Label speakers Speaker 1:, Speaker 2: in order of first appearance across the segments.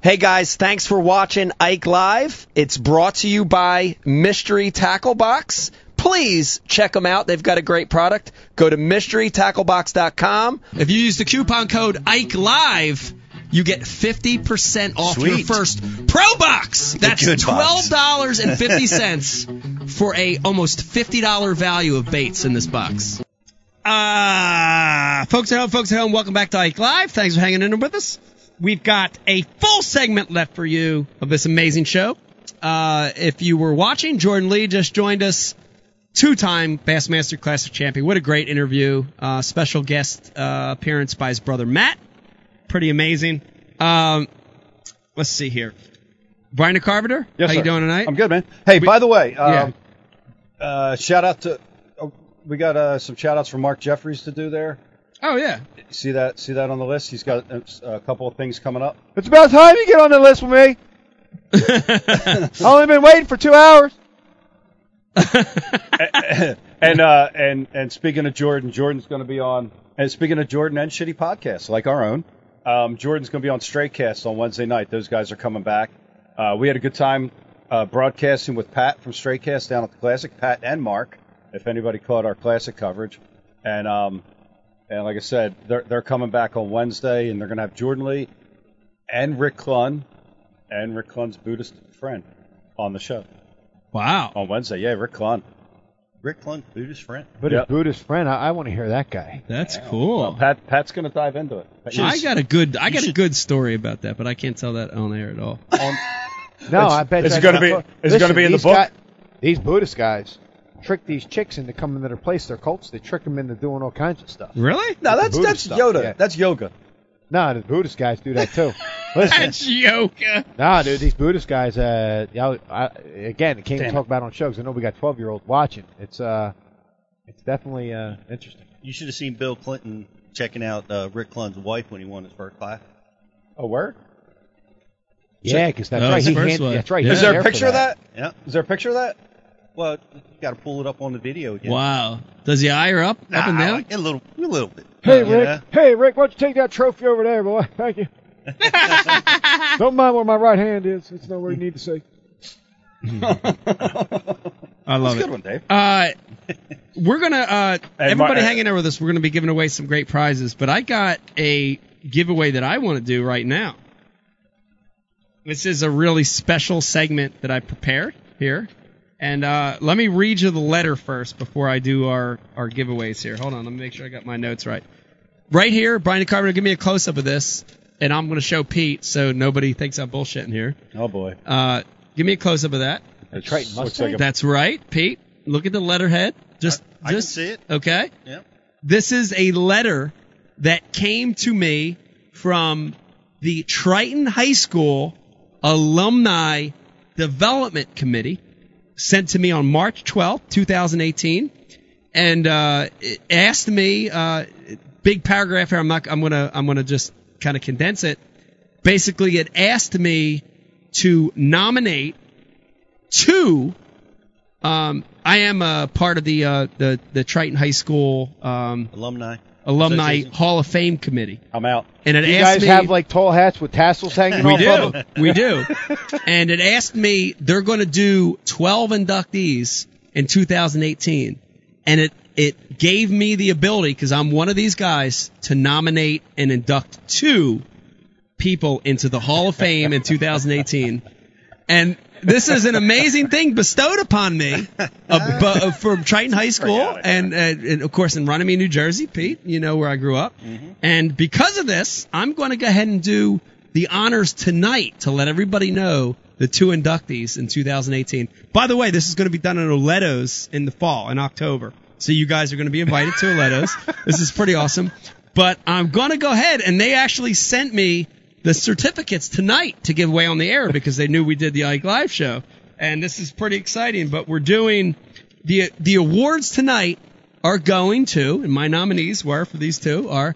Speaker 1: Hey guys, thanks for watching Ike Live. It's brought to you by Mystery Tackle Box. Please check them out. They've got a great product. Go to mysterytacklebox.com.
Speaker 2: If you use the coupon code Ike Live, you get 50% off your
Speaker 3: Sweet.
Speaker 2: first Pro Box. That's
Speaker 3: good box.
Speaker 2: $12.50 for a almost $50 value of baits in this box. Ah, folks at home, folks at home, welcome back to Ike Live. Thanks for hanging in with us. We've got a full segment left for you of this amazing show. Uh, if you were watching, Jordan Lee just joined us two-time Bassmaster Classic champion. What a great interview! Uh, special guest uh, appearance by his brother Matt. Pretty amazing. Um, let's see here. Brian Carpenter,
Speaker 4: Yes,
Speaker 2: how
Speaker 4: sir.
Speaker 2: you doing tonight?
Speaker 4: I'm good, man. Hey, by the way, um, uh, shout out to oh, we got uh, some shout outs from Mark Jeffries to do there.
Speaker 2: Oh yeah.
Speaker 4: See that? See that on the list? He's got a, a couple of things coming up.
Speaker 5: It's about time you get on the list with me. I've only been waiting for two hours.
Speaker 4: And uh, and and speaking of Jordan, Jordan's going to be on. And speaking of Jordan and shitty podcasts like our own, um, Jordan's going to be on Straightcast on Wednesday night. Those guys are coming back. Uh, we had a good time uh, broadcasting with Pat from Straightcast down at the Classic. Pat and Mark, if anybody caught our Classic coverage, and um, and like I said, they're they're coming back on Wednesday, and they're going to have Jordan Lee and Rick Klun and Rick Klun's Buddhist friend on the show
Speaker 2: Wow.
Speaker 4: on Wednesday. Yeah, Rick Klun.
Speaker 3: Rick Klunk, Buddhist friend.
Speaker 5: But
Speaker 4: Yep.
Speaker 5: his Buddhist friend, I, I want to hear that guy.
Speaker 2: That's cool.
Speaker 4: Pat Pat's going to dive into it.
Speaker 2: I got a good I got a good story about that, but I can't tell that on air at all.
Speaker 5: No, I bet
Speaker 4: is
Speaker 5: you
Speaker 4: it gonna
Speaker 5: I-
Speaker 4: be- is it gonna be in the
Speaker 5: these
Speaker 4: book?
Speaker 5: guy- these Buddhist guys trick these chicks into coming to their place. They're cults. They trick them into doing all kinds of stuff.
Speaker 2: Really?
Speaker 4: No, that's
Speaker 5: Buddha
Speaker 4: that's
Speaker 5: stuff,
Speaker 4: Yoda.
Speaker 5: yeah.
Speaker 4: That's yoga.
Speaker 5: No, the Buddhist guys do that too. Listen,
Speaker 2: That's yoga.
Speaker 5: nah, dude, these Buddhist guys. Uh, y'all, I, again, I can't
Speaker 4: Damn
Speaker 5: even talk about it on shows. I know we got twelve year olds watching. It's uh, it's definitely uh interesting.
Speaker 3: You should have seen Bill Clinton checking out uh, Rick Klun's wife when he won his first fight.
Speaker 4: A word?
Speaker 5: Yeah, because that's
Speaker 2: Oh,
Speaker 5: right.
Speaker 2: it's
Speaker 5: He
Speaker 2: the first
Speaker 5: hand,
Speaker 2: one.
Speaker 5: that's right.
Speaker 2: Yeah.
Speaker 5: he
Speaker 4: Is there
Speaker 5: cared
Speaker 4: a
Speaker 5: for
Speaker 4: picture of that?
Speaker 3: Yeah.
Speaker 4: Is there a picture of that?
Speaker 3: Well, you got to pull it up on the video again.
Speaker 2: Wow. Does he eye her up? up and
Speaker 3: Nah,
Speaker 2: down?
Speaker 3: like A little, a little bit.
Speaker 5: Hey
Speaker 3: You
Speaker 5: Rick,
Speaker 3: know?
Speaker 5: hey Rick, why don't you take that trophy over there, boy? Thank you. Don't mind where my right hand is. It's not where you need to see.
Speaker 2: I love
Speaker 4: That's a
Speaker 2: it.
Speaker 4: good one, Dave.
Speaker 2: Uh, we're gonna uh,
Speaker 4: Hey,
Speaker 2: everybody
Speaker 4: Mar-
Speaker 2: hanging out with us. We're gonna be giving away some great prizes, but I got a giveaway that I want to do right now. This is a really special segment that I prepared here, and uh, let me read you the letter first before I do our our giveaways here. Hold on, let me make sure I got my notes right. Right here, Brian Carver, give me a close up of this, and I'm gonna show Pete so nobody thinks I'm bullshitting here.
Speaker 4: Oh boy.
Speaker 2: Uh, give me a close up of that.
Speaker 4: The
Speaker 5: Triton Mustang?
Speaker 2: That's right, Pete. Look at the letterhead. Just,
Speaker 3: I can
Speaker 2: just
Speaker 3: see it.
Speaker 2: Okay.
Speaker 3: Yeah.
Speaker 2: This is a letter that came to me from the Triton High School Alumni Development Committee, sent to me on March twelfth, two 2018, and uh, it asked me. Uh, big paragraph here. I'm not. I'm gonna. I'm gonna just kind of condense it. Basically, it asked me to nominate two um, I am a part of the uh, the the Triton High School um,
Speaker 3: Alumni.
Speaker 2: alumni
Speaker 3: Association.
Speaker 2: Hall of Fame committee,
Speaker 4: I'm out.
Speaker 2: and it
Speaker 5: You
Speaker 2: asked
Speaker 5: guys
Speaker 2: me.
Speaker 5: have like tall hats with tassels hanging
Speaker 2: we
Speaker 5: off of
Speaker 2: do,
Speaker 5: them.
Speaker 2: we do, and it asked me. They're going to do 12 inductees in 2018, and it it gave me the ability because I'm one of these guys to nominate and induct two people into the Hall of Fame in 2018. And this is an amazing thing bestowed upon me uh, bu- uh, from Triton High School and, uh, and, of course, in Runnymede, New Jersey, Pete, you know where I grew up. And because of this, I'm going to go ahead and do the honors tonight to let everybody know the two inductees in 2018. By the way, this is going to be done at Oleto's in the fall, in October. So you guys are going to be invited to Oleto's. this is pretty awesome. But I'm going to go ahead, and they actually sent me the certificates tonight to give away on the air because they knew we did the Ike Live show. And this is pretty exciting, but we're doing the the awards tonight are going to, and my nominees were for these two are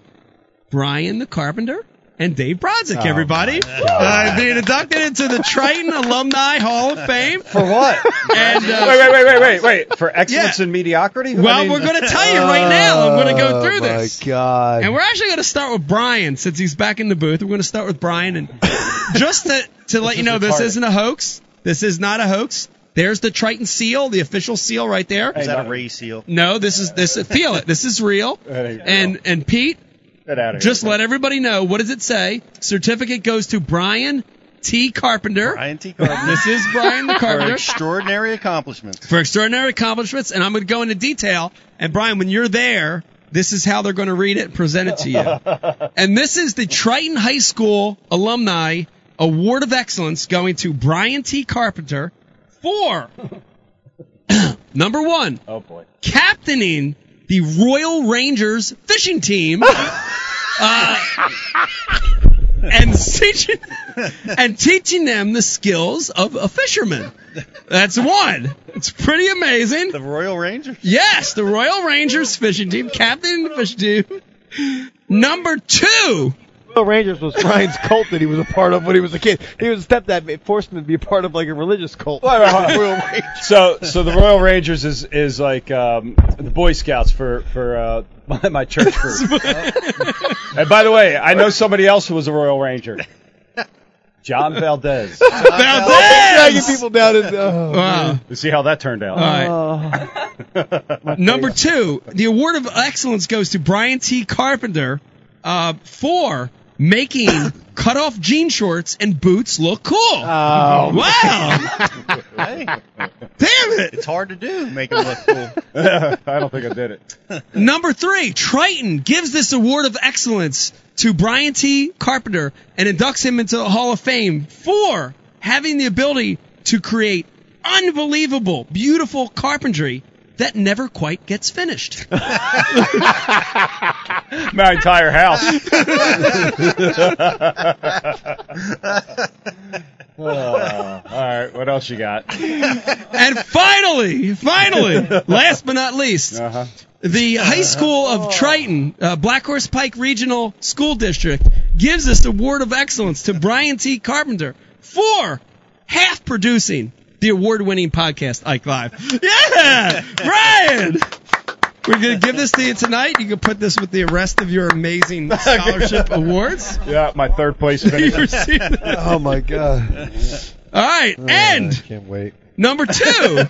Speaker 2: Brian the Carpenter and Dave Brodzik,
Speaker 4: Oh,
Speaker 2: everybody, uh, being inducted into the Triton Alumni Hall of Fame.
Speaker 4: For what?
Speaker 2: And uh,
Speaker 4: wait, wait, wait, wait, wait, wait. For excellence
Speaker 2: Yeah.
Speaker 4: and mediocrity? I
Speaker 2: well,
Speaker 4: mean-
Speaker 2: we're going to tell you right now. I'm going to go through this.
Speaker 6: Oh my god.
Speaker 2: And we're actually going to start with Brian since he's back in the booth. We're going to start with Brian and just to, to let you know this
Speaker 4: retarded.
Speaker 2: isn't a hoax. This is not a hoax. There's the Triton seal, the official seal right there.
Speaker 4: Hey,
Speaker 3: Is that
Speaker 4: no.
Speaker 3: a Ray seal?
Speaker 2: No, this is this feel it. This is real.
Speaker 4: Hey, no.
Speaker 2: And and Pete,
Speaker 4: Get out of here.
Speaker 2: just let everybody know what does it say? Certificate goes to Brian T. Carpenter.
Speaker 3: Brian T. Carpenter.
Speaker 2: This is Brian the
Speaker 3: for
Speaker 2: Carpenter.
Speaker 3: extraordinary accomplishments.
Speaker 2: for extraordinary accomplishments, and I'm going to go into detail. And Brian, when you're there, this is how they're going to read it and present it to you. and this is the Triton High School Alumni Award of Excellence going to Brian T. Carpenter for number one,
Speaker 4: Oh, boy.
Speaker 2: captaining the Royal Rangers fishing team. uh, and teaching and teaching them the skills of a fisherman. That's one. It's pretty amazing.
Speaker 3: The Royal Rangers.
Speaker 2: Yes, the Royal Rangers fishing team, captain of the fishing team. Number two,
Speaker 6: The Rangers was Brian's cult that he was a part of when he was a kid. He was a stepdad. It forced him to be a part of like a religious cult.
Speaker 4: Wait, wait, hold on.
Speaker 6: Royal Rangers.
Speaker 4: So, so the Royal Rangers is is like um, the Boy Scouts for for uh, my, my church group. and by the way, I know somebody else who was a Royal Ranger. John Valdez.
Speaker 6: Dragging
Speaker 2: Valdez.
Speaker 6: people down in. Oh,
Speaker 2: Wow.
Speaker 4: You see how that turned out.
Speaker 2: All right.
Speaker 6: oh.
Speaker 2: Number two, the award of excellence goes to Brian T. Carpenter uh, for making cutoff jean shorts and boots look cool.
Speaker 6: Oh,
Speaker 2: wow!
Speaker 3: Hey,
Speaker 2: Damn it!
Speaker 3: it's hard to do. Make them look cool.
Speaker 4: I don't think I did it.
Speaker 2: Number three, Triton gives this award of excellence to Brian T. Carpenter and inducts him into the Hall of Fame for having the ability to create unbelievable, beautiful carpentry that never quite gets finished.
Speaker 4: My entire house. Oh, all right, what else you got?
Speaker 2: and finally, finally, last but not least,
Speaker 4: Uh-huh.
Speaker 2: the High School of Triton, uh, Black Horse Pike Regional School District, gives this award of excellence to Brian T. Carpenter for half producing the award winning podcast, Ike Live. Yeah! Brian! We're going to give this to you tonight. You can put this with the rest of your amazing scholarship awards.
Speaker 4: Yeah, my third place
Speaker 2: You
Speaker 4: finish.
Speaker 2: received it.
Speaker 6: oh my god.
Speaker 2: All
Speaker 3: Oh,
Speaker 2: right. And.
Speaker 6: I can't wait.
Speaker 2: Number two,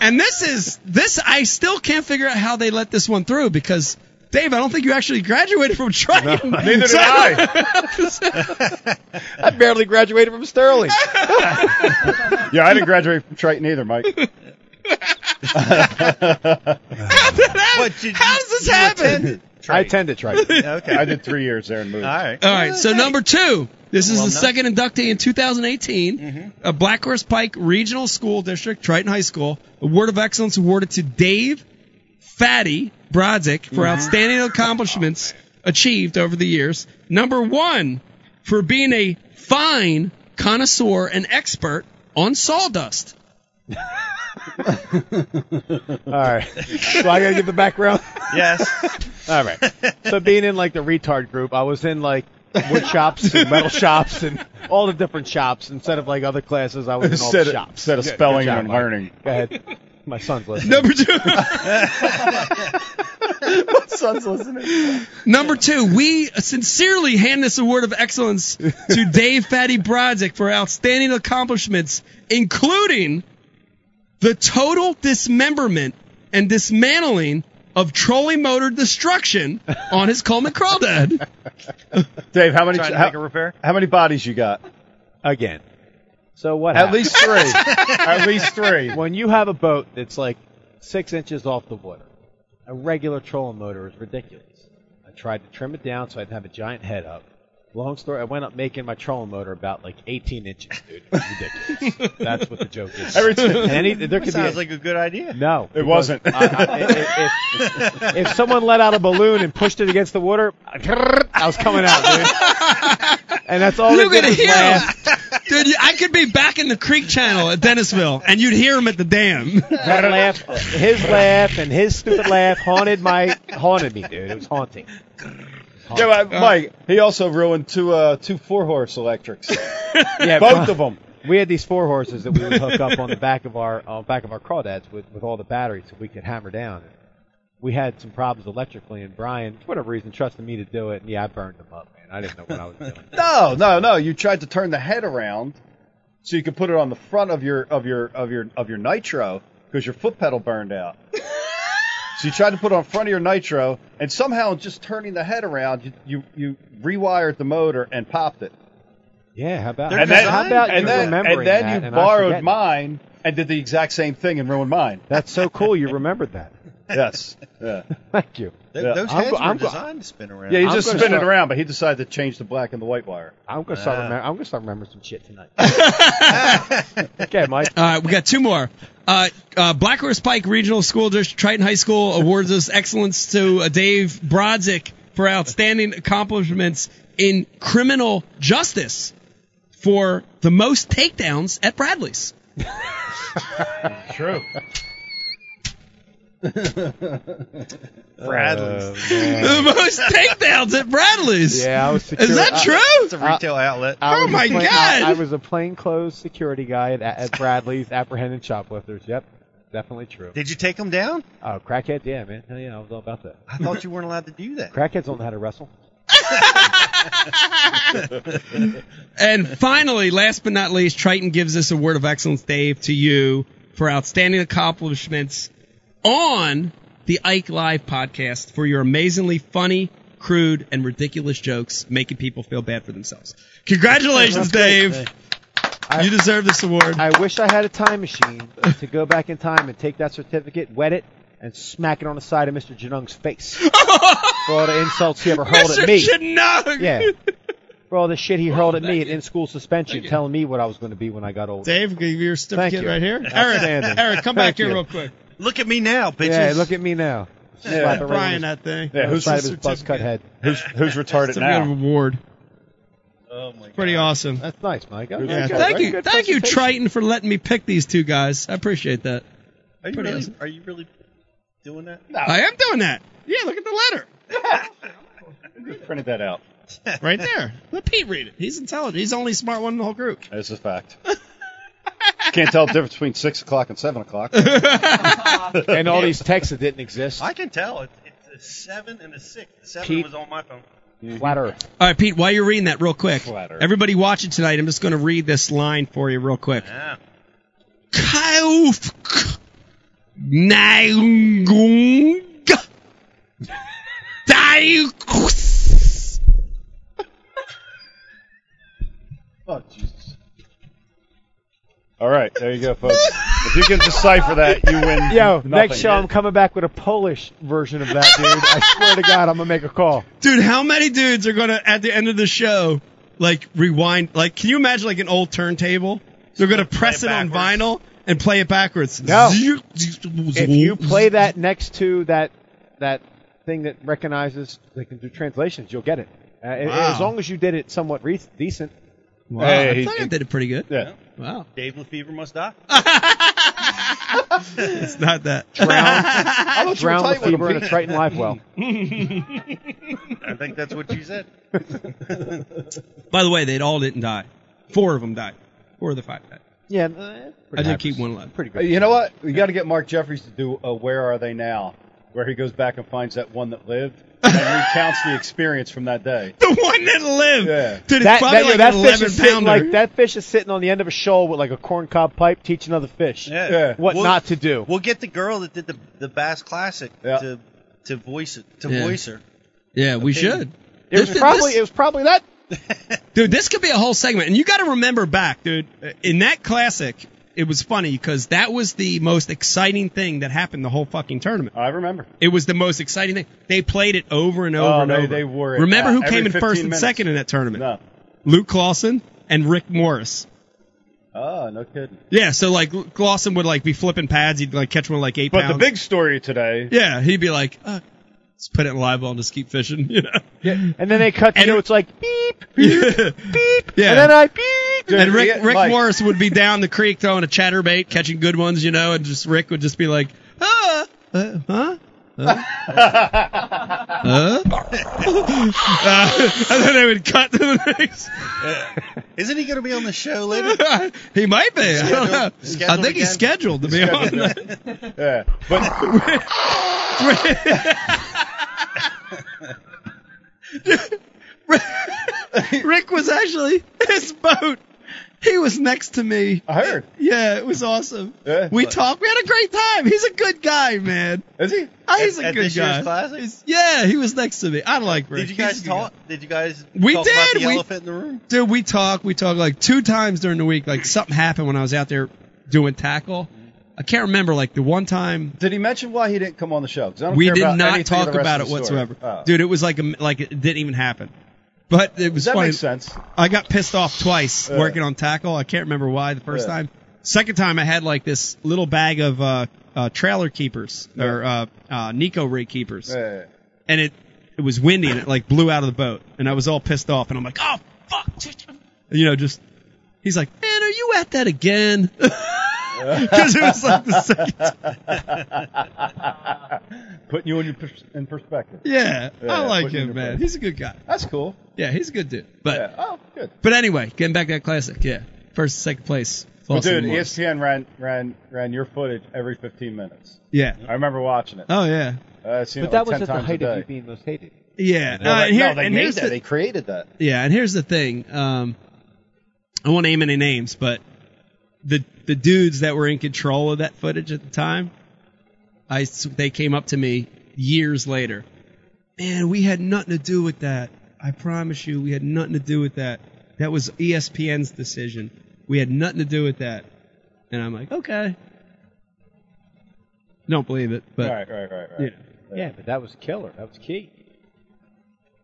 Speaker 2: and this is this I still can't figure out how they let this one through because Dave, I don't think you actually graduated from Triton.
Speaker 4: Neither did I.
Speaker 6: I barely graduated from Sterling.
Speaker 4: Yeah, I didn't graduate from Triton either, Mike.
Speaker 2: How did that-
Speaker 3: What, did you-
Speaker 2: how does this
Speaker 3: you
Speaker 2: happen?
Speaker 3: attended?
Speaker 6: I tend to try.
Speaker 3: Okay.
Speaker 4: I did three years there and moved.
Speaker 3: All right.
Speaker 2: All right, so
Speaker 3: Hey.
Speaker 2: number two. This is
Speaker 3: Well
Speaker 2: the
Speaker 3: done.
Speaker 2: second inductee in 2018, a Black Horse Pike Regional School District, Triton High School. Award of Excellence awarded to Dave Fatty Brodzik for outstanding accomplishments achieved over the years. Number one, for being a fine connoisseur and expert on sawdust.
Speaker 6: All right. So I gotta give the background.
Speaker 3: Yes.
Speaker 6: All right. So being in like the retard group, I was in like wood shops and metal shops and all the different shops instead of like other classes. I was in all
Speaker 4: Instead
Speaker 6: the
Speaker 4: of,
Speaker 6: shops.
Speaker 4: instead of
Speaker 6: Good- good
Speaker 4: spelling
Speaker 6: job,
Speaker 4: and
Speaker 6: Mike.
Speaker 4: learning.
Speaker 6: Go ahead. My son's listening.
Speaker 2: Number two.
Speaker 6: son's listening.
Speaker 2: Number two, we sincerely hand this award of excellence to Dave Fatty Brodzik for outstanding accomplishments, including the total dismemberment and dismantling of trolley motor destruction on his Coleman Crawdad.
Speaker 4: Dave, how many
Speaker 3: Trying to
Speaker 4: how,
Speaker 3: make a repair.
Speaker 4: how many bodies you got?
Speaker 6: Again. So what?
Speaker 4: At
Speaker 6: happened?
Speaker 4: least three. At least three.
Speaker 6: when you have a boat that's like six inches off the water, a regular trolling motor is ridiculous. I tried to trim it down so I'd have a giant head up. Long story, I went up making my trolling motor about like 18 inches, dude. It was ridiculous. That's what the joke is.
Speaker 4: Every time-
Speaker 6: And any, there could be
Speaker 3: Sounds
Speaker 6: a-
Speaker 3: like a good idea.
Speaker 6: no,
Speaker 4: It
Speaker 6: because
Speaker 4: wasn't.
Speaker 6: I, I, if, if- if someone let out a balloon and pushed it against the water, I was coming out, dude. And that's all
Speaker 2: You're
Speaker 6: they did
Speaker 2: gonna
Speaker 6: was
Speaker 2: hear him,
Speaker 6: laugh.
Speaker 2: dude. you- I could be back in the Creek Channel at Dennisville, and you'd hear him at the dam.
Speaker 6: That laugh, his laugh, and his stupid laugh haunted my haunted me, dude. It was haunting.
Speaker 4: Yeah, but Mike. He also ruined two uh, two four horse electrics.
Speaker 6: Yeah,
Speaker 4: Both of them.
Speaker 6: We had these four horses that we would hook up on the back of our on back of our crawdads with, with all the batteries that we could hammer down. We had some problems electrically, and Brian, for whatever reason, trusted me to do it, and yeah, I burned them up, man. I didn't know what I was doing.
Speaker 4: No, no, no. You tried to turn the head around so you could put it on the front of your of your of your of your nitro because your foot pedal burned out. so you tried to put it on front of your nitro, and somehow just turning the head around, you you, you rewired the motor and popped it.
Speaker 6: Yeah, how about
Speaker 3: They're
Speaker 4: And then,
Speaker 3: How
Speaker 6: about you
Speaker 4: and then,
Speaker 6: remembering
Speaker 4: and then
Speaker 6: that and
Speaker 4: you
Speaker 6: I
Speaker 4: borrowed
Speaker 6: forgetting?
Speaker 4: mine and did the exact same thing and ruined mine.
Speaker 6: That's so cool. You remembered that.
Speaker 4: Yes. Yeah.
Speaker 6: Thank you.
Speaker 3: Th-
Speaker 4: Yeah.
Speaker 3: Those
Speaker 6: I'm
Speaker 3: heads
Speaker 6: go-
Speaker 3: were
Speaker 6: I'm go-
Speaker 3: designed to spin around.
Speaker 4: Yeah, you
Speaker 6: I'm
Speaker 4: just
Speaker 6: gonna
Speaker 4: spin it
Speaker 6: start-
Speaker 4: around, but he decided to change the black and the white wire.
Speaker 6: I'm gonna start.
Speaker 3: Ah.
Speaker 6: remem- I'm gonna start remembering some shit tonight. okay, Mike.
Speaker 2: All right, we got two more. Uh, uh, Black Horse Pike Regional School District, Triton High School awards us excellence to uh, Dave Brodzik for outstanding accomplishments in criminal justice for the most takedowns at Bradley's.
Speaker 4: True.
Speaker 3: Bradley's.
Speaker 2: The most takedowns at Bradley's.
Speaker 6: Oh, Yeah, I was. Secure-
Speaker 2: Is that
Speaker 6: I-
Speaker 3: it's a
Speaker 2: true?
Speaker 3: retail outlet.
Speaker 6: I
Speaker 2: Oh
Speaker 6: was a
Speaker 2: my
Speaker 6: plain-
Speaker 2: God.
Speaker 6: I, I was a plainclothes security guy at, at Bradley's apprehending shoplifters. Yep, definitely true.
Speaker 3: Did you take them down?
Speaker 6: Oh, crackheads, yeah, man. Hell yeah, I was all about that.
Speaker 3: I thought you weren't allowed to do that.
Speaker 6: Crackheads don't know how to wrestle.
Speaker 2: And finally, last but not least, Triton gives this award of excellence, Dave, to you for outstanding accomplishments on the Ike Live podcast for your amazingly funny, crude, and ridiculous jokes, making people feel bad for themselves. Congratulations, Dave. You deserve this award.
Speaker 6: I wish I had a time machine to go back in time and take that certificate, wet it, and smack it on the side of Mr. Janung's face for all the insults he ever hurled
Speaker 2: Mr.
Speaker 6: at me.
Speaker 2: Chinook.
Speaker 6: Yeah. For all the shit he hurled at me
Speaker 2: thank
Speaker 6: at
Speaker 2: you.
Speaker 6: in-school suspension, telling me what I was going to be when I got older.
Speaker 2: Dave, give your certificate
Speaker 6: you.
Speaker 2: right here. Eric,
Speaker 6: Outstanding.
Speaker 2: Eric, come back
Speaker 6: Thank
Speaker 2: here
Speaker 6: you.
Speaker 2: real quick.
Speaker 3: Look at me now, bitches.
Speaker 6: yeah, look at me now. Slap it right
Speaker 2: Brian,
Speaker 6: on his-
Speaker 2: that thing.
Speaker 4: Yeah, who's
Speaker 6: side
Speaker 4: the
Speaker 6: of his buzz cut head.
Speaker 4: Who's who's retarded
Speaker 2: Some kind of
Speaker 4: now?
Speaker 2: award.
Speaker 3: Oh my
Speaker 2: Pretty
Speaker 3: God.
Speaker 2: awesome.
Speaker 6: That's nice, Mike. That was
Speaker 2: Yeah,
Speaker 6: good.
Speaker 2: thank
Speaker 6: Very
Speaker 2: you,
Speaker 6: good
Speaker 2: thank you,
Speaker 6: presentation.
Speaker 2: Triton, for letting me pick these two guys. I appreciate that.
Speaker 3: Are you
Speaker 2: Pretty
Speaker 3: really?
Speaker 2: awesome.
Speaker 3: Are you really doing that?
Speaker 2: I am doing that. Yeah, look at the letter
Speaker 4: Printed that out.
Speaker 2: right there. Let Pete read it. He's intelligent. He's the only smart one in the whole group.
Speaker 4: That's a fact. Can't tell the difference between six o'clock and seven o'clock.
Speaker 6: And all these texts that didn't exist.
Speaker 3: I can tell. It, it's a seven and a six. The seven
Speaker 6: Keep-
Speaker 3: was on my phone.
Speaker 6: Flat Earth.
Speaker 2: All right, Pete. While you're reading that, real quick,
Speaker 4: Flatter.
Speaker 2: everybody watching tonight, I'm just going to read this line for you real quick.
Speaker 3: Yeah.
Speaker 2: Kaufk Nagung Daikus.
Speaker 4: Oh Jesus! All right, there you go, folks. If you can decipher that, you win.
Speaker 6: Yo,
Speaker 4: nothing.
Speaker 6: next show I'm coming back with a Polish version of that, dude. I swear to God, I'm gonna make a call.
Speaker 2: Dude, how many dudes are gonna at the end of the show like rewind? Like, can you imagine like an old turntable? They're gonna press it,
Speaker 3: it
Speaker 2: on
Speaker 3: backwards.
Speaker 2: vinyl and play it backwards.
Speaker 6: No.
Speaker 2: If
Speaker 6: If you play that next to that that thing that recognizes they can do translations, you'll get it. Uh, and- and
Speaker 2: Wow.
Speaker 6: As long as you did it somewhat re- decent.
Speaker 2: wow,
Speaker 4: Hey,
Speaker 2: I
Speaker 4: he-
Speaker 2: thought I did it pretty good.
Speaker 4: Yeah.
Speaker 2: Wow,
Speaker 3: Dave Lefevre must die.
Speaker 2: it's not that.
Speaker 6: Drown,
Speaker 4: I thought you were
Speaker 6: drown the
Speaker 4: tight with
Speaker 6: fever in
Speaker 4: him,
Speaker 6: a
Speaker 4: Pete.
Speaker 6: Triton live well.
Speaker 3: I think that's what you said.
Speaker 2: By the way, they all didn't die. Four of them died. Four of the five died.
Speaker 6: Yeah, eh,
Speaker 2: I
Speaker 6: pretty
Speaker 2: did
Speaker 6: happy.
Speaker 2: keep one alive.
Speaker 6: Pretty
Speaker 4: Uh,
Speaker 6: good.
Speaker 4: You know what? We got to get Mark Jeffries to do a "Where Are They Now," where he goes back and finds that one that lived and recounts the experience from that day.
Speaker 2: The one that lived.
Speaker 4: Yeah.
Speaker 2: Dude, it's
Speaker 6: That,
Speaker 2: probably like
Speaker 6: that, that
Speaker 2: an
Speaker 6: fish
Speaker 2: 11
Speaker 6: is sitting
Speaker 2: pounder.
Speaker 6: like that fish is sitting on the end of a shoal with like a corncob pipe teaching other fish
Speaker 4: Yeah.
Speaker 6: what
Speaker 3: We'll-
Speaker 6: not to do.
Speaker 3: We'll get the girl that did the the Bass Classic
Speaker 4: Yeah.
Speaker 3: to to voice it to
Speaker 2: Yeah.
Speaker 3: voice her.
Speaker 2: yeah, we
Speaker 3: Hey.
Speaker 2: should.
Speaker 6: it was
Speaker 2: This-
Speaker 6: probably
Speaker 2: this-
Speaker 6: it was probably that
Speaker 2: Dude, this could be a whole segment. And you got to remember back, dude, in that classic, it was funny because that was the most exciting thing that happened the whole fucking tournament.
Speaker 4: I remember.
Speaker 2: It was the most exciting thing. They played it over and over
Speaker 4: Oh,
Speaker 2: and
Speaker 4: they-
Speaker 2: over.
Speaker 4: they wore it
Speaker 2: Remember
Speaker 4: out
Speaker 2: who
Speaker 4: every
Speaker 2: came in
Speaker 4: 15
Speaker 2: first and
Speaker 4: minutes.
Speaker 2: second in that tournament?
Speaker 4: No.
Speaker 2: Luke Clausen and Rick Morris.
Speaker 4: Oh, no kidding.
Speaker 2: Yeah, so like Clausen would like be flipping pads. He'd like catch one like eight
Speaker 4: But
Speaker 2: pounds.
Speaker 4: the big story today.
Speaker 2: yeah, he'd be like, uh, let's put it in live ball and just keep fishing. You know?
Speaker 6: And then they cut to
Speaker 2: And
Speaker 6: you,
Speaker 2: it-
Speaker 6: it's like beep,
Speaker 2: Yeah.
Speaker 6: beep,
Speaker 2: Yeah.
Speaker 6: and then I beep.
Speaker 4: Dude,
Speaker 2: And Rick,
Speaker 4: yeah,
Speaker 2: Rick
Speaker 4: Mike,
Speaker 2: Morris would be down the creek throwing a chatterbait, catching good ones, you know, and just Rick would just be like, "Ah, uh, uh huh? Huh? Uh, and then they would cut to the next.
Speaker 3: Isn't he going to be on the show later?
Speaker 2: he might be. I don't know. I
Speaker 3: Scheduled
Speaker 2: think he's
Speaker 3: again?
Speaker 2: scheduled to be on. the-
Speaker 4: Yeah, but
Speaker 2: Rick was actually his boat. He was next to me.
Speaker 4: I heard.
Speaker 2: Yeah, it was awesome.
Speaker 4: Yeah.
Speaker 2: we talked. We had a great time. He's a good guy, man.
Speaker 4: Is he?
Speaker 2: Ah, He's a
Speaker 3: At
Speaker 2: good
Speaker 3: this
Speaker 2: guy.
Speaker 3: year's classic?
Speaker 2: Yeah, he was next to me. I like Rick.
Speaker 3: Did you
Speaker 2: He's
Speaker 3: guys
Speaker 2: a good guy.
Speaker 3: talk? Did you guys?
Speaker 2: We
Speaker 3: talk about
Speaker 2: did,
Speaker 3: the
Speaker 2: we-
Speaker 3: elephant in the room.
Speaker 2: Dude, we talked. We talked like two times during the week. Like something happened when I was out there doing tackle. I can't remember. Like the one time
Speaker 4: Did he mention why he didn't come on the show? 'Cause I don't
Speaker 2: we
Speaker 4: care
Speaker 2: did
Speaker 4: about
Speaker 2: not
Speaker 4: anything of
Speaker 2: talk
Speaker 4: the rest
Speaker 2: about
Speaker 4: of
Speaker 2: it
Speaker 4: the story.
Speaker 2: whatsoever,
Speaker 4: Oh.
Speaker 2: dude. It was like a like it didn't even happen. But it was
Speaker 4: Does that
Speaker 2: funny.
Speaker 4: make sense?
Speaker 2: I got pissed off twice
Speaker 4: Yeah.
Speaker 2: working on tackle. I can't remember why the first
Speaker 4: Yeah.
Speaker 2: time. Second time, I had like this little bag of uh, uh, trailer keepers or uh, uh, Nico rig keepers,
Speaker 4: Yeah.
Speaker 2: and it it was windy and it like blew out of the boat, and I was all pissed off, and I'm like, oh fuck, you know, just he's like, man, are you at that again? Because it was like the second
Speaker 4: Putting you in, your pers- in perspective.
Speaker 2: Yeah,
Speaker 4: Yeah,
Speaker 2: I like
Speaker 4: put it in
Speaker 2: him,
Speaker 4: your
Speaker 2: man.
Speaker 4: place.
Speaker 2: He's a good guy.
Speaker 4: That's cool.
Speaker 2: Yeah, he's a good dude. But
Speaker 4: Yeah. Oh, good.
Speaker 2: but anyway, getting back to that classic, yeah. First, second place.
Speaker 4: Well,
Speaker 2: lost to
Speaker 4: dude, E
Speaker 2: Lamar.
Speaker 4: ESPN ran ran ran your footage every 15 minutes.
Speaker 2: yeah.
Speaker 4: I remember watching it.
Speaker 2: Oh yeah.
Speaker 4: Uh, I've seen
Speaker 6: But
Speaker 4: it like
Speaker 6: that was
Speaker 4: 10
Speaker 6: at the
Speaker 4: times
Speaker 6: height
Speaker 4: a
Speaker 6: of
Speaker 4: day.
Speaker 6: you being most hated.
Speaker 2: Yeah.
Speaker 4: No,
Speaker 2: uh,
Speaker 4: they,
Speaker 2: here-
Speaker 4: no, they
Speaker 2: and
Speaker 4: made
Speaker 2: here's
Speaker 4: that.
Speaker 2: the-
Speaker 4: they created that.
Speaker 2: yeah, and here's the thing. Um, I won't name any names, but the the dudes that were in control of that footage at the time, I s- they came up to me years later. Man, we had nothing to do with that. I promise you, we had nothing to do with that. That was E ESPN's decision. We had nothing to do with that. And I'm like, okay. Don't believe it, but
Speaker 4: right, right, right, right.
Speaker 2: yeah.
Speaker 6: Yeah, but that was killer. That was key.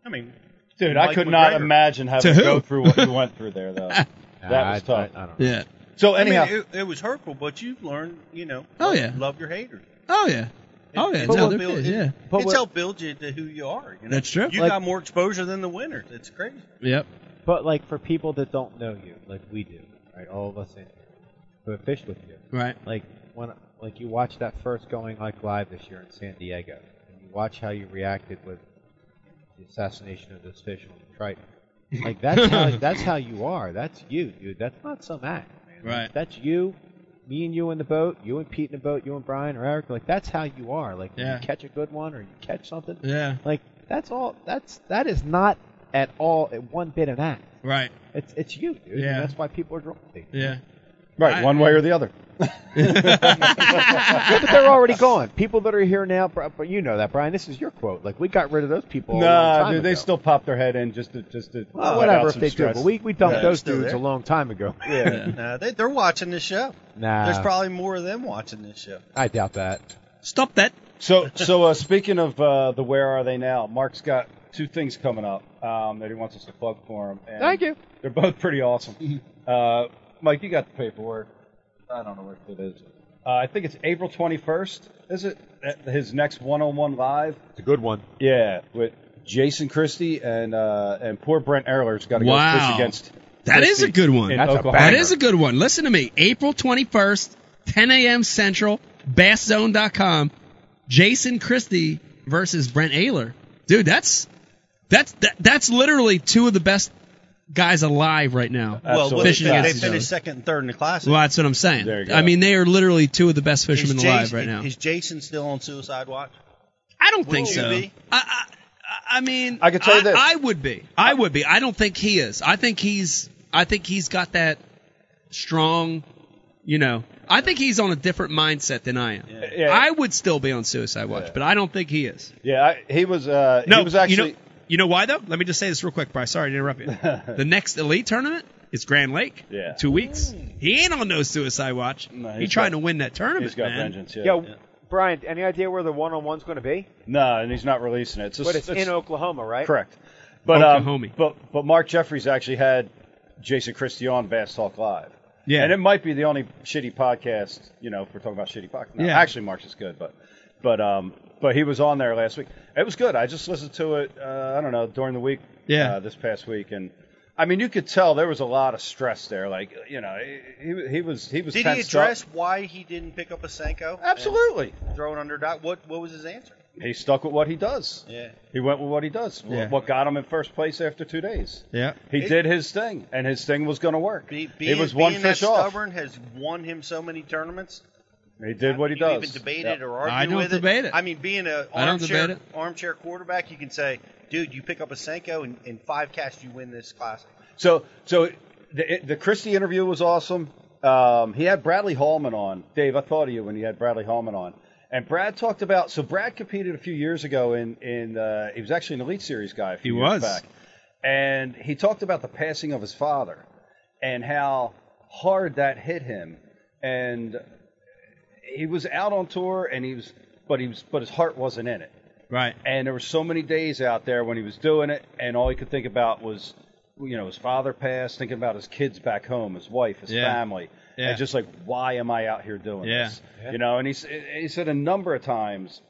Speaker 3: I mean,
Speaker 4: Dude, I
Speaker 3: Mike
Speaker 4: could not
Speaker 3: McGregor.
Speaker 4: imagine having
Speaker 2: To
Speaker 4: to, go
Speaker 2: who?
Speaker 4: through what you went through there, though. that was
Speaker 6: I, I,
Speaker 4: tough.
Speaker 6: I don't know.
Speaker 2: yeah.
Speaker 4: so
Speaker 3: I mean,
Speaker 4: anyhow,
Speaker 3: it, it was hurtful, but you've learned, you know.
Speaker 2: Oh,
Speaker 3: love-
Speaker 2: yeah.
Speaker 3: Love your haters.
Speaker 2: Oh yeah. Oh yeah.
Speaker 3: But
Speaker 2: No,
Speaker 3: what
Speaker 2: they're
Speaker 3: Bill-
Speaker 2: good,
Speaker 3: it-
Speaker 2: yeah.
Speaker 6: But
Speaker 3: it's
Speaker 6: what-
Speaker 3: helped build you to who you are. You know?
Speaker 2: That's true.
Speaker 3: You
Speaker 6: Like-
Speaker 3: got more exposure than the winners. It's crazy.
Speaker 2: Yep.
Speaker 6: But like for people that don't know you, like we do, right? All of us in here who have fished with you,
Speaker 2: Right.
Speaker 6: like when like you watch that first going like live this year in San Diego, and you watch how you reacted with the assassination of those fish on the Triton. Like that's how that's how you are. That's you, dude. That's not some act, man. Like,
Speaker 2: Right.
Speaker 6: that's you. Me and you in the boat, you and Pete in the boat, you and Brian or Eric. Like that's how you are. Like when
Speaker 2: Yeah.
Speaker 6: you catch a good one or you catch something.
Speaker 2: Yeah.
Speaker 6: Like that's all. That's that is not at all one bit an act.
Speaker 2: Right.
Speaker 6: It's it's you, dude.
Speaker 2: Yeah.
Speaker 6: And that's why people are drawn to you.
Speaker 2: Yeah.
Speaker 4: right,
Speaker 2: I-
Speaker 4: one way or the other.
Speaker 6: Yeah, but they're already gone. People that are here now, Bri- but you know that, Brian. This is your quote. Like we got rid of those people. a long
Speaker 4: Nah,
Speaker 6: time
Speaker 4: dude, they
Speaker 6: ago.
Speaker 4: still pop their head in just to just to
Speaker 6: Well,
Speaker 4: let out
Speaker 6: whatever if
Speaker 4: some
Speaker 6: they
Speaker 4: stress.
Speaker 6: do. But we we dumped
Speaker 4: Yeah,
Speaker 6: those
Speaker 3: they're still
Speaker 6: dudes
Speaker 3: there.
Speaker 6: a long time ago.
Speaker 4: yeah.
Speaker 3: Nah, they, they're watching this show.
Speaker 6: Nah,
Speaker 3: There's probably more of them watching this show.
Speaker 6: I doubt that.
Speaker 2: Stop that.
Speaker 4: So so uh, speaking of uh, the where are they now? Mark's got two things coming up um, that he wants us to plug for him. And
Speaker 6: Thank you.
Speaker 4: They're both pretty awesome. Uh, Mike, you got the paperwork. I don't know what it is. Uh, I think it's April 21st. Is it At his next one-on-one live?
Speaker 6: It's a good one.
Speaker 4: Yeah, with Jason Christie and uh, and poor Brent Erler's got to go
Speaker 2: Wow.
Speaker 4: fish against.
Speaker 2: That is
Speaker 4: Christie
Speaker 2: a good one.
Speaker 4: in
Speaker 6: That's a
Speaker 4: Oklahoma.
Speaker 6: banger.
Speaker 2: That is a good one. Listen to me. April 21st, 10 a.m. Central, basszone.com. Jason Christie versus Brent Ayler. Dude, that's that's that, that's literally two of the best guys alive right now.
Speaker 4: Absolutely.
Speaker 3: Well,
Speaker 2: Fishing
Speaker 3: they, they
Speaker 2: against each other.
Speaker 3: finished second and third in the classic.
Speaker 2: Well, that's what I'm saying.
Speaker 4: There you go.
Speaker 2: I mean, they are literally two of the best
Speaker 3: Is
Speaker 2: fishermen
Speaker 3: Jason-
Speaker 2: alive right now.
Speaker 3: Is Jason still on suicide watch?
Speaker 2: I don't think
Speaker 3: Would
Speaker 2: so.
Speaker 3: you
Speaker 2: I,
Speaker 3: be?
Speaker 2: I, I mean,
Speaker 4: I can tell you this.
Speaker 2: I would be. I would be. I don't think he is. I think he's. I think he's got that strong. You know, I think he's on a different mindset than I am.
Speaker 4: Yeah.
Speaker 2: I would still be on suicide watch, but I don't think he is.
Speaker 4: Yeah, I, he was. Uh,
Speaker 2: No,
Speaker 4: he was actually.
Speaker 2: you know, you know why though? Let me just say this real quick, Bryce. Sorry to interrupt you. the next elite tournament is Grand Lake.
Speaker 4: Yeah.
Speaker 2: two weeks. He ain't on no suicide watch.
Speaker 4: No,
Speaker 2: he's
Speaker 4: he's
Speaker 2: trying
Speaker 4: got-
Speaker 2: to win that tournament,
Speaker 4: He's got
Speaker 2: man.
Speaker 4: vengeance. Yeah.
Speaker 6: Yo, Brian, any idea where the one-on-one's going to be?
Speaker 4: No, and he's not releasing it. It's, just,
Speaker 6: But it's, in Oklahoma, right?
Speaker 4: correct. But um,
Speaker 2: Oklahoma.
Speaker 4: but but Mark Jeffries actually had Jason Christie on Bass Talk Live.
Speaker 2: Yeah.
Speaker 4: and it might be the only shitty podcast. You know, if we're talking about shitty podcast. No,
Speaker 2: Yeah.
Speaker 4: actually, Mark's is good, but but um, but he was on there last week. It was good. I just listened to it. Uh, I don't know during the week.
Speaker 2: Yeah.
Speaker 4: uh, this past week and. I mean, you could tell there was a lot of stress there. Like, you know, he, he was he was.
Speaker 3: Did he
Speaker 4: tensed up.
Speaker 3: address why he didn't pick up a Senko?
Speaker 4: Absolutely.
Speaker 3: and Throw it under dock. What What was his answer?
Speaker 4: He stuck with what he does.
Speaker 3: Yeah.
Speaker 4: He went with what he does. wh-
Speaker 7: Yeah.
Speaker 4: What got him in first place after two days.
Speaker 7: Yeah.
Speaker 4: He
Speaker 3: It-
Speaker 4: did his thing, and his thing was going to work.
Speaker 3: Be, be,
Speaker 4: it was
Speaker 3: being
Speaker 4: one fish
Speaker 3: that
Speaker 4: off.
Speaker 3: stubborn has won him so many tournaments.
Speaker 4: He did what he
Speaker 3: you
Speaker 4: does.
Speaker 3: even debate
Speaker 4: Yep.
Speaker 3: it or argue
Speaker 2: I don't
Speaker 3: with
Speaker 2: debate it.
Speaker 3: I mean, being an
Speaker 2: I don't
Speaker 3: armchair,
Speaker 2: debate
Speaker 3: armchair quarterback, you can say, dude, you pick up a Senko and, and five casts, you win this classic.
Speaker 4: So, so the the Christie interview was awesome. Um, he had Bradley Hallman on. Dave, I thought of you when he had Bradley Hallman on. And Brad talked about so Brad competed a few years ago in in uh, he was actually an Elite Series guy. A few
Speaker 7: He
Speaker 4: years
Speaker 7: was.
Speaker 4: back, and he talked about the passing of his father and how hard that hit him. And he was out on tour, and he was, but he was, but his heart wasn't in it.
Speaker 2: Right.
Speaker 4: And there were so many days out there when he was doing it, and all he could think about was, you know, his father passed, thinking about his kids back home, his wife, his
Speaker 7: Yeah.
Speaker 4: family,
Speaker 7: Yeah.
Speaker 4: and just like, why am I out here doing
Speaker 7: Yeah.
Speaker 4: this? You know, and he s- and he said a number of times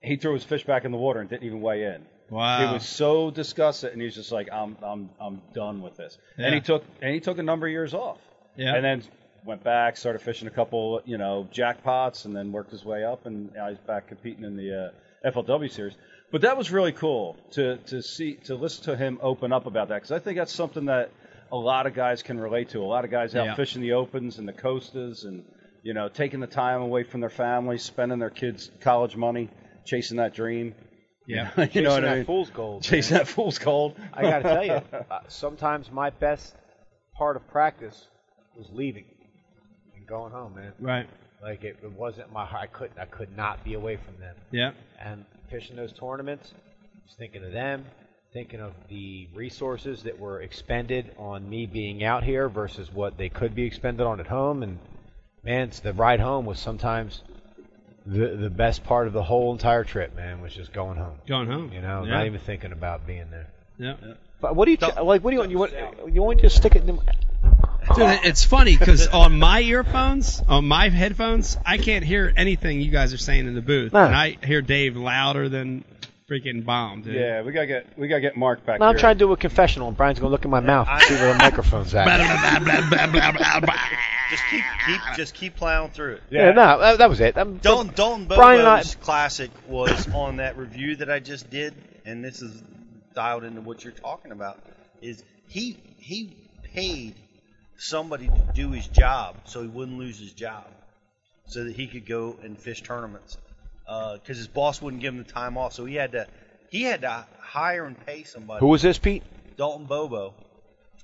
Speaker 4: he threw his fish back in the water and didn't even weigh in.
Speaker 7: Wow.
Speaker 4: He was so disgusted, and he was just like, I'm I'm I'm done with this. And
Speaker 7: Yeah.
Speaker 4: he took and he took a number of years off.
Speaker 7: Yeah.
Speaker 4: And then went back, started fishing a couple, you know, jackpots, and then worked his way up, and now he's back competing in the uh, FLW series. But that was really cool to to see to listen to him open up about that because I think that's something that a lot of guys can relate to. A lot of guys out
Speaker 7: Yeah.
Speaker 4: fishing the opens and the coastas, and you know, taking the time away from their families, spending their kids' college money, chasing that dream.
Speaker 7: Yeah.
Speaker 4: you know
Speaker 6: Chasing
Speaker 4: what I
Speaker 6: that
Speaker 4: mean?
Speaker 6: fool's gold.
Speaker 4: Chase that fool's gold.
Speaker 6: I got to tell you, uh, sometimes my best part of practice was leaving and going home, man.
Speaker 7: Right.
Speaker 6: Like it, it wasn't my heart. I couldn't. I could not be away from them.
Speaker 7: Yeah.
Speaker 6: And fishing those tournaments, just thinking of them, thinking of the resources that were expended on me being out here versus what they could be expended on at home. And man, it's, the ride home was sometimes the the best part of the whole entire trip. Man, was just going home.
Speaker 7: Going home.
Speaker 6: You know,
Speaker 7: Yeah.
Speaker 6: not even thinking about being there.
Speaker 7: Yeah.
Speaker 6: But what do you like? What do you want? You want you want to stick it in?
Speaker 2: Dude, it- it's funny because on my earphones, on my headphones, I can't hear anything you guys are saying in the booth,
Speaker 6: No.
Speaker 2: and I hear Dave louder than freaking bomb, dude.
Speaker 4: Yeah, we gotta get we gotta get Mark back.
Speaker 6: No, I'm
Speaker 4: here.
Speaker 6: trying to do a confessional, and Brian's gonna look in my mouth and see where the microphone's at. yeah,
Speaker 3: Just keep, keep just keep plowing through it.
Speaker 4: Yeah.
Speaker 6: no, that, that was it. I'm,
Speaker 3: Dalton Dalton
Speaker 6: Brian and I-
Speaker 3: Bobo's classic was on that review that I just did, and this is dialed into what you're talking about. Is he he paid somebody to do his job so he wouldn't lose his job, so that he could go and fish tournaments, because his boss wouldn't give him the time off, so he had to he had to hire and pay somebody.
Speaker 6: Who was this, Pete?
Speaker 3: Dalton Bobo,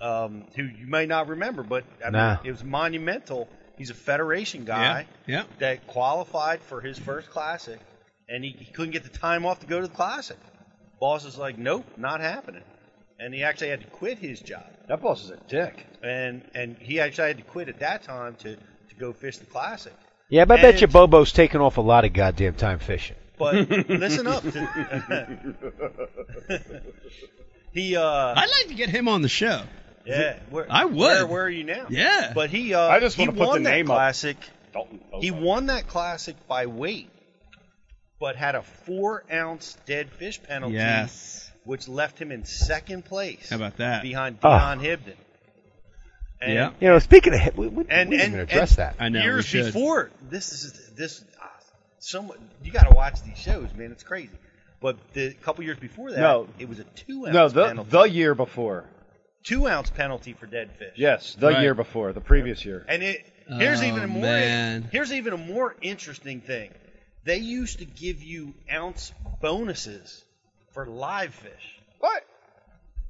Speaker 3: um, who you may not remember, but I
Speaker 6: Nah.
Speaker 3: mean, it was monumental. He's a Federation
Speaker 2: Yeah.
Speaker 3: guy
Speaker 2: yeah.
Speaker 3: that qualified for his first classic, and he, he couldn't get the time off to go to the classic. Boss is like, nope, not happening, and he actually had to quit his job,
Speaker 4: That boss is a dick.
Speaker 3: and and he actually had to quit at that time to to go fish the classic.
Speaker 6: Yeah, but I
Speaker 3: And
Speaker 6: bet you
Speaker 3: it's-
Speaker 6: Bobo's taking off a lot of goddamn time fishing.
Speaker 3: But listen up, to, he uh,
Speaker 2: I'd like to get him on the show.
Speaker 3: yeah, where,
Speaker 2: I would.
Speaker 3: Where, where are you now?
Speaker 2: Yeah.
Speaker 3: but he uh,
Speaker 4: I just
Speaker 3: he
Speaker 4: wanna put the
Speaker 3: won that
Speaker 4: name up.
Speaker 3: classic.
Speaker 4: Dalton Bobo.
Speaker 3: He won that classic by weight, but had a four ounce dead fish penalty,
Speaker 2: Yes.
Speaker 3: which left him in second place.
Speaker 2: How about that?
Speaker 3: Behind
Speaker 6: Ah.
Speaker 3: Dion Hibden. And,
Speaker 2: Yeah.
Speaker 6: You know, speaking of, hit, we, we,
Speaker 3: And-
Speaker 6: we didn't
Speaker 3: and-
Speaker 6: even address
Speaker 3: and-
Speaker 6: that.
Speaker 2: I know. we
Speaker 3: Years
Speaker 2: should.
Speaker 3: before, this is this. Uh, somewhat, you got to watch these shows, man. It's crazy. But the couple years before that,
Speaker 4: No.
Speaker 3: it was a two ounce
Speaker 4: no the
Speaker 3: penalty.
Speaker 4: the year before.
Speaker 3: two ounce penalty for dead fish.
Speaker 4: Yes, the
Speaker 2: Right.
Speaker 4: year before, the previous year.
Speaker 3: And it here's
Speaker 2: Oh,
Speaker 3: even a more
Speaker 2: man.
Speaker 3: here's even a more interesting thing. They used to give you ounce bonuses for live fish
Speaker 4: What?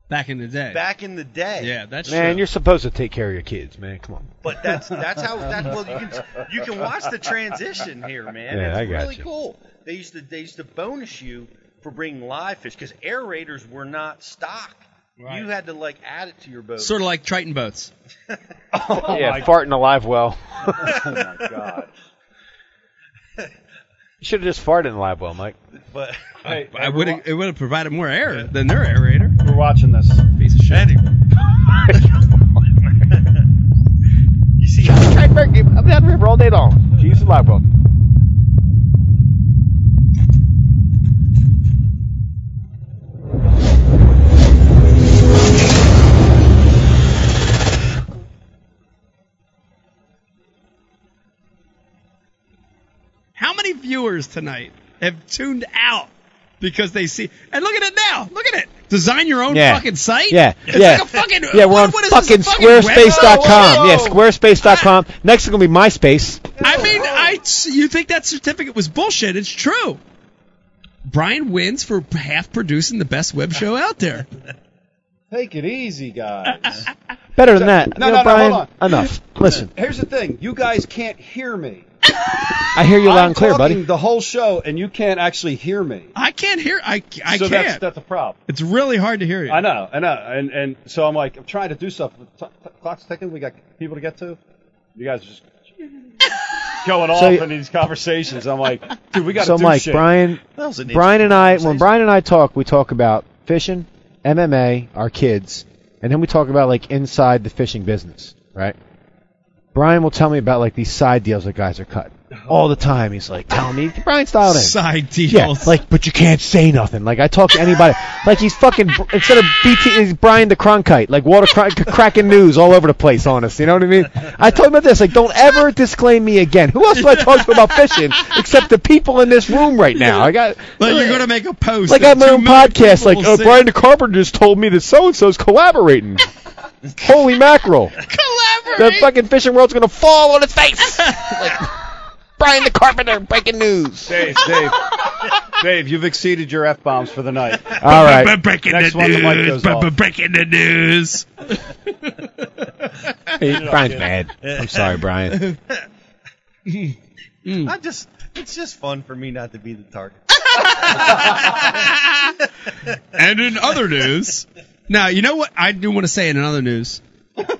Speaker 2: back in the day.
Speaker 3: back in the day.
Speaker 2: yeah, that's
Speaker 6: Man,
Speaker 2: true.
Speaker 6: you're supposed to take care of your kids, man. Come on.
Speaker 3: But that's that's how that well you can you can watch the transition here, man.
Speaker 6: Yeah,
Speaker 3: it's
Speaker 6: I got
Speaker 3: really
Speaker 6: you.
Speaker 3: cool. They used to they used to bonus you for bringing live fish because air raiders were not stock. You had to like add it to your boat.
Speaker 2: sort of like Triton boats.
Speaker 6: yeah, farting alive well.
Speaker 4: Oh my god.
Speaker 6: You should have just farted in a live well, Mike.
Speaker 3: but
Speaker 2: I would it would have provided more air than their aerator.
Speaker 4: We're watching this.
Speaker 2: Piece of shit.
Speaker 3: you see,
Speaker 6: I've been out the river all day long. Jesus, live well.
Speaker 2: How many viewers tonight have tuned out because they see. And look at it now. Look at it. Design your own
Speaker 6: Yeah.
Speaker 2: fucking site.
Speaker 6: Yeah,
Speaker 2: It's
Speaker 6: yeah,
Speaker 2: like a fucking.
Speaker 6: yeah. We're
Speaker 2: what-
Speaker 6: on
Speaker 2: what is
Speaker 6: fucking
Speaker 2: this, a fucking website?
Speaker 6: Squarespace.com. Yeah, Squarespace.com. Next is gonna be MySpace.
Speaker 2: I mean, I you think that certificate was bullshit? It's true. Brian wins for half producing the best web show out there.
Speaker 4: Take it easy, guys.
Speaker 6: Better than that.
Speaker 4: No,
Speaker 6: You know,
Speaker 4: no, no,
Speaker 6: Brian,
Speaker 4: hold
Speaker 6: Enough. Listen,
Speaker 4: Here's the thing: you guys can't hear me.
Speaker 6: I hear you loud
Speaker 4: I'm
Speaker 6: and clear,
Speaker 4: talking
Speaker 6: buddy.
Speaker 4: The whole show, and you can't actually hear me.
Speaker 2: I can't hear. I I
Speaker 4: so
Speaker 2: can't.
Speaker 4: that's that's a problem.
Speaker 2: it's really hard to hear you.
Speaker 4: I know, I know, and and so I'm like, I'm trying to do something. T- t- clock's ticking. We got people to get to. You guys are just going off
Speaker 6: you-
Speaker 4: in these conversations. I'm like, dude, we got to
Speaker 6: So,
Speaker 4: do
Speaker 6: Mike,
Speaker 4: shit.
Speaker 6: Brian,
Speaker 3: That was an
Speaker 6: Brian, and
Speaker 3: interesting
Speaker 6: I. When
Speaker 3: conversation.
Speaker 6: Brian and I talk, we talk about fishing, MMA, our kids, and then we talk about like inside the fishing business, right? Brian will tell me about like these side deals that guys are cutting all the time. He's like telling me, Brian, style in.
Speaker 2: Uh-huh. Side deals.
Speaker 6: Yeah, like, but you can't say nothing. Like, I talk to anybody. like, he's fucking instead of BT, he's Brian the Cronkite. Like, Walter Cron- cracking news all over the place on us. You know what I mean? I told him about this. Like, don't ever disclaim me again. Who else do I talk to about fishing except the people in this room right now? I got
Speaker 2: Like you're gonna make a post.
Speaker 6: like
Speaker 2: that
Speaker 6: on my
Speaker 2: two
Speaker 6: own
Speaker 2: million
Speaker 6: podcast.
Speaker 2: people
Speaker 6: Like,
Speaker 2: will
Speaker 6: uh,
Speaker 2: see.
Speaker 6: Brian the Carpenter just told me that so and so's collaborating. Holy mackerel! The
Speaker 2: collaborate.
Speaker 6: fucking fishing world's gonna fall on its face. like, Brian the Carpenter breaking news.
Speaker 4: Dave, Dave, Dave, you've exceeded your f bombs for the night.
Speaker 6: All right.
Speaker 2: breaking
Speaker 4: Next
Speaker 2: the
Speaker 4: one, the mic
Speaker 2: news.
Speaker 4: goes off.
Speaker 2: breaking the news.
Speaker 6: Brian's mad. I'm sorry, Brian.
Speaker 3: I just, it's just fun for me not to be the target.
Speaker 2: and in other news, now you know what I do want to say in another news.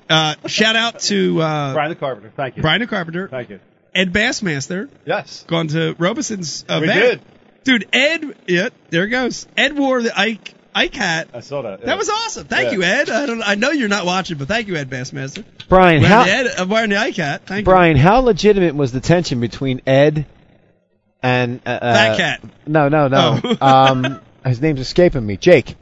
Speaker 2: Uh, shout out to uh,
Speaker 4: Brian the Carpenter, thank you.
Speaker 2: Brian the Carpenter,
Speaker 4: thank you.
Speaker 2: Ed Bassmaster,
Speaker 4: Yes,
Speaker 2: gone to Robeson's event.
Speaker 4: we did.
Speaker 2: dude. Ed, yeah, there it goes. Ed wore the Ike Ike hat.
Speaker 4: I saw that.
Speaker 2: That was awesome. Thank
Speaker 4: Yeah.
Speaker 2: you, Ed. I, don't, I know you're not watching, but thank you, Ed Bassmaster.
Speaker 6: Brian,
Speaker 2: Wearing the
Speaker 6: how
Speaker 2: Ed, uh, wearing the Ike hat. Thank
Speaker 6: Brian, how legitimate was the tension between Ed and uh, uh,
Speaker 2: Fat Cat.
Speaker 6: No, no, no.
Speaker 2: Oh.
Speaker 6: um, his name's escaping me. Jake.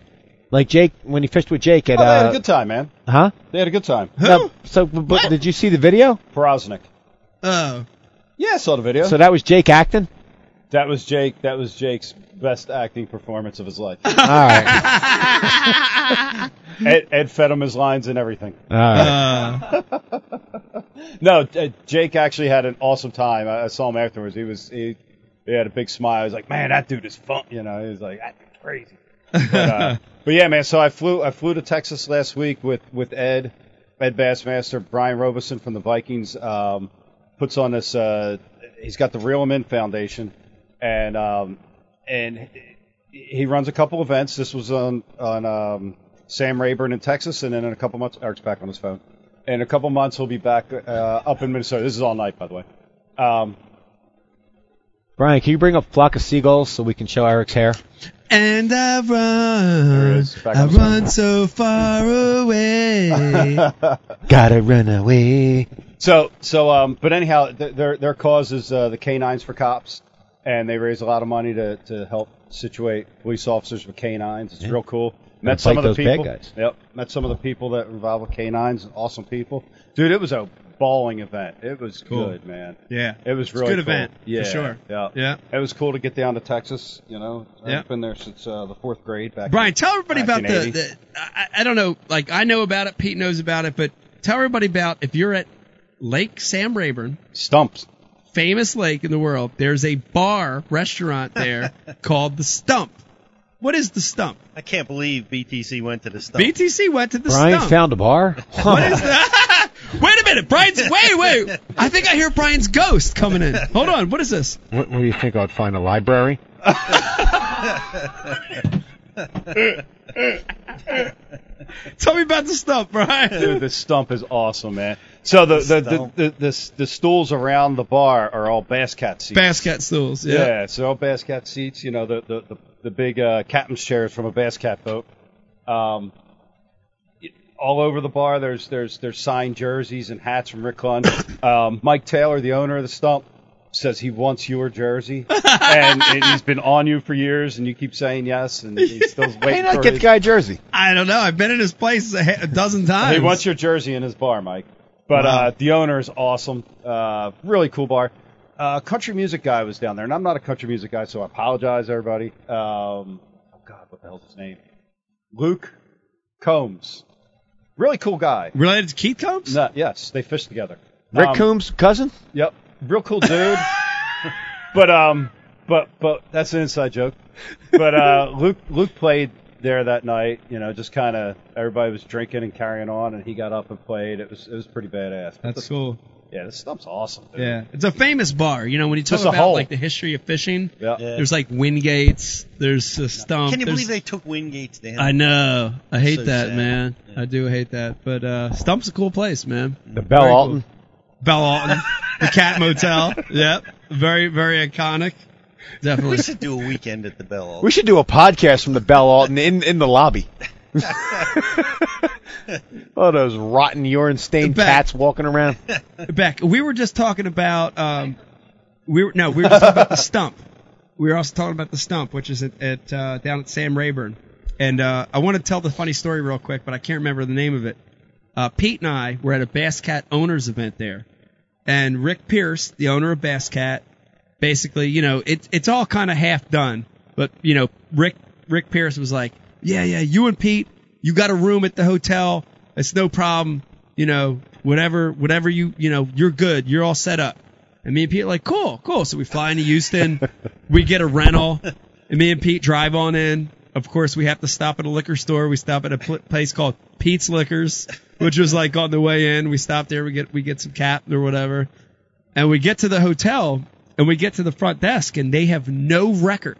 Speaker 6: Like Jake when he fished with Jake at
Speaker 4: Oh, they had a
Speaker 6: uh,
Speaker 4: good time, man.
Speaker 6: huh?
Speaker 4: They had a good time.
Speaker 2: you.
Speaker 6: No,
Speaker 2: Who?
Speaker 6: so, but, but
Speaker 2: What?
Speaker 6: did you see the video?
Speaker 4: Porosnik.
Speaker 2: Oh,
Speaker 4: Yeah, I saw the video.
Speaker 6: So that was Jake acting.
Speaker 4: that was Jake. That was Jake's best acting performance of his life.
Speaker 6: All right.
Speaker 4: Ed, Ed fed him his lines and everything.
Speaker 6: All right.
Speaker 2: uh,
Speaker 4: No, uh, Jake actually had an awesome time. I, I saw him afterwards. He was he, he had a big smile. He was like, "Man, that dude is fun." You know, he was like, "That dude's crazy." But, uh, but yeah, man. So I flew I flew to Texas last week with with Ed, Ed Bassmaster, Brian Robeson from the Vikings. Um, puts on this. Uh, he's got the Reel 'Em In Foundation, and um, and he runs a couple events. This was on on um, Sam Rayburn in Texas, and then in a couple months, Eric's back on his phone. In a couple months, he'll be back uh, up in Minnesota. This is all night, by the way. Um,
Speaker 6: Brian, can you bring up flock of seagulls so we can show Eric's hair?
Speaker 2: and I run,
Speaker 4: is. Back
Speaker 2: I
Speaker 4: on the
Speaker 2: run so far away.
Speaker 6: Gotta run away.
Speaker 4: so so um, but anyhow, th- their their cause is uh, the canines for cops, and they raise a lot of money to to help situate police officers with canines. It's real cool. Met some
Speaker 6: fight
Speaker 4: of the
Speaker 6: those bad
Speaker 4: people.
Speaker 6: guys.
Speaker 4: Yep, met some of the people that were involved with canines. Awesome people, dude. It was a balling event. It was
Speaker 2: Cool.
Speaker 4: good, man.
Speaker 2: yeah,
Speaker 4: It was really
Speaker 2: good
Speaker 4: cool.
Speaker 2: event, for
Speaker 4: Yeah,
Speaker 2: sure.
Speaker 4: Yeah.
Speaker 2: Yeah.
Speaker 4: It was cool to get down to Texas. You know, I've
Speaker 2: Yeah.
Speaker 4: been there since uh, the fourth grade. Back
Speaker 2: Brian, tell everybody about the.
Speaker 4: 1980.
Speaker 2: the I, I don't know. Like I know about it. Pete knows about it, but tell everybody about if you're at Lake Sam Rayburn,
Speaker 4: stumps.
Speaker 2: famous lake in the world. There's a bar restaurant there called the Stump. What is the Stump?
Speaker 3: I can't believe BTC went to the stump.
Speaker 2: BTC went to the
Speaker 6: Brian
Speaker 2: Stump.
Speaker 6: found a bar.
Speaker 2: what is that? wait a minute, Brian's. Wait, wait. I think I hear Brian's ghost coming in. Hold on. What is this?
Speaker 6: What, what do you think I'd find a library?
Speaker 2: Tell me about the Stump, Brian.
Speaker 4: Dude, the stump is awesome, man. So the the the,
Speaker 3: stump.
Speaker 4: the, the, the stools around the bar are all bass cat seats.
Speaker 2: Basket stools.
Speaker 4: Yeah,
Speaker 2: Yeah.
Speaker 4: so all bass cat seats. You know the the the, the big uh, captain's chairs from a bass cat boat. Um, it- all over the bar, there's there's there's signed jerseys and hats from Rick Lund. Um, Mike Taylor, the owner of the Stump, says he wants your jersey, and, and he's been on you for years, and you keep saying yes, and he's still
Speaker 6: Why
Speaker 4: waiting
Speaker 6: not
Speaker 4: for
Speaker 6: get the
Speaker 4: his-
Speaker 6: guy a jersey?
Speaker 2: I don't know. I've been in his place a, ha- a dozen times.
Speaker 4: He wants your jersey in his bar, Mike. But
Speaker 2: Wow.
Speaker 4: uh, the owner is awesome. Uh, really cool bar. uh, country music guy was down there, and I'm not a country music guy, so I apologize, everybody. Um, oh God, what the hell's his name? Luke Combs, really cool guy.
Speaker 2: Related to Keith Combs?
Speaker 4: No, yes, they fished together.
Speaker 7: Rick
Speaker 4: Um,
Speaker 7: Coombs' cousin?
Speaker 4: Yep, real cool dude. but um, but but that's an inside joke. But uh, Luke Luke played there that night. You know, just kind of everybody was drinking and carrying on, and he got up and played. It was it was pretty badass. But
Speaker 2: That's
Speaker 4: the-
Speaker 2: cool.
Speaker 4: Yeah, this stuff's awesome. Dude.
Speaker 2: Yeah, it's a famous bar. You know, when you talk
Speaker 4: Just a
Speaker 2: about
Speaker 4: hole.
Speaker 2: like the history of fishing,
Speaker 4: Yeah.
Speaker 2: there's like Wingates, there's uh, Stump.
Speaker 3: Can you
Speaker 2: there's-
Speaker 3: believe they took Wingate's down?
Speaker 2: I know. I hate
Speaker 3: So
Speaker 2: that,
Speaker 3: sad.
Speaker 2: man. I do hate that. But uh, Stump's a cool place, man.
Speaker 7: The Bell
Speaker 2: Very cool.
Speaker 7: Alton.
Speaker 2: Bell Alton, the Cat Motel. Yep, very very iconic.
Speaker 3: We
Speaker 2: Definitely.
Speaker 3: should do a weekend at the Bell.
Speaker 7: We should do a podcast from the Bell Alton in, in the lobby. All those rotten, urine stained
Speaker 2: The back.
Speaker 7: cats walking around.
Speaker 2: Beck, we were just talking about um, we were no, we were just talking about the stump. We were also talking about the stump, which is at, at uh, down at Sam Rayburn. And uh, I want to tell the funny story real quick, but I can't remember the name of it. Uh, Pete and I were at a Bass Cat owners event there, and Rick Pierce, the owner of Bass Cat, basically, you know, it, it's all kind of half done. But you know, Rick Rick Pierce was like, "Yeah, yeah, you and Pete, you got a room at the hotel. It's no problem. You know, whatever, whatever you, you know, you're good. You're all set up." And me and Pete are like, "Cool, cool." So we fly into Houston, we get a rental, and me and Pete drive on in. Of course, we have to stop at a liquor store. We stop at a pl- place called Pete's Liquors, which was like on the way in. We stop there. We get we get some cap or whatever. And we get to the hotel and we get to the front desk and they have no record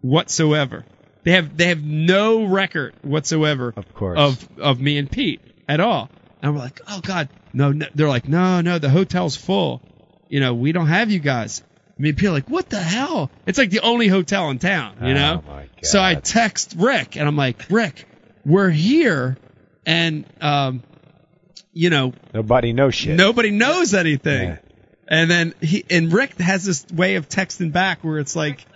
Speaker 2: whatsoever. They have they have no record whatsoever
Speaker 6: Of course.
Speaker 2: of of me and Pete at all. And we're like, "Oh god, no, no." They're like, "No, no, the hotel's full. You know, we don't have you guys." Me and Pete are like, "What the hell?" It's like the only hotel in town, you know?
Speaker 6: Oh, my
Speaker 2: So I
Speaker 6: God.
Speaker 2: text Rick and I'm like, "Rick, we're here and um you know,
Speaker 7: Nobody knows shit.
Speaker 2: Nobody knows anything. And then he and Rick has this way of texting back where it's like,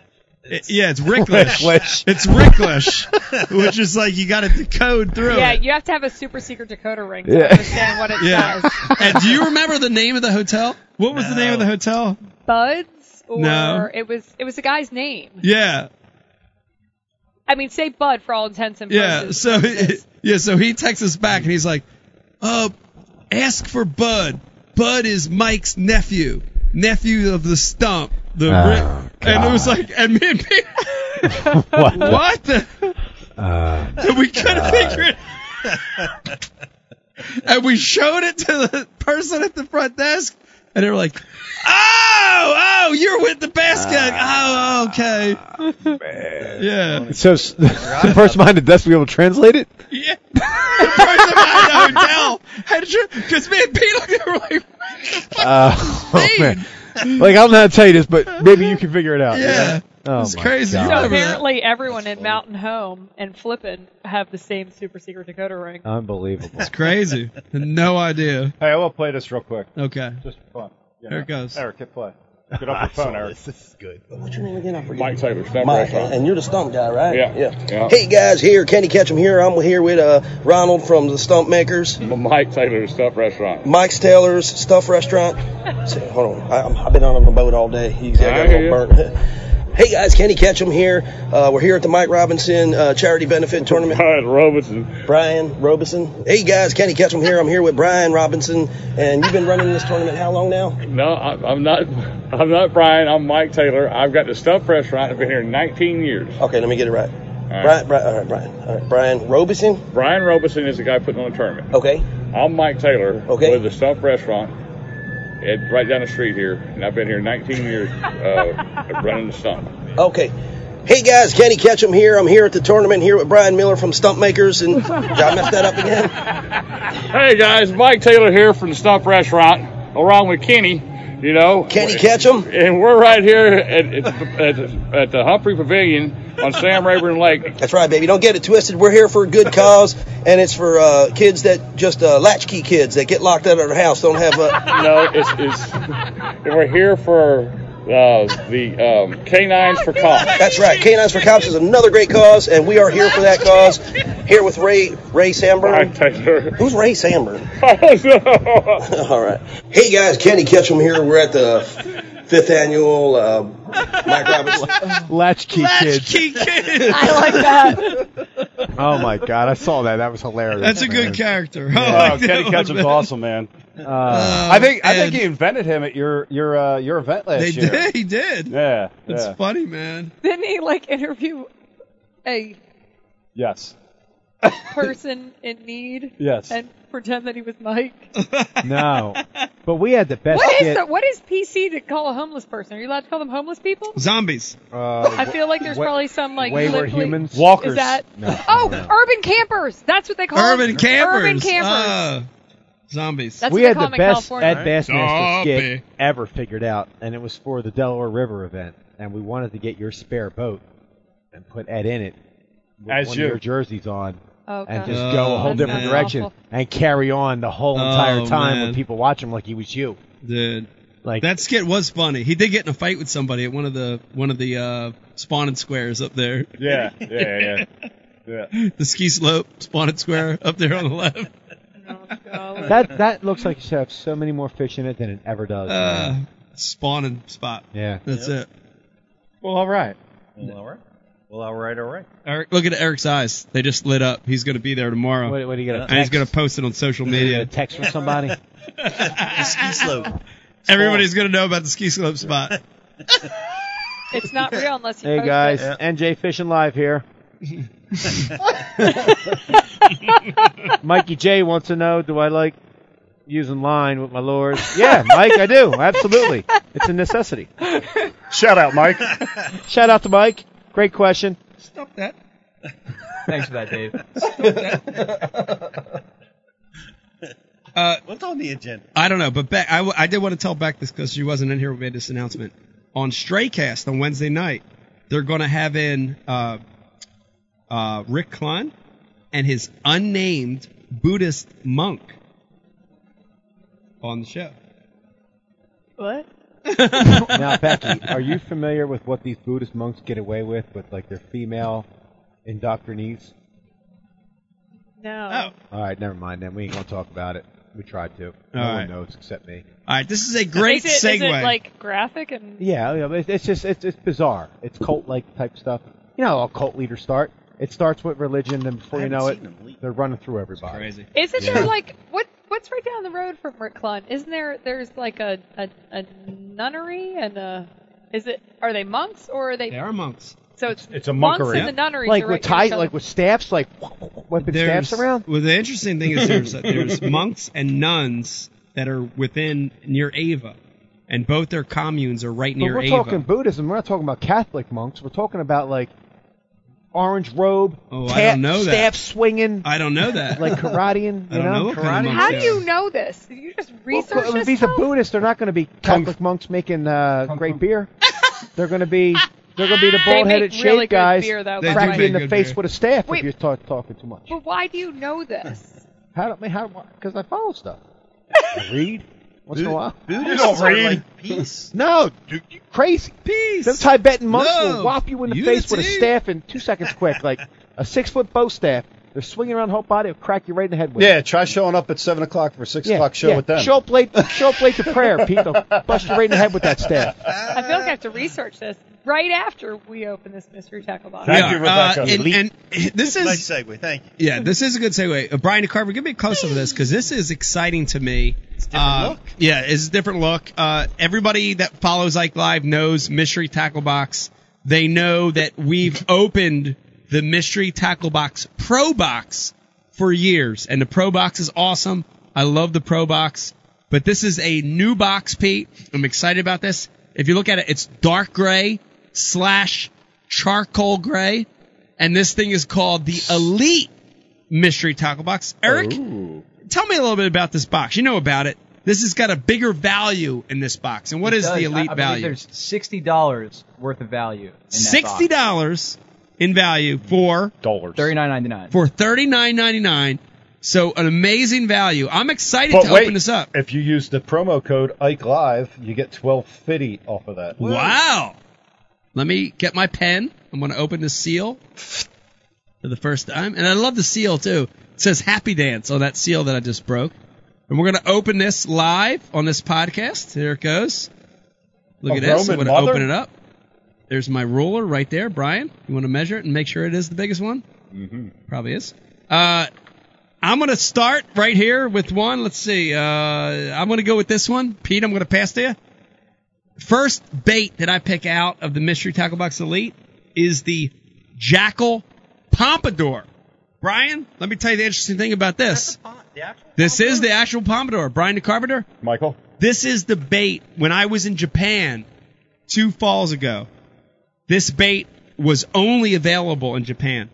Speaker 2: it- yeah, it's Ricklish.
Speaker 7: Ricklish.
Speaker 2: It's Ricklish, which is like you got to decode through
Speaker 8: Yeah,
Speaker 2: it.
Speaker 8: you have to have a super secret decoder ring to
Speaker 7: Yeah.
Speaker 8: understand what it
Speaker 2: Yeah.
Speaker 8: says.
Speaker 2: And do you remember the name of the hotel? What was the name of the hotel?
Speaker 8: Buds or
Speaker 2: No.
Speaker 8: it was it was a guy's name.
Speaker 2: Yeah,
Speaker 8: I mean, say Bud for all intents and
Speaker 2: yeah.
Speaker 8: purposes.
Speaker 2: So yeah, so he texts us back and he's like, uh, ask for Bud. Bud is Mike's nephew, nephew of the stump. The Rick. and it was like, and me and Pete.
Speaker 7: What?
Speaker 2: What the?
Speaker 9: Uh,
Speaker 2: we couldn't figure it. and we showed it to the person at the front desk, and they were like, "Oh, oh, you're with the basket. oh, okay. Yeah,
Speaker 7: So s- the person behind the desk will be able to translate it?
Speaker 2: yeah. the person behind the hotel had you? Because me and Pete looked at her like, "What the fuck?"
Speaker 7: Uh, oh,
Speaker 2: Dude.
Speaker 7: man. Like, I don't know how to tell you this, but maybe you can figure it out.
Speaker 2: yeah,
Speaker 7: Oh,
Speaker 2: it's
Speaker 7: my
Speaker 2: crazy. You
Speaker 7: God.
Speaker 8: So
Speaker 2: remember that?
Speaker 8: apparently, everyone in Mountain Home and Flippin' have the same super secret decoder ring.
Speaker 6: Unbelievable.
Speaker 2: It's crazy. No idea.
Speaker 4: Hey, I will play this real quick,
Speaker 2: Okay.
Speaker 4: just for fun. You
Speaker 2: There it goes.
Speaker 4: Eric, hit play. Get off your phone, Eric.
Speaker 6: this is good.
Speaker 10: Mike Taylor,
Speaker 9: Mike, and you're the stump guy, right?
Speaker 10: Yeah. Yeah.
Speaker 9: Hey guys, here Kenny Ketchum here. I'm here with uh, Ronald from the Stump Makers,
Speaker 10: Mike Taylor's Stuff Restaurant.
Speaker 9: Mike's Taylor's Stuff Restaurant. So, hold on, I, I'm- I've been on the boat all day. He's I got
Speaker 10: I
Speaker 9: a
Speaker 10: hear
Speaker 9: little burnt. hey guys, Kenny Ketchum here. Uh, we're here at the Mike Robinson uh, Charity Benefit Tournament.
Speaker 10: Brian Robinson.
Speaker 9: Brian Robinson. Hey guys, Kenny Ketchum here. I'm here with Brian Robinson, and you've been running this tournament how long now?
Speaker 10: No, I, I'm not. I'm not Brian. I'm Mike Taylor. I've got the Stuff Restaurant. I've been here 19 years.
Speaker 9: Okay, let me get it right.
Speaker 10: right.
Speaker 9: Brian, Brian, all right, Brian, all right, Brian Robinson.
Speaker 10: Brian Robinson is the guy putting on the tournament.
Speaker 9: Okay,
Speaker 10: I'm Mike Taylor
Speaker 9: Okay.
Speaker 10: with the Stuff Restaurant. It's right down the street here, and I've been here 19 years uh, running the stump.
Speaker 9: Okay. Hey guys, Kenny Ketchum here. I'm here at the tournament here with Brian Miller from Stump Makers, and did I mess that up again?
Speaker 10: Hey guys, Mike Taylor here from the Stuff Restaurant, along with Kenny. You know,
Speaker 9: Kenny Ketchum.
Speaker 10: and we're right here at, at, at, at the Humphrey Pavilion on Sam Rayburn Lake.
Speaker 9: That's right, baby. Don't get it twisted. We're here for a good cause, and it's for uh, kids that just uh, latchkey kids that get locked out of their house, don't have uh, a.
Speaker 10: No, it's, it's we're here for uh, the um, canines for cops.
Speaker 9: That's right. Canines for Cops is another great cause, and we are here for that cause. Here with Ray Ray
Speaker 10: Mike
Speaker 9: Sandberg.
Speaker 10: Taylor.
Speaker 9: Who's Ray Sandberg?
Speaker 10: I don't know.
Speaker 9: All right. Hey guys, Kenny Ketchum here. We're at the fifth annual uh, Mike Roberts.
Speaker 7: Latchkey kids.
Speaker 8: I like that.
Speaker 7: Oh my god, I saw that. That was hilarious.
Speaker 2: That's a
Speaker 7: man.
Speaker 2: good character.
Speaker 7: Yeah.
Speaker 2: I like
Speaker 4: oh, Kenny
Speaker 2: that one,
Speaker 4: Ketchum's
Speaker 2: man.
Speaker 4: awesome, man.
Speaker 7: Uh,
Speaker 4: I think I
Speaker 2: and-
Speaker 4: think you invented him at your your uh, your event last
Speaker 2: They
Speaker 4: year.
Speaker 2: did. He did.
Speaker 4: Yeah,
Speaker 2: It's
Speaker 4: yeah.
Speaker 2: funny, man.
Speaker 8: Didn't he like interview a
Speaker 4: yes,
Speaker 8: person in need
Speaker 4: yes.
Speaker 8: and pretend that he was Mike?
Speaker 6: No, but we had the best
Speaker 8: What is
Speaker 6: kid.
Speaker 8: the, what is PC to call a homeless person? Are you allowed to call them homeless people?
Speaker 2: Zombies.
Speaker 8: I
Speaker 6: uh,
Speaker 8: feel like there's
Speaker 6: wa-
Speaker 8: probably some like
Speaker 6: wayward
Speaker 8: literally-
Speaker 6: humans.
Speaker 4: Walkers.
Speaker 8: Is that?
Speaker 6: No,
Speaker 8: Oh,
Speaker 6: no.
Speaker 8: urban campers. That's what they call
Speaker 2: Urban
Speaker 8: them.
Speaker 2: campers.
Speaker 8: Urban campers.
Speaker 2: Ah, zombies.
Speaker 8: That's
Speaker 6: we
Speaker 8: what
Speaker 6: had
Speaker 8: they call
Speaker 6: the
Speaker 8: them in
Speaker 6: best
Speaker 8: California.
Speaker 6: Ed Bassmaster skit
Speaker 2: Zombie.
Speaker 6: ever figured out, and it was for the Delaware River event, and we wanted to get your spare boat and put Ed in it with
Speaker 4: As
Speaker 6: one
Speaker 4: you.
Speaker 6: of your jerseys on.
Speaker 8: Oh,
Speaker 6: And
Speaker 8: God.
Speaker 6: just go a whole
Speaker 2: Oh,
Speaker 6: different
Speaker 2: man.
Speaker 6: direction
Speaker 8: Awful.
Speaker 6: and carry on the whole entire
Speaker 2: Oh,
Speaker 6: time
Speaker 2: man.
Speaker 6: with people watching like he was you.
Speaker 2: Dude.
Speaker 6: Like
Speaker 2: That skit was funny. He did get in a fight with somebody at one of the one of the uh, spawn and squares up there.
Speaker 4: Yeah, yeah, yeah. yeah.
Speaker 2: The ski slope, spawn and square up there on the left.
Speaker 8: Oh, golly.
Speaker 6: that that looks like it should have so many more fish in it than it ever does.
Speaker 2: Uh, spawn and spot.
Speaker 6: yeah.
Speaker 2: That's it.
Speaker 4: Well, all right.
Speaker 3: Well, all right. Well, all right, all right.
Speaker 2: Eric, look at Eric's eyes. They just lit up. He's going to be there tomorrow,
Speaker 6: What, what do you get? a
Speaker 2: and he's
Speaker 6: text?
Speaker 2: going to post it on social
Speaker 6: You get a
Speaker 2: media.
Speaker 6: text from somebody.
Speaker 3: Ski slope.
Speaker 2: Everybody's going to know about the ski slope spot.
Speaker 8: It's not real unless you.
Speaker 6: Hey
Speaker 8: post
Speaker 6: guys,
Speaker 3: Yeah.
Speaker 6: NJ Fishing Live here. Mikey J wants to know, do I like using line with my lures? Yeah, Mike, I do. Absolutely. It's a necessity.
Speaker 4: Shout out, Mike.
Speaker 6: Shout out to Mike. Great question.
Speaker 2: Stop that.
Speaker 11: Thanks for that, Dave.
Speaker 2: Uh,
Speaker 3: What's on the agenda?
Speaker 2: I don't know, but Beck, I, w- I did want to tell Beck this because she wasn't in here when we made this announcement. On Straycast on Wednesday night, they're going to have in uh, uh, Rick Klein and his unnamed Buddhist monk on the show.
Speaker 8: What?
Speaker 6: Now, Becky, are you familiar with what these Buddhist monks get away with with like their female indoctrinees?
Speaker 8: No.
Speaker 2: Oh.
Speaker 6: All right, never mind then. We ain't going to talk about it. We tried to.
Speaker 2: All
Speaker 6: no
Speaker 2: right.
Speaker 6: one knows except me.
Speaker 2: All right, this is a great
Speaker 8: is it, is
Speaker 2: segue.
Speaker 8: it, like graphic and
Speaker 6: Yeah, you know, it's, it's just it's, it's bizarre. It's cult-like type stuff. You know how all cult leaders start. It starts with religion, and before
Speaker 3: I
Speaker 6: you
Speaker 3: haven't
Speaker 6: know
Speaker 3: seen them leak.
Speaker 6: it, they're running through everybody.
Speaker 2: Crazy.
Speaker 8: isn't there like what what's right down the road from Rick Klein? Isn't there there's like a a, a nunnery and a is it are they monks or are they
Speaker 2: They are monks.
Speaker 8: so it's
Speaker 4: It's a
Speaker 8: monks
Speaker 4: monkery.
Speaker 8: and the nunneries
Speaker 6: Like
Speaker 8: are
Speaker 6: with
Speaker 8: right
Speaker 6: tie,
Speaker 8: next to each
Speaker 6: like
Speaker 8: other.
Speaker 6: with staffs, like whipping
Speaker 2: There's,
Speaker 6: staffs around.
Speaker 2: Well, the interesting thing is there's, there's monks and nuns that are within near Ava, and both their communes are right
Speaker 6: But
Speaker 2: near
Speaker 6: we're
Speaker 2: Ava.
Speaker 6: talking Buddhism. We're not talking about Catholic monks. We're talking about like orange robe,
Speaker 2: Oh, I
Speaker 6: staff,
Speaker 2: don't know that.
Speaker 6: staff swinging,
Speaker 2: I don't know that.
Speaker 6: like karateing.
Speaker 2: I
Speaker 6: You
Speaker 2: don't know
Speaker 6: know,
Speaker 2: what kind of monks
Speaker 8: How
Speaker 2: they
Speaker 8: do
Speaker 2: are.
Speaker 8: you know this? Did you just research
Speaker 6: Well, if
Speaker 8: this?
Speaker 6: he's a
Speaker 8: stuff?
Speaker 6: Buddhist, they're not going to be
Speaker 4: Kung-
Speaker 6: Catholic monks making uh, great beer. They're going to be they're going to be the
Speaker 8: They
Speaker 6: bald-headed
Speaker 8: make really
Speaker 6: shaved
Speaker 8: good
Speaker 6: guys
Speaker 8: beer, though,
Speaker 2: They do
Speaker 8: by the
Speaker 6: crack
Speaker 8: way.
Speaker 6: you
Speaker 2: make
Speaker 6: in the
Speaker 2: good
Speaker 6: face
Speaker 2: beer.
Speaker 6: with a staff
Speaker 8: Wait.
Speaker 6: if you're talk, talking too much.
Speaker 8: But why do you know this?
Speaker 6: How do I mean, how? Because I follow stuff. I read once in a while.
Speaker 3: Buddhists
Speaker 4: don't
Speaker 3: are
Speaker 4: read.
Speaker 3: like peace.
Speaker 6: No, dude, you crazy.
Speaker 2: Peace.
Speaker 6: Them Tibetan monks
Speaker 2: Love.
Speaker 6: will whop you in the face with a
Speaker 2: Unity.
Speaker 6: staff in two seconds, quick, like a six-foot bow staff. They're swinging around the whole body, it'll crack you right in the head with. it.
Speaker 4: Yeah, try showing up at seven o'clock for a six o'clock show
Speaker 6: yeah.
Speaker 4: with them.
Speaker 6: Show up late. Show up late to prayer, Pete. They'll bust you right in the head with that staff.
Speaker 8: I feel like I have to research this right after we open this mystery tackle box.
Speaker 4: Thank
Speaker 2: Yeah,
Speaker 4: you, Rebecca.
Speaker 2: uh, and, and this is
Speaker 3: Nice segue. Thank you.
Speaker 2: yeah, this is a good segue. Uh, Brian DeCarver, give me a close up of this because this is exciting to me. It's a
Speaker 3: different look.
Speaker 2: Yeah, it's a different look. Uh, everybody that follows Ike Live knows Mystery Tackle Box. They know that we've opened the Mystery Tackle Box Pro Box for years, and the Pro Box is awesome. I love the Pro Box, but this is a new box, Pete. I'm excited about this. If you look at it, it's dark gray slash charcoal gray, and this thing is called the Elite Mystery Tackle Box. Eric,
Speaker 4: Oh.
Speaker 2: tell me a little bit about this box. You know about it. This has got a bigger value in this box. And what is
Speaker 11: Does- I-
Speaker 2: the elite
Speaker 11: I believe
Speaker 2: value?
Speaker 11: There's sixty dollars worth of value. In that
Speaker 2: Sixty dollars in value for
Speaker 4: dollars.
Speaker 11: Thirty nine ninety nine.
Speaker 2: for thirty nine ninety nine. So an amazing value. I'm excited
Speaker 4: But
Speaker 2: to
Speaker 4: wait,
Speaker 2: open this up.
Speaker 4: if you use the promo code Ike Live, you get twelve fifty off of that.
Speaker 2: Wow. Let me get my pen. I'm going to open the seal for the first time. And I love the seal, too. It says Happy Dance on that seal that I just broke. And we're going to open this live on this podcast. Here it goes. Look
Speaker 4: A
Speaker 2: at this. I'm going
Speaker 4: Roman
Speaker 2: to
Speaker 4: mother?
Speaker 2: open it up. There's my ruler right there, Brian. You want to measure it and make sure it is the biggest one?
Speaker 10: Mm-hmm.
Speaker 2: Probably is. Uh, I'm going to start right here with one. Let's see. Uh, I'm going to go with this one. Pete, I'm going to pass to you. First bait that I pick out of the Mystery Tackle Box Elite is the Jackal Pompadour. Brian, let me tell you the interesting thing about this. This is the actual pompadour. Brian the Carpenter.
Speaker 4: Michael.
Speaker 2: This is the bait when I was in Japan two falls ago. This bait was only available in Japan.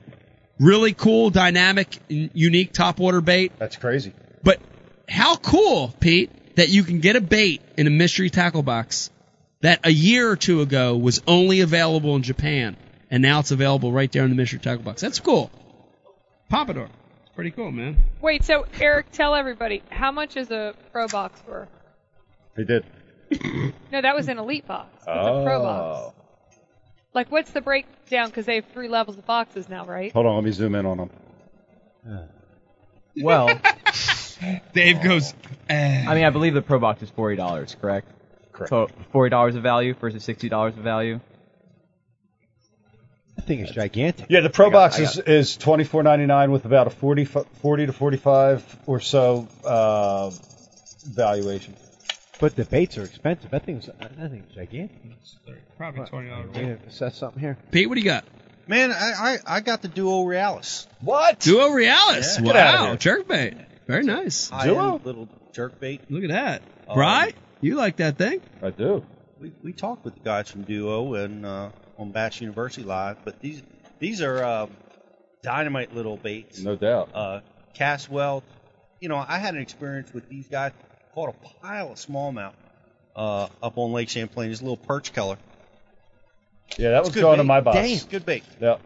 Speaker 2: Really cool, dynamic, n- unique topwater bait.
Speaker 4: That's crazy.
Speaker 2: But how cool, Pete, that you can get a bait in a mystery tackle box that a year or two ago was only available in Japan, and now it's available right there in the mystery tackle box. That's cool. Pompadour. It's pretty cool, man.
Speaker 8: Wait, so Eric, tell everybody how much is a pro box worth?
Speaker 4: He did.
Speaker 8: No, that was an elite box.
Speaker 4: Oh.
Speaker 8: It's a pro box. Like, what's the breakdown? Because they have three levels of boxes now, right?
Speaker 4: Hold on, let me zoom in on him.
Speaker 11: Well,
Speaker 2: Dave goes. eh.
Speaker 11: I mean, I believe the Pro Box is forty dollars, correct?
Speaker 4: Correct.
Speaker 11: So forty dollars of value versus sixty dollars of value.
Speaker 6: That thing is gigantic.
Speaker 4: Yeah, the Pro
Speaker 11: I got-
Speaker 4: Box
Speaker 11: I
Speaker 4: is, is twenty four ninety nine with about a 40, f- 40 to forty five or so uh, valuation.
Speaker 6: But the baits are expensive. That thing's that thing's gigantic.
Speaker 2: Probably twenty
Speaker 6: We need to assess something here.
Speaker 2: Pete, what do you got?
Speaker 3: Man, I, I, I got the Duo Realis.
Speaker 4: What?
Speaker 2: Duo Realis.
Speaker 3: Yeah. Get outta
Speaker 2: Wow,
Speaker 3: here.
Speaker 2: jerkbait. Very nice.
Speaker 3: Duo? Little jerkbait.
Speaker 2: Look at that.
Speaker 3: Um,
Speaker 2: Bry, you like that thing?
Speaker 4: I do.
Speaker 3: We, we talked with the guys from Duo and uh, on Bash University Live, but these these are uh, dynamite little baits.
Speaker 4: No doubt.
Speaker 3: Uh, cast weld. You know, I had an experience with these guys. Caught a pile of smallmouth uh, up on Lake Champlain. This little perch color.
Speaker 4: Yeah, that was
Speaker 3: good
Speaker 4: going
Speaker 3: bait.
Speaker 4: in my box.
Speaker 3: Damn, good bait.
Speaker 4: Yep.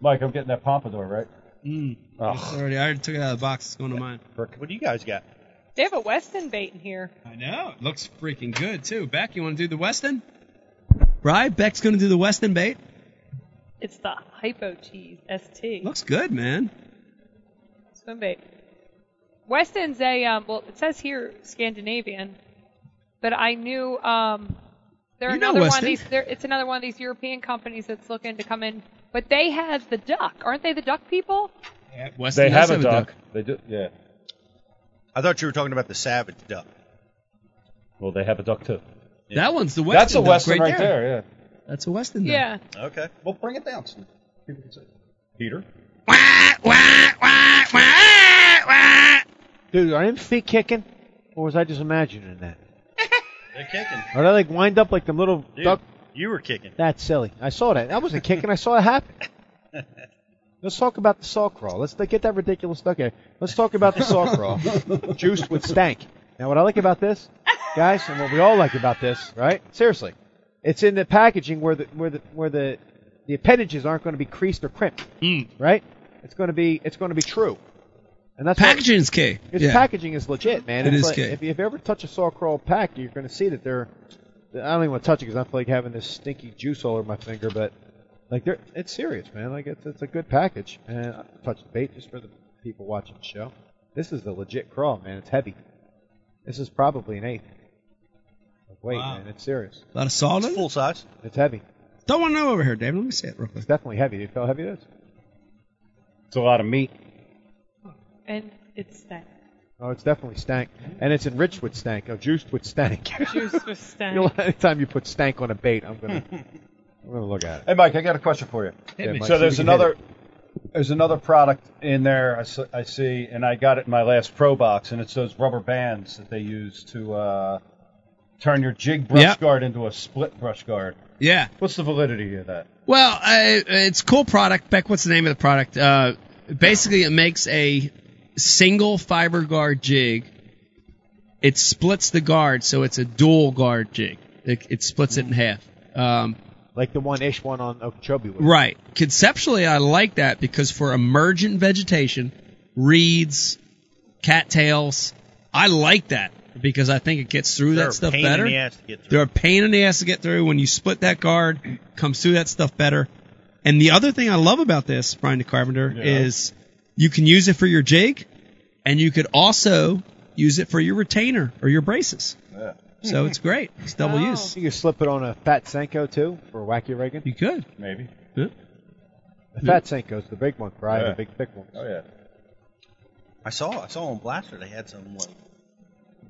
Speaker 4: Mike, I'm getting that pompadour, right?
Speaker 2: Mm.
Speaker 4: Oh.
Speaker 2: Already, I already took it out of the box. It's going to mine.
Speaker 3: What do you guys got?
Speaker 8: They have a Weston bait in here.
Speaker 2: I know. It looks freaking good too. Beck, you want to do the Weston? Right, Beck's going to do the Weston bait.
Speaker 8: It's the Hypo Cheese ST
Speaker 2: Looks good, man.
Speaker 8: swim bait. Weston's a um, well, it says here Scandinavian, but I knew um, they're
Speaker 2: You know
Speaker 8: another one of
Speaker 2: Weston.
Speaker 8: these. They're, it's another one of these European companies that's looking to come in, but they have the duck, aren't they? The duck people.
Speaker 2: Weston
Speaker 4: They
Speaker 2: does
Speaker 4: have a duck.
Speaker 2: duck.
Speaker 4: They do. Yeah.
Speaker 3: I thought you were talking about the Savage duck.
Speaker 4: Well, they have a duck too.
Speaker 2: That one's the Weston.
Speaker 4: That's a
Speaker 2: duck
Speaker 4: western right, there. Yeah.
Speaker 2: That's a Weston. duck.
Speaker 8: Yeah.
Speaker 3: Okay. Well, bring it down. So people can see.
Speaker 4: Peter.
Speaker 6: Dude, are his feet kicking, or was I just imagining that?
Speaker 3: They're kicking.
Speaker 6: Are they like wind up like the little
Speaker 3: Dude,
Speaker 6: duck?
Speaker 3: you were kicking.
Speaker 6: That's silly. I saw that. That wasn't kicking. I saw it happen. Let's talk about the saw crawl. Let's get that ridiculous duck out. Let's talk about the saw crawl. Juiced with stank. Now, what I like about this, guys, and what we all like about this, right? Seriously, it's in the packaging where the where the where the the appendages aren't going to be creased or crimped,
Speaker 2: Mm.
Speaker 6: right? It's going to be it's going to be true, and that's what-
Speaker 2: Packaging's key.
Speaker 6: Its
Speaker 2: yeah.
Speaker 6: packaging is legit, man.
Speaker 2: It
Speaker 6: it's
Speaker 2: is
Speaker 6: like,
Speaker 2: key.
Speaker 6: If you if you ever touch a saw crawl pack, you're going to see that they're. I don't even want to touch it because I feel like having this stinky juice all over my finger, but like they're it's serious, man. Like it's it's a good package, and I touched the bait just for the people watching the show. This is the legit crawl, man. It's heavy. This is probably an eighth. Like, wait,
Speaker 2: Wow.
Speaker 6: man, it's serious.
Speaker 2: a lot of salt in
Speaker 3: It's
Speaker 2: it.
Speaker 3: full size.
Speaker 6: It's heavy.
Speaker 2: Don't want to know over here, David. Let me see it real quick.
Speaker 6: It's definitely heavy. Do you feel heavy it is?
Speaker 4: It's a lot of meat.
Speaker 8: And it's stank.
Speaker 6: Oh, it's definitely stank, and it's enriched with stank. Oh, juiced with stank.
Speaker 8: Juice with stank.
Speaker 6: You know, anytime you put stank on a bait, I'm gonna I'm gonna look at it.
Speaker 4: Hey, Mike, I got a question for you.
Speaker 2: Hit me.
Speaker 6: Mike.
Speaker 4: So
Speaker 6: see if
Speaker 4: there's
Speaker 6: you can hit
Speaker 4: another there's another product in there I s- I see, and I got it in my last Pro Box, and it's those rubber bands that they use to uh, turn your jig brush
Speaker 2: Yep.
Speaker 4: guard into a split brush guard.
Speaker 2: Yeah.
Speaker 4: What's the validity of that?
Speaker 2: Well, I, it's a cool product. Beck, what's the name of the product? Uh, basically, it makes a single fiber guard jig. It splits the guard, so it's a dual guard jig. It, it splits it in half. Um,
Speaker 6: Like the one ish one on Okeechobee. Was.
Speaker 2: right. Conceptually, I like that because for emergent vegetation, reeds, cattails, I like that because I think it gets through
Speaker 3: They're a
Speaker 2: that stuff
Speaker 3: pain
Speaker 2: better.
Speaker 3: In the ass to get through.
Speaker 2: They're a pain in the ass to get through. When you split that guard, comes through that stuff better. And the other thing I love about this, Brian DeCarpenter, is you can use it for your jig, and you could also use it for your retainer or your braces. So it's great. It's double
Speaker 8: Oh.
Speaker 2: use.
Speaker 6: You could slip it on a fat Senko too for wacky Reagan.
Speaker 2: You could.
Speaker 4: Maybe.
Speaker 6: The fat Senko's the big one, Brian.
Speaker 3: Yeah.
Speaker 6: The big thick one.
Speaker 4: Oh yeah.
Speaker 3: I saw I saw on Blaster they had some like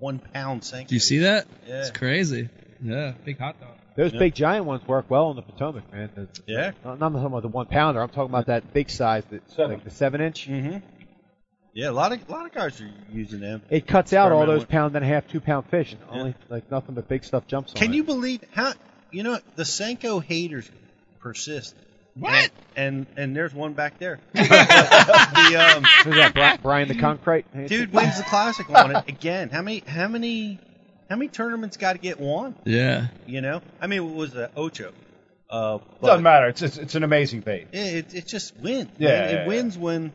Speaker 3: one pound sink.
Speaker 2: Do you see that?
Speaker 3: Yeah.
Speaker 2: It's crazy. Yeah, big hot dog.
Speaker 6: Those
Speaker 3: Yeah.
Speaker 6: big giant ones work well on the Potomac, man. The-
Speaker 3: Yeah.
Speaker 6: I'm not talking about the one pounder. I'm talking about that big size, that like the seven inch.
Speaker 3: Mm-hmm. Yeah, a lot of lot of guys are using them.
Speaker 6: It cuts out all
Speaker 3: Experimental
Speaker 6: those pound and a half, two pound fish, and only like nothing but big stuff jumps on
Speaker 3: Can
Speaker 6: it.
Speaker 3: you believe how you know the Senko haters persist? What? And and, there's one back there. the, um,
Speaker 6: Who's that, Bri- Brian the Concrete?
Speaker 3: dude wins the classic on it again. How many how many how many tournaments got to get won?
Speaker 2: Yeah.
Speaker 3: You know, I mean, it was the Ocho. Uh, but
Speaker 4: Doesn't matter. It's it's, it's an amazing bait.
Speaker 3: it, it, it just wins.
Speaker 4: Yeah,
Speaker 3: man.
Speaker 4: yeah,
Speaker 3: it
Speaker 4: yeah.
Speaker 3: wins when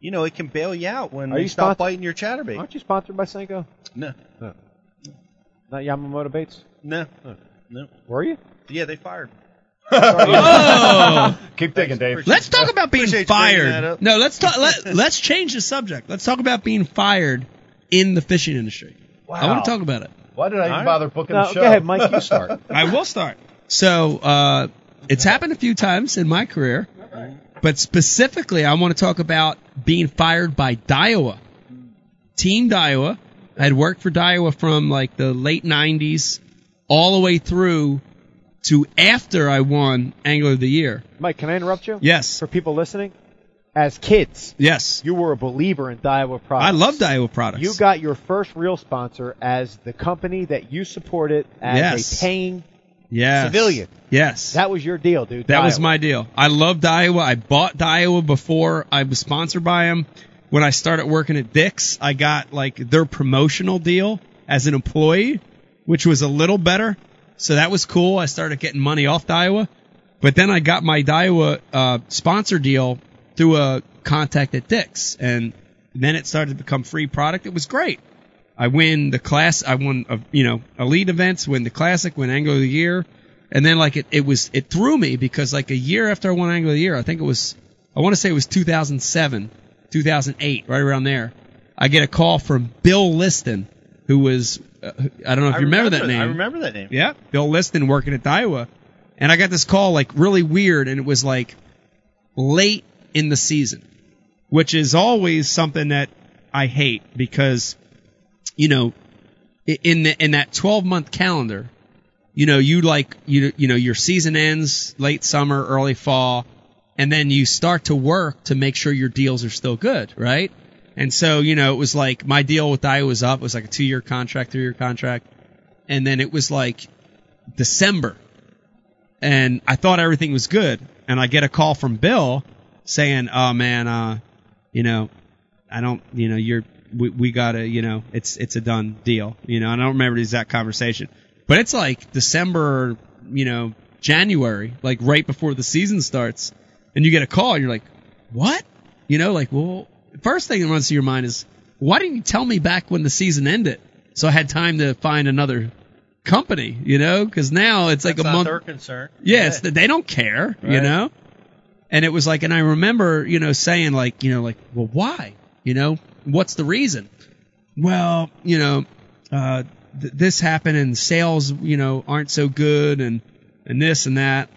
Speaker 3: you know it can bail you out when
Speaker 6: Are
Speaker 3: you
Speaker 6: you
Speaker 3: stop
Speaker 6: sponsor-
Speaker 3: biting your chatterbait.
Speaker 6: Aren't you sponsored by Senko?
Speaker 3: No,
Speaker 6: Not Yamamoto Baits.
Speaker 3: no,
Speaker 6: Huh.
Speaker 3: no.
Speaker 6: Were you?
Speaker 3: Yeah, they fired. me.
Speaker 2: Oh.
Speaker 4: Keep digging, Dave.
Speaker 2: Let's talk about being
Speaker 3: Appreciate you bringing that
Speaker 2: fired.
Speaker 3: up.
Speaker 2: No, let's talk. Let, let's change the subject. Let's talk about being fired in the fishing industry. I want to talk about it.
Speaker 4: Why did I even
Speaker 3: Alright.
Speaker 4: bother booking
Speaker 6: No,
Speaker 4: the show?
Speaker 6: go ahead, Mike. You start.
Speaker 2: I will start. So uh, it's happened a few times in my career, but specifically, I want to talk about being fired by Daiwa, Team Daiwa. I had worked for Daiwa from like the late '90s all the way through to after I won Angler of the Year.
Speaker 6: Mike, can I interrupt you?
Speaker 2: Yes,
Speaker 6: For people listening, as kids,
Speaker 2: yes.
Speaker 6: you were a believer in Daiwa products.
Speaker 2: I love Daiwa products.
Speaker 6: You got your first real sponsor as the company that you supported as
Speaker 2: Yes.
Speaker 6: a paying.
Speaker 2: yes.
Speaker 6: civilian.
Speaker 2: Yes.
Speaker 6: That was your deal, dude.
Speaker 2: That was
Speaker 6: Daiwa.
Speaker 2: my deal. I loved Iowa. I bought Iowa before I was sponsored by them. When I started working at Dick's, I got like their promotional deal as an employee, which was a little better. So that was cool. I started getting money off Iowa, but then I got my Daiwa uh, sponsor deal through a contact at Dick's, and then it started to become free product. It was great. I win the class. I won, uh, you know, elite events, win the classic, win Angler of the Year, and then like it, it was it threw me because like a year after I won Angler of the Year, I think it was I want to say it was 2007, 2008, right around there. I get a call from Bill Liston, who was uh, I don't know if
Speaker 3: I
Speaker 2: you remember, that name.
Speaker 3: I remember that name.
Speaker 2: Yeah, Bill Liston working at Daiwa, and I got this call like really weird, and it was like late in the season, which is always something that I hate because you know i- in the, in that 12 month calendar, you know you like you you know your season ends late summer, early fall, and then you start to work to make sure your deals are still good, right? And so you know it was like my deal with Daiwa was up, it was like a two year contract, three year contract and then it was like December, and I thought everything was good, and I get a call from Bill saying, "Oh man, uh, you know, I don't, you know, you're, we, we gotta, you know, it's it's a done deal, you know." And I don't remember the exact conversation, but it's like December, you know, January, like right before the season starts, and you get a call, and you're like, "What?" You know, like, well, first thing that runs through your mind is, why didn't you tell me back when the season ended? So I had time to find another company, you know, because now it's like
Speaker 3: That's
Speaker 2: a
Speaker 3: not
Speaker 2: month.
Speaker 3: their concern.
Speaker 2: Yeah, it's that they don't care, you
Speaker 4: Right.
Speaker 2: know. And it was like, and I remember, you know, saying like, you know, like, well, why? You know, what's the reason? Well, you know, uh, th- this happened and sales, you know, aren't so good and and this and that.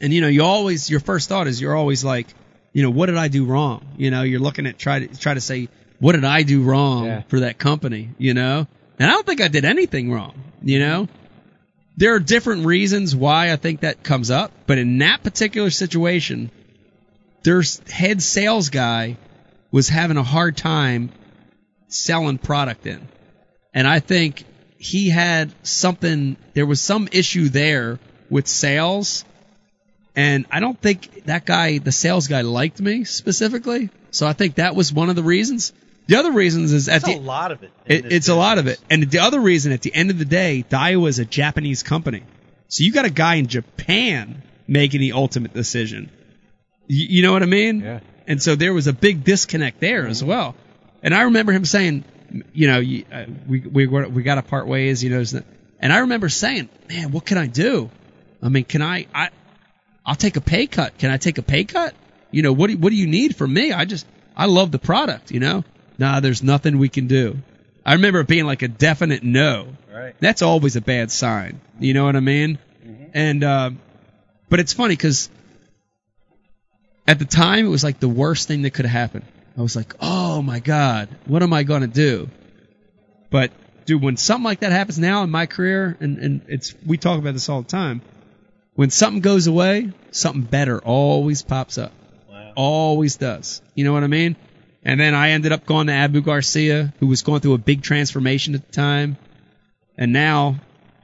Speaker 2: And you know, you always your first thought is you're always like, you know, what did I do wrong? You know, you're looking at try to try to say, what did I do wrong
Speaker 6: Yeah.
Speaker 2: for that company? You know, and I don't think I did anything wrong. You know, there are different reasons why I think that comes up, but in that particular situation, their head sales guy was having a hard time selling product in. And I think he had something, there was some issue there with sales. And I don't think that guy, the sales guy, liked me specifically. So I think that was one of the reasons. The other reasons is at
Speaker 3: That's
Speaker 2: the
Speaker 3: a lot of it. in
Speaker 2: it,
Speaker 3: this
Speaker 2: it's a lot of it.
Speaker 3: business.
Speaker 2: And the other reason, at the end of the day, Daiwa is a Japanese company. So you got a guy in Japan making the ultimate decision. You, you know what I mean?
Speaker 6: Yeah.
Speaker 2: And so there was a big disconnect there as well. And I remember him saying, you know, you- uh, we we were- we got to part ways, you know. isn't it? And I remember saying, man, what can I do? I mean, can I? I I'll take a pay cut. Can I take a pay cut? You know, what do, what do you need from me? I just I love the product. You know, nah, there's nothing we can do. I remember it being like a definite no.
Speaker 3: Right.
Speaker 2: That's always a bad sign. You know what I mean? And um, but it's funny because at the time it was like the worst thing that could happen. I was like, oh my god, what am I gonna do? But dude, when something like that happens now in my career, and and it's we talk about this all the time. When something goes away, something better always pops up. Always does. You know what I mean? And then I ended up going to Abu Garcia, who was going through a big transformation at the time. And now,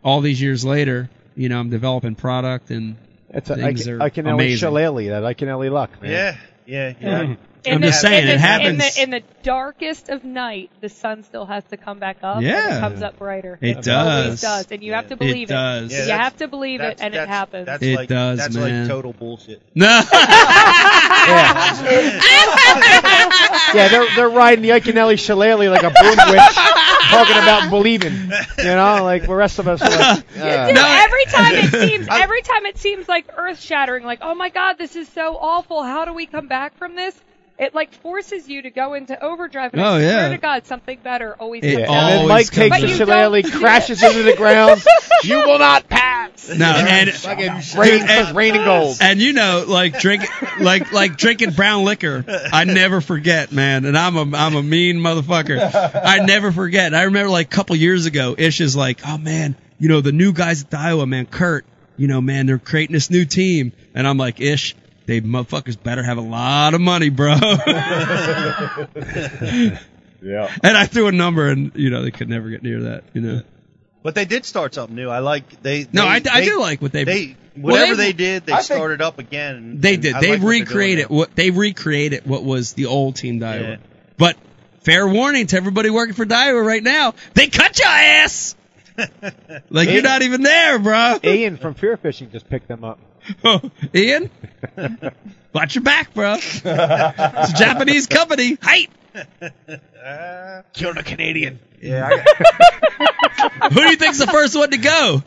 Speaker 2: all these years later, you know, I'm developing product and
Speaker 6: That's a, I
Speaker 2: things
Speaker 6: can,
Speaker 2: are
Speaker 6: I can only
Speaker 2: amazing.
Speaker 6: shillelagh that. I can only luck, man.
Speaker 3: Yeah, yeah, yeah.
Speaker 2: Hmm.
Speaker 6: Mm.
Speaker 8: In
Speaker 2: I'm
Speaker 8: the-
Speaker 2: just saying,
Speaker 8: in
Speaker 2: it
Speaker 8: the-
Speaker 2: happens.
Speaker 8: in the in the darkest of night. The sun still has to come back up. and
Speaker 2: Yeah.
Speaker 8: it comes up brighter.
Speaker 2: It
Speaker 8: always
Speaker 2: does.
Speaker 8: does, and you have to
Speaker 2: It
Speaker 8: believe it.
Speaker 2: does. Yeah,
Speaker 8: you
Speaker 2: that's-
Speaker 8: have to believe it,
Speaker 3: that's-
Speaker 8: and it
Speaker 3: that's-
Speaker 8: happens.
Speaker 3: That's
Speaker 2: It
Speaker 3: like,
Speaker 2: does,
Speaker 3: That's
Speaker 2: man.
Speaker 3: like total bullshit.
Speaker 2: no.
Speaker 6: yeah, they're they're riding the Iconelli shillelagh like a boom witch, talking about believing. You know, like the rest of us. Are like, uh,
Speaker 8: Dude, every time it seems, every time it seems like earth shattering. Like, oh my god, this is so awful. How do we come back from this? It like forces you to go into overdrive. And
Speaker 2: Oh,
Speaker 8: I swear
Speaker 2: yeah.
Speaker 8: to God, something better always.
Speaker 2: It
Speaker 8: comes
Speaker 6: and
Speaker 8: out.
Speaker 2: always
Speaker 6: then Mike
Speaker 2: comes
Speaker 6: takes the
Speaker 2: up.
Speaker 6: shillelagh, crashes into the ground. you will not pass.
Speaker 2: No, and
Speaker 6: Rain,
Speaker 2: Dude, and-
Speaker 6: rain and gold.
Speaker 2: and you know, like drink, like like drinking brown liquor. I never forget, man. And I'm a I'm a mean motherfucker. I never forget. I remember like a couple years ago, Ish is like, oh man, you know the new guys at Iowa, man, Kurt. You know, man, they're creating this new team, and I'm like, Ish, they motherfuckers better have a lot of money, bro.
Speaker 4: Yeah.
Speaker 2: and I threw a number, and you know they could never get near that. You know,
Speaker 3: But they did start something new. I like they.
Speaker 2: No,
Speaker 3: they-
Speaker 2: I- I
Speaker 3: they-
Speaker 2: do like what they-
Speaker 3: they
Speaker 2: Well,
Speaker 3: whatever
Speaker 2: they-
Speaker 3: they, did. They
Speaker 2: I think-
Speaker 3: started up again. and-
Speaker 2: they
Speaker 3: and
Speaker 2: did.
Speaker 3: I
Speaker 2: they
Speaker 3: like what they're doing
Speaker 2: recreated
Speaker 3: now.
Speaker 2: what they recreated what was the old team Daiwa.
Speaker 3: Yeah.
Speaker 2: But fair warning to everybody working for Daiwa right now, they cut your ass. like you're not even there, bro. Oh,
Speaker 6: Ian from Fear Fishing just picked them up.
Speaker 2: Ian, watch your back, bro. It's a Japanese company. Height.
Speaker 6: Killed a Canadian.
Speaker 3: Yeah,
Speaker 2: Who do you think's the first one to go?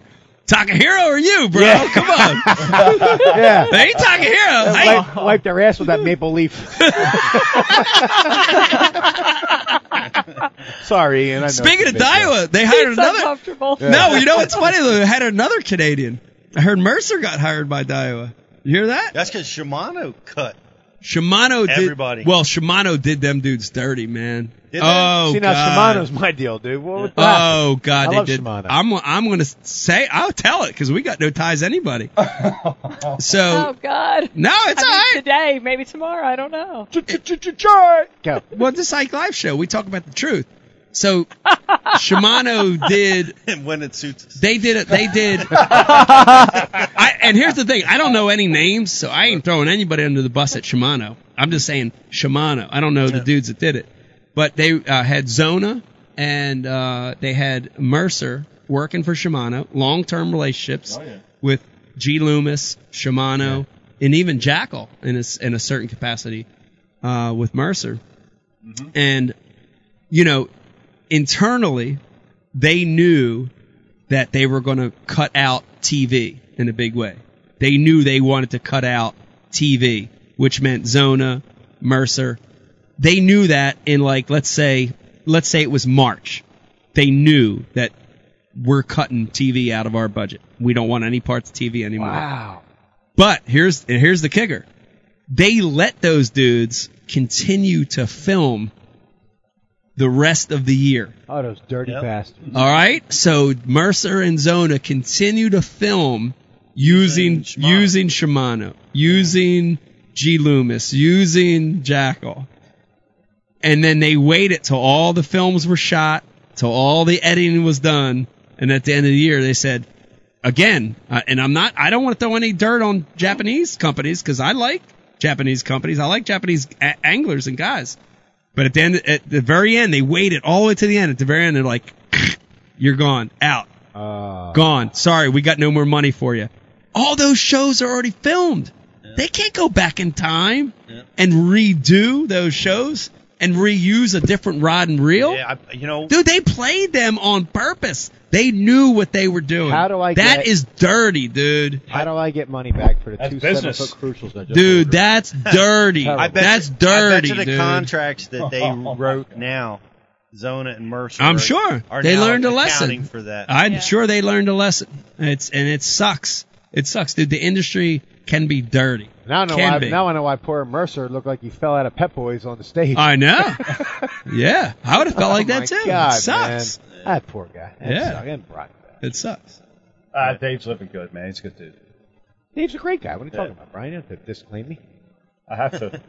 Speaker 2: Takahiro or you, bro?
Speaker 6: Yeah.
Speaker 2: Oh, Come on.
Speaker 6: Yeah.
Speaker 2: They ain't Takahiro. Hey,
Speaker 6: Wipe, wipe their ass with that maple leaf. Sorry, Ian. I know
Speaker 2: speaking
Speaker 6: it's
Speaker 2: of
Speaker 6: a big deal.
Speaker 2: Daiwa, they hired
Speaker 8: It's
Speaker 2: another.
Speaker 8: uncomfortable.
Speaker 2: No, you know what's funny though? They had another Canadian. I heard Mercer got hired by Daiwa. You hear that?
Speaker 3: That's because Shimano cut.
Speaker 2: Shimano did.
Speaker 3: Everybody.
Speaker 2: Well, Shimano did them dudes dirty, man.
Speaker 3: Did they?
Speaker 2: oh
Speaker 6: See now,
Speaker 2: god.
Speaker 6: Shimano's my deal, dude. What was that?
Speaker 2: Oh god,
Speaker 6: I
Speaker 2: they
Speaker 6: love
Speaker 2: did.
Speaker 6: Shimano.
Speaker 2: I'm I'm gonna say I'll tell it because we got no ties to anybody.
Speaker 8: Oh
Speaker 2: so
Speaker 8: God.
Speaker 2: no, it's
Speaker 8: I
Speaker 2: all
Speaker 8: mean,
Speaker 2: right.
Speaker 8: Today, maybe tomorrow. I don't know.
Speaker 6: Go.
Speaker 2: Well, the Psych Live show, we talk about the truth. So Shimano did
Speaker 3: And when it suits us.
Speaker 2: They did it. They did. I, and here's the thing: I don't know any names, so I ain't throwing anybody under the bus at Shimano. I'm just saying Shimano. I don't know the dudes that did it, but they uh, had Zona and uh, they had Mercer working for Shimano, long-term relationships
Speaker 3: Oh,
Speaker 2: with G. Loomis, Shimano, and even Jackal in a, s- in a certain capacity uh, with Mercer. And you know, internally, they knew that they were going to cut out TV in a big way. They knew they wanted to cut out TV, which meant Zona, Mercer. They knew that in like let's say let's say it was March. They knew that we're cutting TV out of our budget. We don't want any parts of TV anymore.
Speaker 6: Wow.
Speaker 2: But here's and here's the kicker. They let those dudes continue to film the rest of the year.
Speaker 6: Oh, those dirty
Speaker 3: Yep.
Speaker 6: bastards.
Speaker 2: All right. So Mercer and Zona continue to film using
Speaker 3: Shimano.
Speaker 2: using Shimano, using G Loomis, using Jackal, and then they waited till all the films were shot, till all the editing was done, and at the end of the year they said, again, uh, and I'm not, I don't want to throw any dirt on Japanese companies because I like Japanese companies, I like Japanese a- anglers and guys, but at the end, at the very end, they waited all the way to the end. At the very end, they're like, "You're gone, out,
Speaker 3: Ah.
Speaker 6: Uh,
Speaker 2: gone. Sorry, we got no more money for you." All those shows are already filmed. They can't go back in time
Speaker 3: Yeah.
Speaker 2: and redo those shows and reuse a different rod and reel.
Speaker 3: Yeah, I, you know.
Speaker 2: Dude, they played them on purpose. They knew what they were doing.
Speaker 6: How do I
Speaker 2: That
Speaker 6: get-
Speaker 2: is dirty, dude.
Speaker 6: how do I get money back for the
Speaker 4: That's
Speaker 6: two
Speaker 4: business.
Speaker 6: seven foot crucials? I just
Speaker 2: Dude,
Speaker 6: ordered?
Speaker 2: that's dirty.
Speaker 6: I
Speaker 3: I bet
Speaker 2: that's
Speaker 3: you-
Speaker 2: dirty,
Speaker 3: I bet you the
Speaker 2: dude.
Speaker 3: contracts that they wrote now Zona and Mercer.
Speaker 2: I'm
Speaker 3: are-
Speaker 2: sure
Speaker 3: are
Speaker 2: they
Speaker 3: now
Speaker 2: learned a
Speaker 3: accounting
Speaker 2: lesson
Speaker 3: for that.
Speaker 2: I'm sure they learned a lesson. It's and it sucks. It sucks, dude. The industry can be dirty.
Speaker 6: Now I know
Speaker 2: can
Speaker 6: why.
Speaker 2: be.
Speaker 6: Now I know why poor Mercer looked like he fell out of Pep Boys on the stage.
Speaker 2: I know. yeah, I would have felt like
Speaker 6: Oh
Speaker 2: that
Speaker 6: my
Speaker 2: too.
Speaker 6: God,
Speaker 2: it sucks.
Speaker 6: man. That poor guy. That
Speaker 2: Yeah.
Speaker 6: sucked. And Brock.
Speaker 2: It sucks.
Speaker 4: Uh, Dave's living good, man. He's a good dude.
Speaker 6: Dave's a great guy. What are you
Speaker 4: Yeah.
Speaker 6: talking about, Brian? You don't have to disclaim me.
Speaker 4: I have to.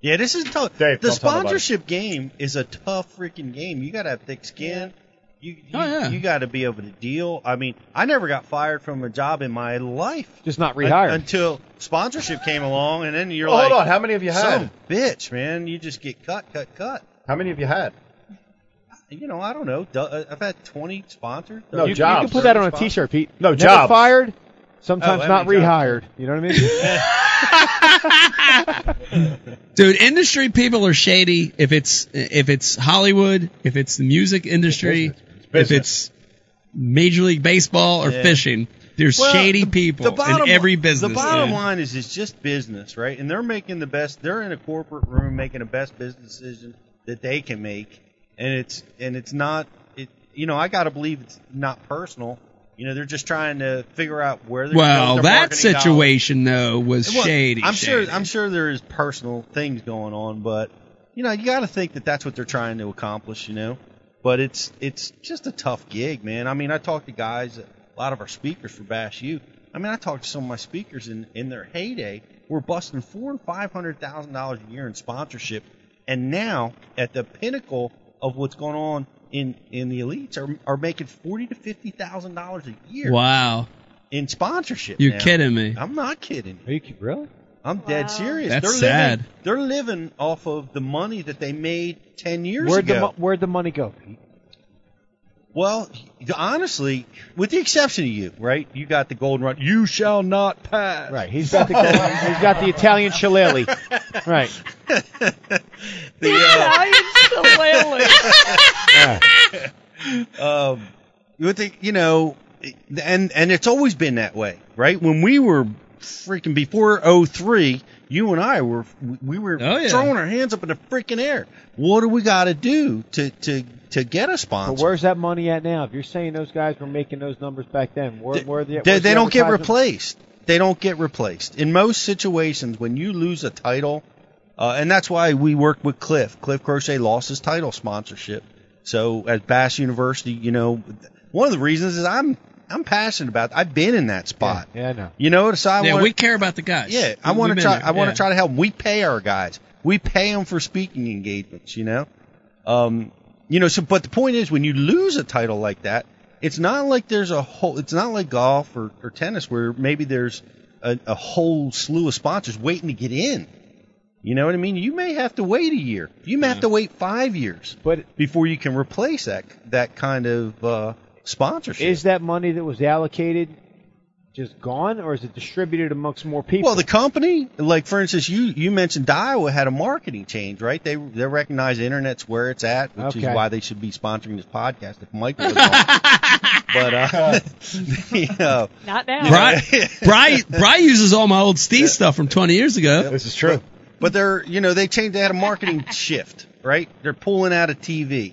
Speaker 3: Yeah, this is tough.
Speaker 4: Dave,
Speaker 3: the
Speaker 4: don't tell nobody.
Speaker 3: sponsorship game is a tough freaking game. You got to have thick skin. You you,
Speaker 2: Oh, yeah.
Speaker 3: you got to be able to deal. I mean, I never got fired from a job in my life
Speaker 6: Just not
Speaker 3: un-
Speaker 6: rehired.
Speaker 3: until sponsorship came along, and then you're
Speaker 4: Well,
Speaker 3: like,
Speaker 4: hold on. How many have you had?
Speaker 3: Some bitch, man. You just get cut, cut, cut.
Speaker 4: How many have you had?
Speaker 3: You know, I don't know. Du- uh, I've had 20 sponsors.
Speaker 4: No,
Speaker 6: you, you can
Speaker 4: jobs.
Speaker 6: put that on a
Speaker 3: Sponsors.
Speaker 6: T-shirt, Pete.
Speaker 4: No,
Speaker 6: Never
Speaker 4: jobs.
Speaker 6: Fired. Sometimes
Speaker 3: Oh, I
Speaker 6: not
Speaker 3: mean jobs.
Speaker 6: rehired. You know what I mean?
Speaker 2: Dude, industry people are shady. If it's if it's Hollywood, if it's the music industry, if it's Major League Baseball or
Speaker 3: Yeah.
Speaker 2: fishing, there's
Speaker 3: Well,
Speaker 2: shady
Speaker 3: the-
Speaker 2: people
Speaker 3: the bottom
Speaker 2: in every
Speaker 3: li-
Speaker 2: business.
Speaker 3: The bottom
Speaker 2: dude.
Speaker 3: line is it's just business, right? And they're making the best. They're in a corporate room making the best business decision that they can make, and it's and it's not. It you know I got to believe it's not personal. You know they're just trying to figure out where they're.
Speaker 2: Well,
Speaker 3: their
Speaker 2: that
Speaker 3: marketing dollars.
Speaker 2: situation though was
Speaker 3: Well,
Speaker 2: shady.
Speaker 3: I'm
Speaker 2: shady.
Speaker 3: sure. I'm sure there is personal things going on, but you know you got to think that that's what they're trying to accomplish. You know, but it's it's just a tough gig, man. I mean, I talk to guys, a lot of our speakers for Bash U. I mean, I talked to some of my speakers in in their heyday were busting four and five hundred thousand dollars a year in sponsorship, and now at the pinnacle of what's going on in in the elites are are making forty to fifty thousand dollars a year
Speaker 2: Wow,
Speaker 3: in sponsorship.
Speaker 2: you're
Speaker 3: now.
Speaker 2: kidding me.
Speaker 3: I'm not kidding.
Speaker 6: Are you ki- really?
Speaker 3: I'm dead serious.
Speaker 2: That's
Speaker 3: they're
Speaker 2: sad.
Speaker 3: Living, they're living off of the money that they made ten years
Speaker 6: Where'd the,
Speaker 3: ago.
Speaker 6: mo- where'd the money go, Pete?
Speaker 3: well, honestly, with the exception of you, right? You got the golden run. You shall not pass.
Speaker 6: Right. He's got the he's got the Italian shillelagh. Right.
Speaker 3: The, uh, um, with the, you know, and and it's always been that way, right? When we were freaking before '03, you and I were we were
Speaker 2: Oh, yeah.
Speaker 3: throwing our hands up in the freaking air. What do we got to do to to to get a sponsor?
Speaker 6: But where's that money at now? If you're saying those guys were making those numbers back then, where,
Speaker 3: They-
Speaker 6: where the,
Speaker 3: they,
Speaker 6: where's
Speaker 3: they
Speaker 6: the
Speaker 3: don't get
Speaker 6: advertisement?
Speaker 3: replaced. They don't get replaced. In most situations, when you lose a title, uh, and that's why we work with Cliff. Cliff Crochet lost his title sponsorship. So at Bass University, you know, one of the reasons is I'm I'm passionate about. It. I've been in that spot.
Speaker 6: Yeah, I know.
Speaker 3: You know, so I
Speaker 2: yeah,
Speaker 3: want
Speaker 2: we care about the guys.
Speaker 3: yeah, I
Speaker 2: We- we've
Speaker 3: want to
Speaker 2: been
Speaker 3: try.
Speaker 2: there.
Speaker 3: I want to
Speaker 2: Yeah.
Speaker 3: try to help. 'em. We pay our guys. We pay them for speaking engagements. You know, um, you know. So, but the point is, when you lose a title like that, it's not like there's a whole. It's not like golf or, or tennis where maybe there's a, a whole slew of sponsors waiting to get in. You know what I mean? You may have to wait a year. You may have to wait five years
Speaker 6: But
Speaker 3: before you can replace that that kind of uh, sponsorship.
Speaker 6: is that money that was allocated just gone, or is it distributed amongst more people?
Speaker 3: Well, the company, like for instance, you you mentioned Daiwa had a marketing change, right? They they recognize the internet's where it's at, which
Speaker 6: Okay.
Speaker 3: is why they should be sponsoring this podcast if Mike was on. but uh, you know,
Speaker 8: Not now.
Speaker 2: Bry, Bry, Bry uses all my old Steve stuff from 20 years ago.
Speaker 4: This is true.
Speaker 3: but they're you know they changed. They had a marketing shift, right? They're pulling out of TV.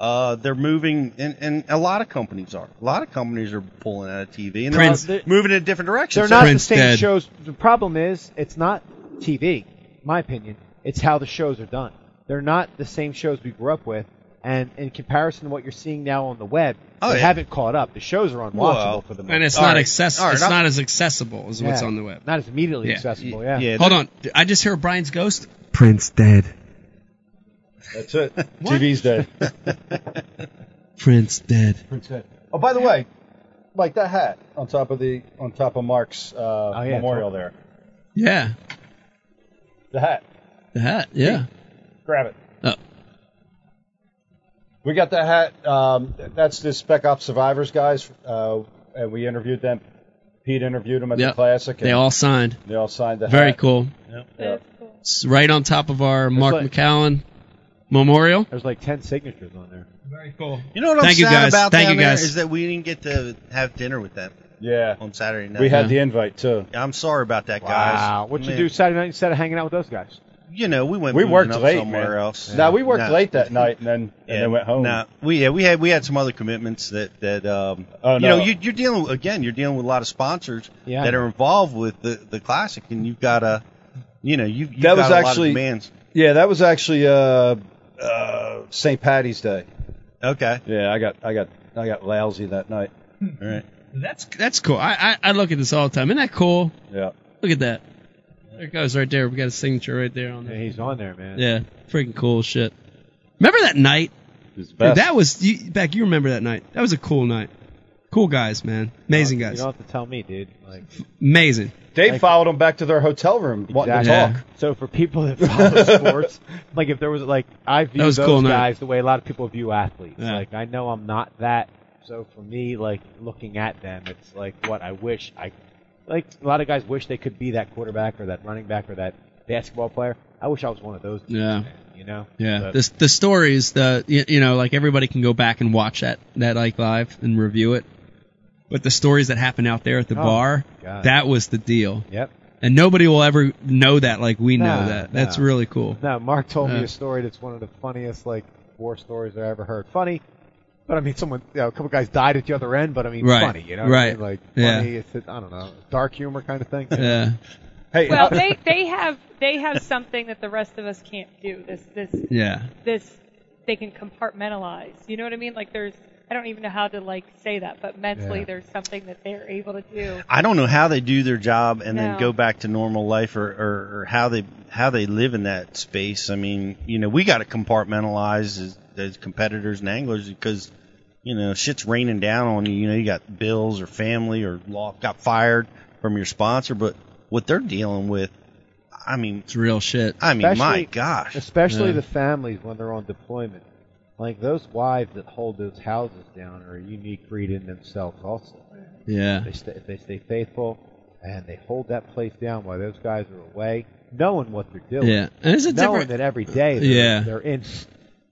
Speaker 3: Uh, they're moving, and, and a lot of companies are. A lot of companies are pulling out of TV and they're
Speaker 2: Prince-
Speaker 3: all moving in a different direction.
Speaker 6: they're
Speaker 3: So-
Speaker 6: not
Speaker 2: Prince
Speaker 6: the same
Speaker 2: dead.
Speaker 6: shows. The problem is, it's not TV. My opinion, it's how the shows are done. They're not the same shows we grew up with, and in comparison to what you're seeing now on the web,
Speaker 3: Oh,
Speaker 6: they
Speaker 3: yeah.
Speaker 6: haven't caught up. The shows are unwatchable
Speaker 3: Well,
Speaker 6: for the most
Speaker 2: And it's
Speaker 3: All
Speaker 2: not
Speaker 3: right.
Speaker 2: accessible.
Speaker 3: All right,
Speaker 2: it's
Speaker 3: I'll-
Speaker 2: not as accessible as what's
Speaker 6: Yeah.
Speaker 2: on the web.
Speaker 6: Not as immediately
Speaker 2: Yeah.
Speaker 6: accessible. Yeah.
Speaker 3: yeah,
Speaker 2: Hold on. I just heard Brian's ghost.
Speaker 11: Prince dead.
Speaker 4: That's it. TV's dead.
Speaker 2: Prince dead.
Speaker 4: Oh, by the way, like that hat on top of the on top of Mark's uh,
Speaker 6: Oh, yeah,
Speaker 4: memorial there.
Speaker 2: Yeah.
Speaker 4: The hat.
Speaker 2: The hat. Yeah.
Speaker 4: Grab it.
Speaker 2: Oh.
Speaker 4: We got that hat. Um, that's the Spec Ops Survivors guys, uh, and we interviewed them. Pete interviewed them at
Speaker 2: Yep.
Speaker 4: the classic. And
Speaker 2: They all signed.
Speaker 4: they all signed the
Speaker 2: Very
Speaker 4: hat.
Speaker 2: cool.
Speaker 8: That's cool.
Speaker 2: It's right on top of our Mark
Speaker 6: like-
Speaker 2: McCowan memorial.
Speaker 6: There's like ten signatures on there.
Speaker 2: Very cool.
Speaker 3: You know what I'm
Speaker 2: Thank you
Speaker 3: sad
Speaker 2: guys.
Speaker 3: about
Speaker 2: Thank
Speaker 3: down
Speaker 2: you
Speaker 3: there
Speaker 2: guys.
Speaker 3: is that we didn't get to have dinner with them
Speaker 4: Yeah,
Speaker 3: on Saturday night.
Speaker 4: we had
Speaker 2: Yeah.
Speaker 4: the invite too.
Speaker 3: I'm sorry about that, guys.
Speaker 6: Wow. What you do Saturday night instead of hanging out with those guys?
Speaker 3: you know, we went.
Speaker 4: We
Speaker 3: boozing
Speaker 4: worked
Speaker 3: up
Speaker 4: late,
Speaker 3: somewhere
Speaker 4: man.
Speaker 3: else.
Speaker 4: Nah, we worked late that night and then- and then went home.
Speaker 3: Nah, we yeah, we had we had some other commitments that that um,
Speaker 4: Oh,
Speaker 3: you
Speaker 4: no.
Speaker 3: know you, you're dealing again. You're dealing with a lot of sponsors
Speaker 4: Yeah, I
Speaker 3: that
Speaker 4: know.
Speaker 3: are involved with the the classic, and you've got a, you know, you you've
Speaker 4: that was
Speaker 3: got a
Speaker 4: actually
Speaker 3: lot of demands.
Speaker 4: yeah, that was actually uh, uh, St. Patty's Day.
Speaker 3: Okay. Hmm.
Speaker 4: Yeah, I got I got I got lousy that night.
Speaker 3: All right.
Speaker 2: That's that's cool. I, I I look at this all the time. Isn't that cool?
Speaker 4: Yeah.
Speaker 2: Look at that. There it goes right there. We got a signature right there on there. Yeah,
Speaker 6: he's on there, man.
Speaker 2: Yeah, freaking cool shit. Remember that night?
Speaker 4: best.
Speaker 2: Dude, that was you, back. You remember that night? That was a cool night. Cool guys, man. Amazing
Speaker 6: You
Speaker 2: guys.
Speaker 6: don't have to tell me, dude. Like,
Speaker 2: Amazing.
Speaker 4: Dave followed them back to their hotel room wanting to
Speaker 6: Exactly.
Speaker 4: talk.
Speaker 6: So for people that follow sports, like if there was like I view
Speaker 2: That was
Speaker 6: those
Speaker 2: a cool night.
Speaker 6: guys the way a lot of people view athletes.
Speaker 2: Yeah.
Speaker 6: Like I know I'm not that. So for me, like looking at them, it's like what I wish I. Like a lot of guys wish they could be that quarterback or that running back or that basketball player. I wish I was one of those.
Speaker 2: Yeah.
Speaker 6: You know.
Speaker 2: Yeah,
Speaker 6: But-
Speaker 2: the the stories, the you, you know, like everybody can go back and watch that that Ike live and review it. But the stories that happen out there at the
Speaker 6: Oh,
Speaker 2: bar,
Speaker 6: God.
Speaker 2: that was the deal.
Speaker 6: Yep.
Speaker 2: And nobody will ever know that like we know
Speaker 6: No,
Speaker 2: that. That's
Speaker 6: no.
Speaker 2: really cool. Uh,
Speaker 6: No, Mark told
Speaker 2: Yeah.
Speaker 6: me a story that's one of the funniest like war stories I ever heard. Funny, but I mean, someone, you know, a couple guys died at the other end, but I mean,
Speaker 2: Right.
Speaker 6: funny, you know, what I
Speaker 2: Right.
Speaker 6: mean? like
Speaker 2: Yeah.
Speaker 6: funny. It's a, I don't know, dark humor kind of thing.
Speaker 2: Yeah.
Speaker 4: Hey,
Speaker 8: Well, they they have they have something that the rest of us can't do. This this
Speaker 2: Yeah.
Speaker 8: this they can compartmentalize. You know what I mean? Like there's I don't even know how to like say that, but mentally
Speaker 3: Yeah.
Speaker 8: there's something that they're able to do.
Speaker 3: I don't know how they do their job and
Speaker 8: No.
Speaker 3: then go back to normal life or, or, or how they how they live in that space. I mean, you know, we got to compartmentalize as, as competitors and anglers because you know shit's raining down on you. You know, you got bills or family or law got fired from your sponsor, but what they're dealing with, I mean,
Speaker 2: it's real shit.
Speaker 3: I mean, my
Speaker 6: Especially-
Speaker 3: gosh,
Speaker 6: Especially the families when they're on deployment. Like those wives that hold those houses down are a unique breed in themselves, also.
Speaker 2: Yeah.
Speaker 6: They stay, if they stay faithful and they hold that place down while those guys are away, knowing what they're doing.
Speaker 2: Yeah. And it's a
Speaker 6: knowing
Speaker 2: different-
Speaker 6: that every day they're,
Speaker 2: Yeah.
Speaker 6: they're in.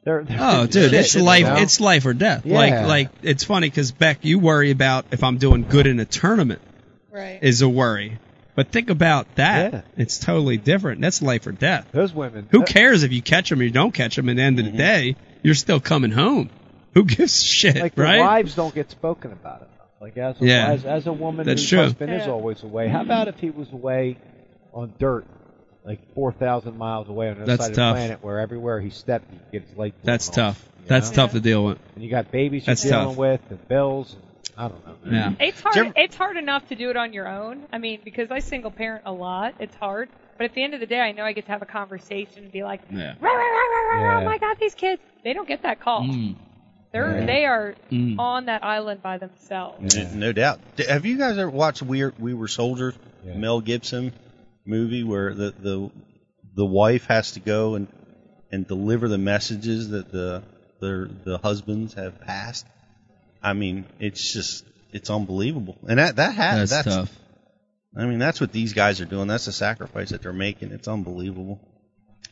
Speaker 6: They're, they're
Speaker 2: Oh,
Speaker 6: in
Speaker 2: dude, it's
Speaker 6: shit,
Speaker 2: life.
Speaker 6: you know?
Speaker 2: It's life or death.
Speaker 6: Yeah.
Speaker 2: Like, like it's funny because Beck, you worry about if I'm doing good in a tournament.
Speaker 8: Right.
Speaker 2: Is a worry, but think about that.
Speaker 6: Yeah.
Speaker 2: It's totally different. That's life or death.
Speaker 6: Those women. uh, Mm-hmm.
Speaker 2: Who cares if you catch them or you don't catch them? At the end of the day, you're still coming home. Who gives a shit,
Speaker 6: like
Speaker 2: right?
Speaker 6: the wives don't get spoken about enough. Like as a,
Speaker 2: Yeah.
Speaker 6: as, as a woman,
Speaker 2: That's
Speaker 6: whose
Speaker 2: true.
Speaker 6: husband is
Speaker 2: Yeah.
Speaker 6: always away. How about if he was away on dirt, like four thousand miles away on the other
Speaker 2: That's
Speaker 6: side
Speaker 2: tough.
Speaker 6: of the planet, where everywhere he stepped, he gets like
Speaker 2: That's tough. That's tough to deal with.
Speaker 6: And you got babies you're
Speaker 2: That's
Speaker 6: dealing
Speaker 2: tough.
Speaker 6: with, and bills. And, I don't know.
Speaker 2: Yeah.
Speaker 8: It's hard. It's hard enough to do it on your own. I mean, because I single parent a lot, it's hard. But at the end of the day, I know I get to have a conversation and be like,
Speaker 2: Yeah.
Speaker 8: "Rah, rah, rah, rah, rah, rah,
Speaker 2: Yeah.
Speaker 8: "Oh my God, these kids! They don't get that call.
Speaker 2: Mm.
Speaker 8: They're
Speaker 3: Mm. Yeah.
Speaker 8: they are
Speaker 3: Mm.
Speaker 8: on that island by themselves."
Speaker 3: N- No doubt. D- Have you guys ever watched We, we Were Soldiers? Mel Gibson movie where the, the the wife has to go and and deliver the messages that the their the husbands have passed. I mean, it's just it's unbelievable, and that that happens.
Speaker 2: That's
Speaker 3: That's,
Speaker 2: tough.
Speaker 3: I mean, that's what these guys are doing. That's the sacrifice that they're making. It's unbelievable.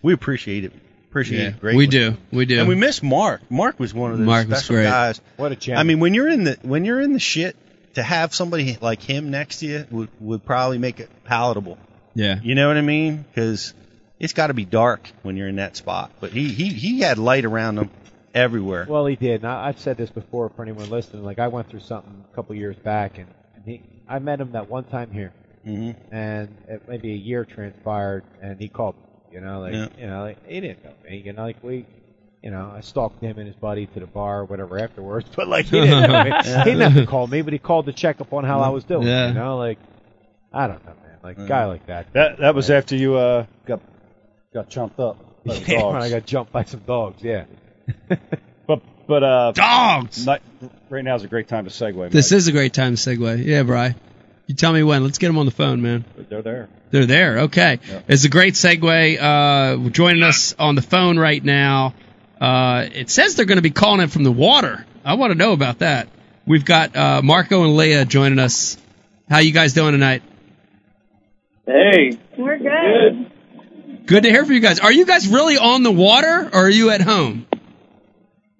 Speaker 3: We appreciate it. Appreciate
Speaker 2: Yeah,
Speaker 3: it greatly.
Speaker 2: we do. We do.
Speaker 3: And we miss Mark. Mark was one of those
Speaker 2: Mark was
Speaker 3: special
Speaker 2: great.
Speaker 3: guys.
Speaker 6: What a gem.
Speaker 3: I mean, when you're in the when you're in the shit, to have somebody like him next to you would would probably make it palatable.
Speaker 2: Yeah.
Speaker 3: You know what I mean? Because it's got to be dark when you're in that spot. But he he he had light around him everywhere.
Speaker 6: Well, he did. And I, I've said this before for anyone listening. Like I went through something a couple years back, and, and he, I met him that one time here, mm-hmm. and it, maybe a year transpired, and he called. me, You know, like
Speaker 7: Yeah.
Speaker 6: you know, like he didn't know me. You know, like we. You know, I stalked him and his buddy to the bar or whatever afterwards, but like he didn't know me.
Speaker 7: Yeah.
Speaker 6: He never called me, but he called to check up on how I was doing.
Speaker 4: Yeah.
Speaker 6: You know, like I don't know, man. Like a guy like that.
Speaker 4: That that was after you uh, got got chumped up. by the
Speaker 6: Yeah,
Speaker 4: dogs.
Speaker 6: when I got jumped by some dogs. Yeah.
Speaker 4: but but uh,
Speaker 2: dogs.
Speaker 4: Not, right now is a great time to segue.
Speaker 2: This is a great time to segue. Yeah, Bry. You tell me when. Let's get them on the phone, man.
Speaker 4: Mike. they're there.
Speaker 2: They're there. Okay. It's a great segue. Uh, joining us on the phone right now. Uh, it says they're going to be calling in from the water. I want to know about that. We've got uh, Marco and Leah joining us. How you guys doing tonight?
Speaker 12: Hey.
Speaker 13: We're good.
Speaker 2: Good to hear from you guys. Are you guys really on the water or are you at home?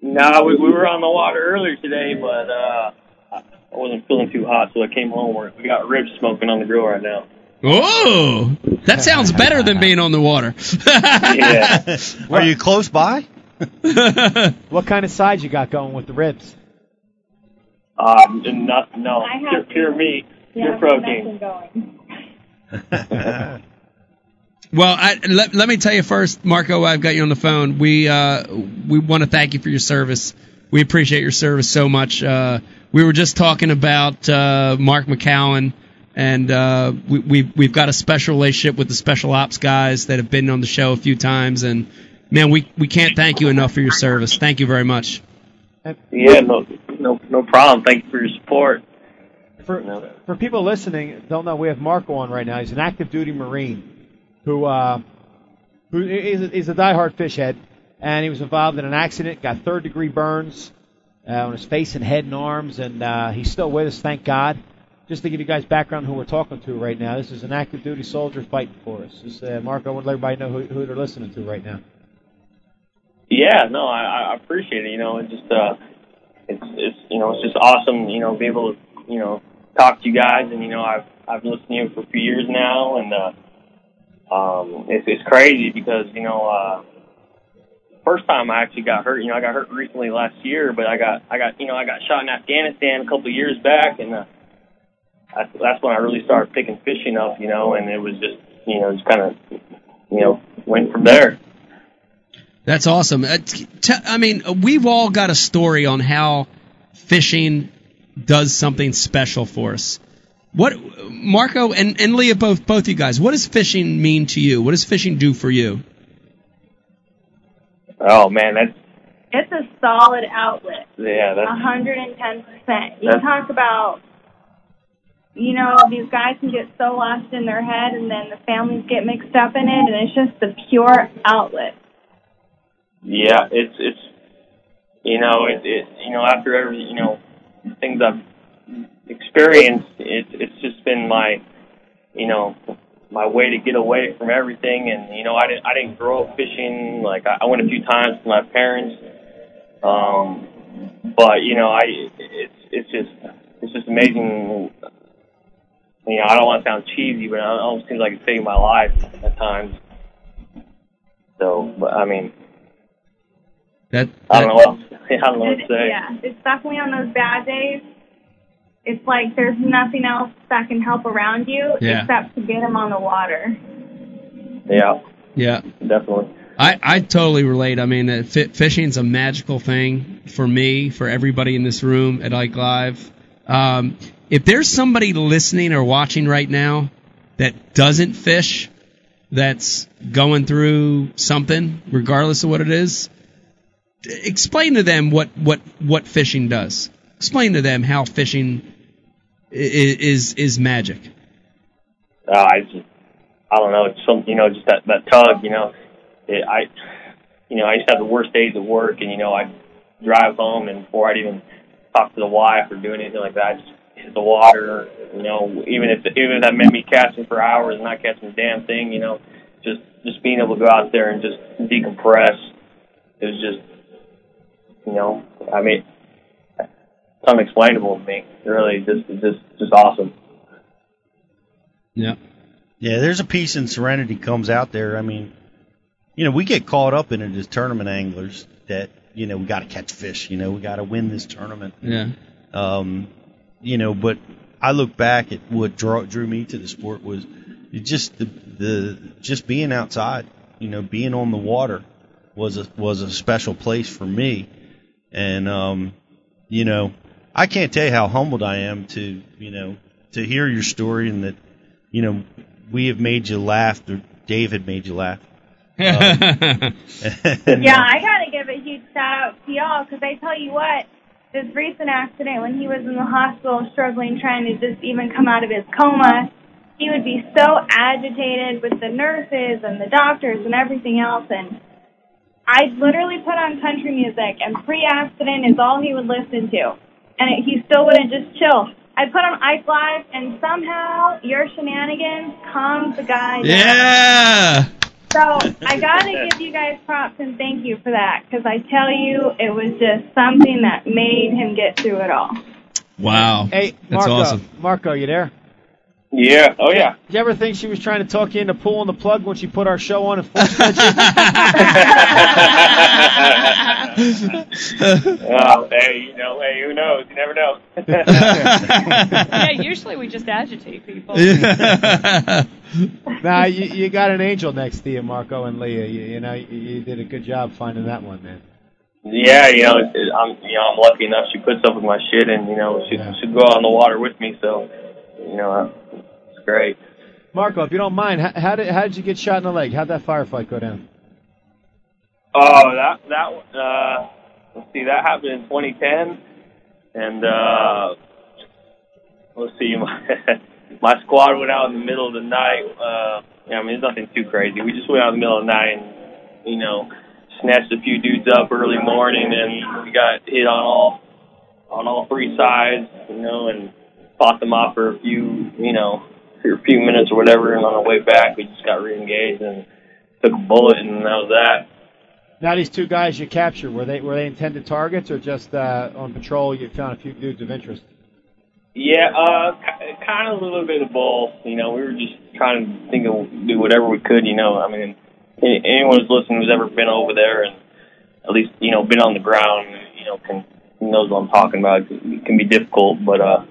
Speaker 12: No, we, we were on the water earlier today, but uh, I wasn't feeling too hot, so I came home. We're- We got ribs smoking on the grill right now.
Speaker 2: Oh, that sounds better than being on the water.
Speaker 3: Yeah. Are you close by?
Speaker 6: what kind of size you got going with the ribs?
Speaker 12: Uh, not, no, pure, pure meat,
Speaker 13: Yeah,
Speaker 12: pure protein.
Speaker 2: Well, I, let, let me tell you first, Marco. I've got you on the phone. We uh, we want to thank you for your service. We appreciate your service so much. Uh, we were just talking about uh, Mark McCowan, and uh, we, we we've got a special relationship with the special ops guys that have been on the show a few times. And man, we we can't thank you enough for your service. Thank you very much.
Speaker 12: Yeah, no, no, no problem. Thank you for your support.
Speaker 6: For, for people listening, that don't know we have Marco on right now. He's an active duty Marine who uh, who is a, is a diehard fish head, and he was involved in an accident, got third degree burns uh, on his face and head and arms, and uh, he's still with us, thank God. Just to give you guys background, who we're talking to right now, this is an active duty soldier fighting for us. This, uh, Marco, I want to let everybody know who, who they're listening to right now.
Speaker 12: Yeah, no, I, I appreciate it. You know, it just uh, it's it's you know, it's just awesome. You know, be able to you know talk to you guys, and you know, I've I've listened to you for a few years now, and uh, um, it's it's crazy because you know, uh, first time I actually got hurt. You know, I got hurt recently last year, but I got I got you know I got shot in Afghanistan a couple of years back, and uh, that's that's when I really started picking fishing up. You know, and it was just you know just kind of you know went from there.
Speaker 2: That's awesome. Uh, t- t- I mean, uh, we've all got a story on how fishing does something special for us. What, Marco and, and Leah, both both you guys, what does fishing mean to you? What does fishing do for you?
Speaker 12: Oh man, that's
Speaker 13: It's a solid outlet.
Speaker 12: yeah, that's
Speaker 13: Uh-huh. 110%. You
Speaker 12: That's-
Speaker 13: talk about, you know, these guys can get so lost in their head and then the families get mixed up in it and it's just the pure outlet.
Speaker 12: yeah, it's it's you know it it you know after every you know things I've experienced, it's it's just been my you know my way to get away from everything. And you know I didn't I didn't grow up fishing. Like I, I went a few times with my parents, um, but you know I it's it's just it's just amazing. You know I don't want to sound cheesy, but it almost seems like it saved my life at times. So, but I mean.
Speaker 2: That,
Speaker 12: I don't know what else. I don't know what to
Speaker 13: It-
Speaker 12: say.
Speaker 13: yeah, it's definitely on those bad days. It's like there's nothing else that can help around you
Speaker 2: Yeah.
Speaker 13: except to get them on the water.
Speaker 12: Yeah.
Speaker 2: Yeah,
Speaker 12: definitely.
Speaker 2: I, I totally relate. I mean, uh, fi- fishing's a magical thing for me, for everybody in this room at Ike Live. Um, if there's somebody listening or watching right now that doesn't fish, that's going through something, regardless of what it is, d- explain to them what what what fishing does. Explain to them how fishing i- i- is is magic.
Speaker 12: Uh, I just, I don't know. It's some, you know, just that that tug. You know, it, I, you know, I used to have the worst days at work, and you know, I drive home, and before I'd even talk to the wife or do anything like that, I just hit the water. You know, even if even if that meant me casting for hours and not catching a damn thing, you know, just just being able to go out there and just decompress. It was just, you know, I mean, it's unexplainable to me. Really, just just just awesome.
Speaker 2: Yeah.
Speaker 3: Yeah, there's a peace and serenity comes out there. I mean, you know, we get caught up in it as tournament anglers that, you know, we got to catch fish, you know, we got to win this tournament.
Speaker 2: Yeah.
Speaker 3: Um, you know, but I look back at what draw, drew me to the sport was just the, the just being outside, you know, being on the water was a, was a special place for me, and um, you know, I can't tell you how humbled I am to you know to hear your story and that you know we have made you laugh or David made you laugh. Um,
Speaker 13: Yeah, I gotta give a huge shout out to y'all because I tell you what, this recent accident when he was in the hospital struggling trying to just even come out of his coma, he would be so agitated with the nurses and the doctors and everything else and I literally put on country music and pre-accident is all he would listen to and it, he still wouldn't just chill. I put on Ike Live and somehow your shenanigans calmed the guy down.
Speaker 2: Yeah.
Speaker 13: So I gotta give you guys props and thank you for that because I tell you it was just something that made him get through it all.
Speaker 2: Wow.
Speaker 6: Hey,
Speaker 2: that's
Speaker 6: Marco,
Speaker 2: awesome.
Speaker 6: Marco, you there?
Speaker 12: Yeah. Oh yeah.
Speaker 6: You ever think she was trying to talk you into pulling the plug when she put our show on? And
Speaker 12: Oh, hey, you know, hey, who knows? You never know.
Speaker 8: yeah, usually we just agitate people.
Speaker 6: nah, you, you got an angel next to you, Marco and Leah. You, you know, you, you did a good job finding that one, man.
Speaker 12: yeah, you know, it, I'm, you know, I'm lucky enough. She puts up with my shit, and you know, she she'll go out on the water with me. So, you know, it's great.
Speaker 6: Marco, if you don't mind, how, how did how did you get shot in the leg? How'd that firefight go down?
Speaker 12: Oh, that that uh, let's see, that happened in 2010, and uh, let's see, my my squad went out in the middle of the night. Uh, yeah, I mean, it's nothing too crazy. We just went out in the middle of the night and you know snatched a few dudes up early morning, and we got hit on all on all three sides, you know, and fought them off for a few, you know, for a few minutes or whatever. And on the way back, we just got reengaged and took a bullet, and that was that.
Speaker 6: Now these two guys you captured were they were they intended targets or just uh, on patrol? You found a few dudes of interest.
Speaker 12: Yeah, uh, kind of a little bit of both. You know, we were just trying to think of do whatever we could. You know, I mean, a- anyone who's listening who's ever been over there and at least you know been on the ground, you know, can knows what I'm talking about. It can be difficult, but uh,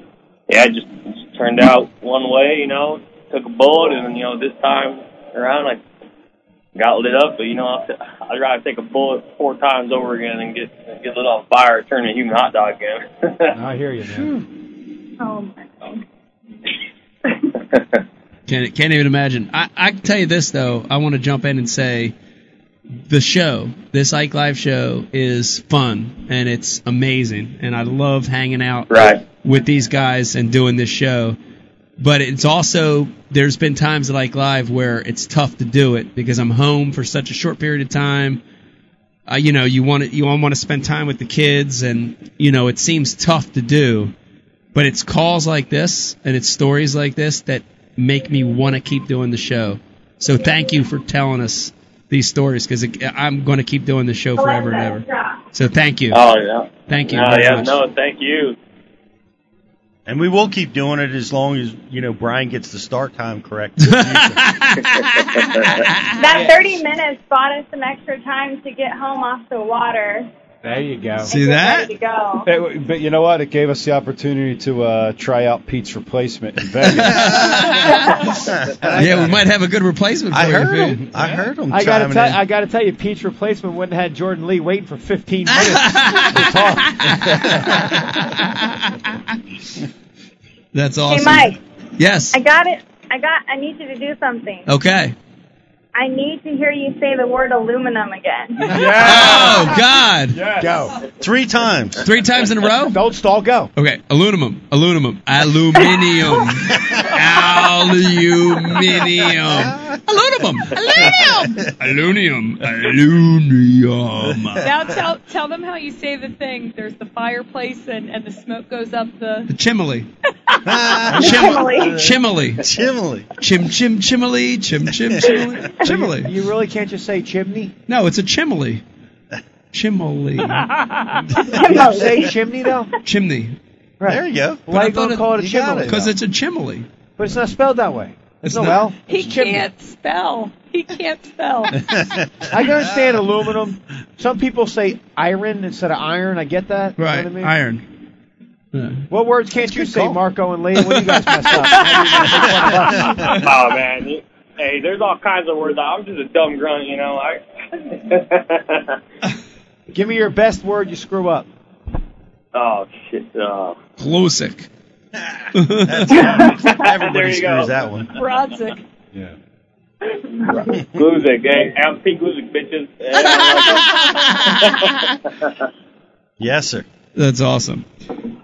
Speaker 12: yeah, it just, it just turned out one way. You know, took a bullet, and you know, this time around I got lit up. But you know, I'll t- I'd rather take a bullet four times over again than get get lit on fire, turn to a human hot dog again.
Speaker 6: I hear you, man.
Speaker 13: Oh my God.
Speaker 2: Can't, can't even imagine. I, I can tell you this though. I want to jump in and say, the show, this Ike Live show, is fun and it's amazing, and I love hanging out
Speaker 12: Right.
Speaker 2: with these guys and doing this show. But it's also there's been times at Ike Live where it's tough to do it because I'm home for such a short period of time. Uh, you know, you want to, you want to spend time with the kids, and you know it seems tough to do. But it's calls like this and it's stories like this that make me want to keep doing the show. So thank you for telling us these stories because I'm going to keep doing the
Speaker 13: Oh,
Speaker 2: show forever and ever. So thank you.
Speaker 12: Oh yeah.
Speaker 2: Thank you.
Speaker 12: No,
Speaker 2: very
Speaker 12: yeah,
Speaker 2: much.
Speaker 12: no, thank you.
Speaker 3: And we will keep doing it as long as you know Brian gets the start time correct. in the
Speaker 13: That
Speaker 2: Ah,
Speaker 13: 30 minutes bought us some extra time to get home off the water.
Speaker 6: There you go.
Speaker 13: and get Ready to go.
Speaker 4: It- but you know what? It gave us the opportunity to uh, try out Pete's replacement in Vegas.
Speaker 3: future.
Speaker 2: Uh, yeah, we might have a good replacement for
Speaker 3: I
Speaker 2: you.
Speaker 3: heard
Speaker 2: if
Speaker 3: him. I heard him.
Speaker 6: I gotta
Speaker 3: chiming
Speaker 6: tell
Speaker 3: in.
Speaker 6: I gotta tell you, Pete's replacement wouldn't have had Jordan Lee waiting for 15 minutes. to talk.
Speaker 2: you- That's awesome.
Speaker 13: Hey, Mike.
Speaker 2: Yes.
Speaker 13: I got it. I got. I need you to do something.
Speaker 2: Okay.
Speaker 13: I need to hear you say the word aluminum again.
Speaker 2: Oh God.
Speaker 6: Go.
Speaker 3: Three times.
Speaker 2: Three times in a row.
Speaker 6: Don't stall. Go.
Speaker 2: Okay. Aluminum. Aluminum. Aluminium. Aluminium. Aluminum. Aluminum. Aluminium. Aluminium.
Speaker 8: Now tell tell them how you say the thing. There's the fireplace and, and the smoke goes up the.
Speaker 2: Chimley.
Speaker 8: Chimley.
Speaker 2: Chimley.
Speaker 3: Chimley.
Speaker 2: Chim chim chimley. Chim chim chimley. Chimley.
Speaker 6: You really can't just say chimney.
Speaker 2: No, it's a chimley. Chimley.
Speaker 6: Can you say chimney though?
Speaker 2: Chimney.
Speaker 6: Right.
Speaker 3: There you go.
Speaker 6: Why
Speaker 2: But I
Speaker 6: you gonna
Speaker 2: thought
Speaker 6: call it a
Speaker 2: you got
Speaker 6: chimney?
Speaker 2: Because it's a chimley.
Speaker 6: But it's not spelled that way.
Speaker 2: It's
Speaker 6: no
Speaker 2: not-
Speaker 6: L.
Speaker 8: He
Speaker 6: It's chimney.
Speaker 8: can't spell. He can't spell.
Speaker 6: I can understand aluminum. Some people say iron instead of iron. I get that. You know
Speaker 2: Right.
Speaker 6: what I mean?
Speaker 2: Iron.
Speaker 6: What words can't you say, Marco and Lee? What do you guys mess up?
Speaker 12: oh man, you- hey, there's all kinds of words. I'm just a dumb grunt, you know. I
Speaker 6: Give me your best word you screw up.
Speaker 12: oh shit. Oh.
Speaker 2: Klosik.
Speaker 12: there
Speaker 3: Everybody
Speaker 12: you
Speaker 3: screws
Speaker 12: go.
Speaker 3: that one.
Speaker 8: Brodzik.
Speaker 12: Gluzik, hey, LP Gluzik, bitches. Yeah.
Speaker 3: Yes, sir.
Speaker 2: That's awesome.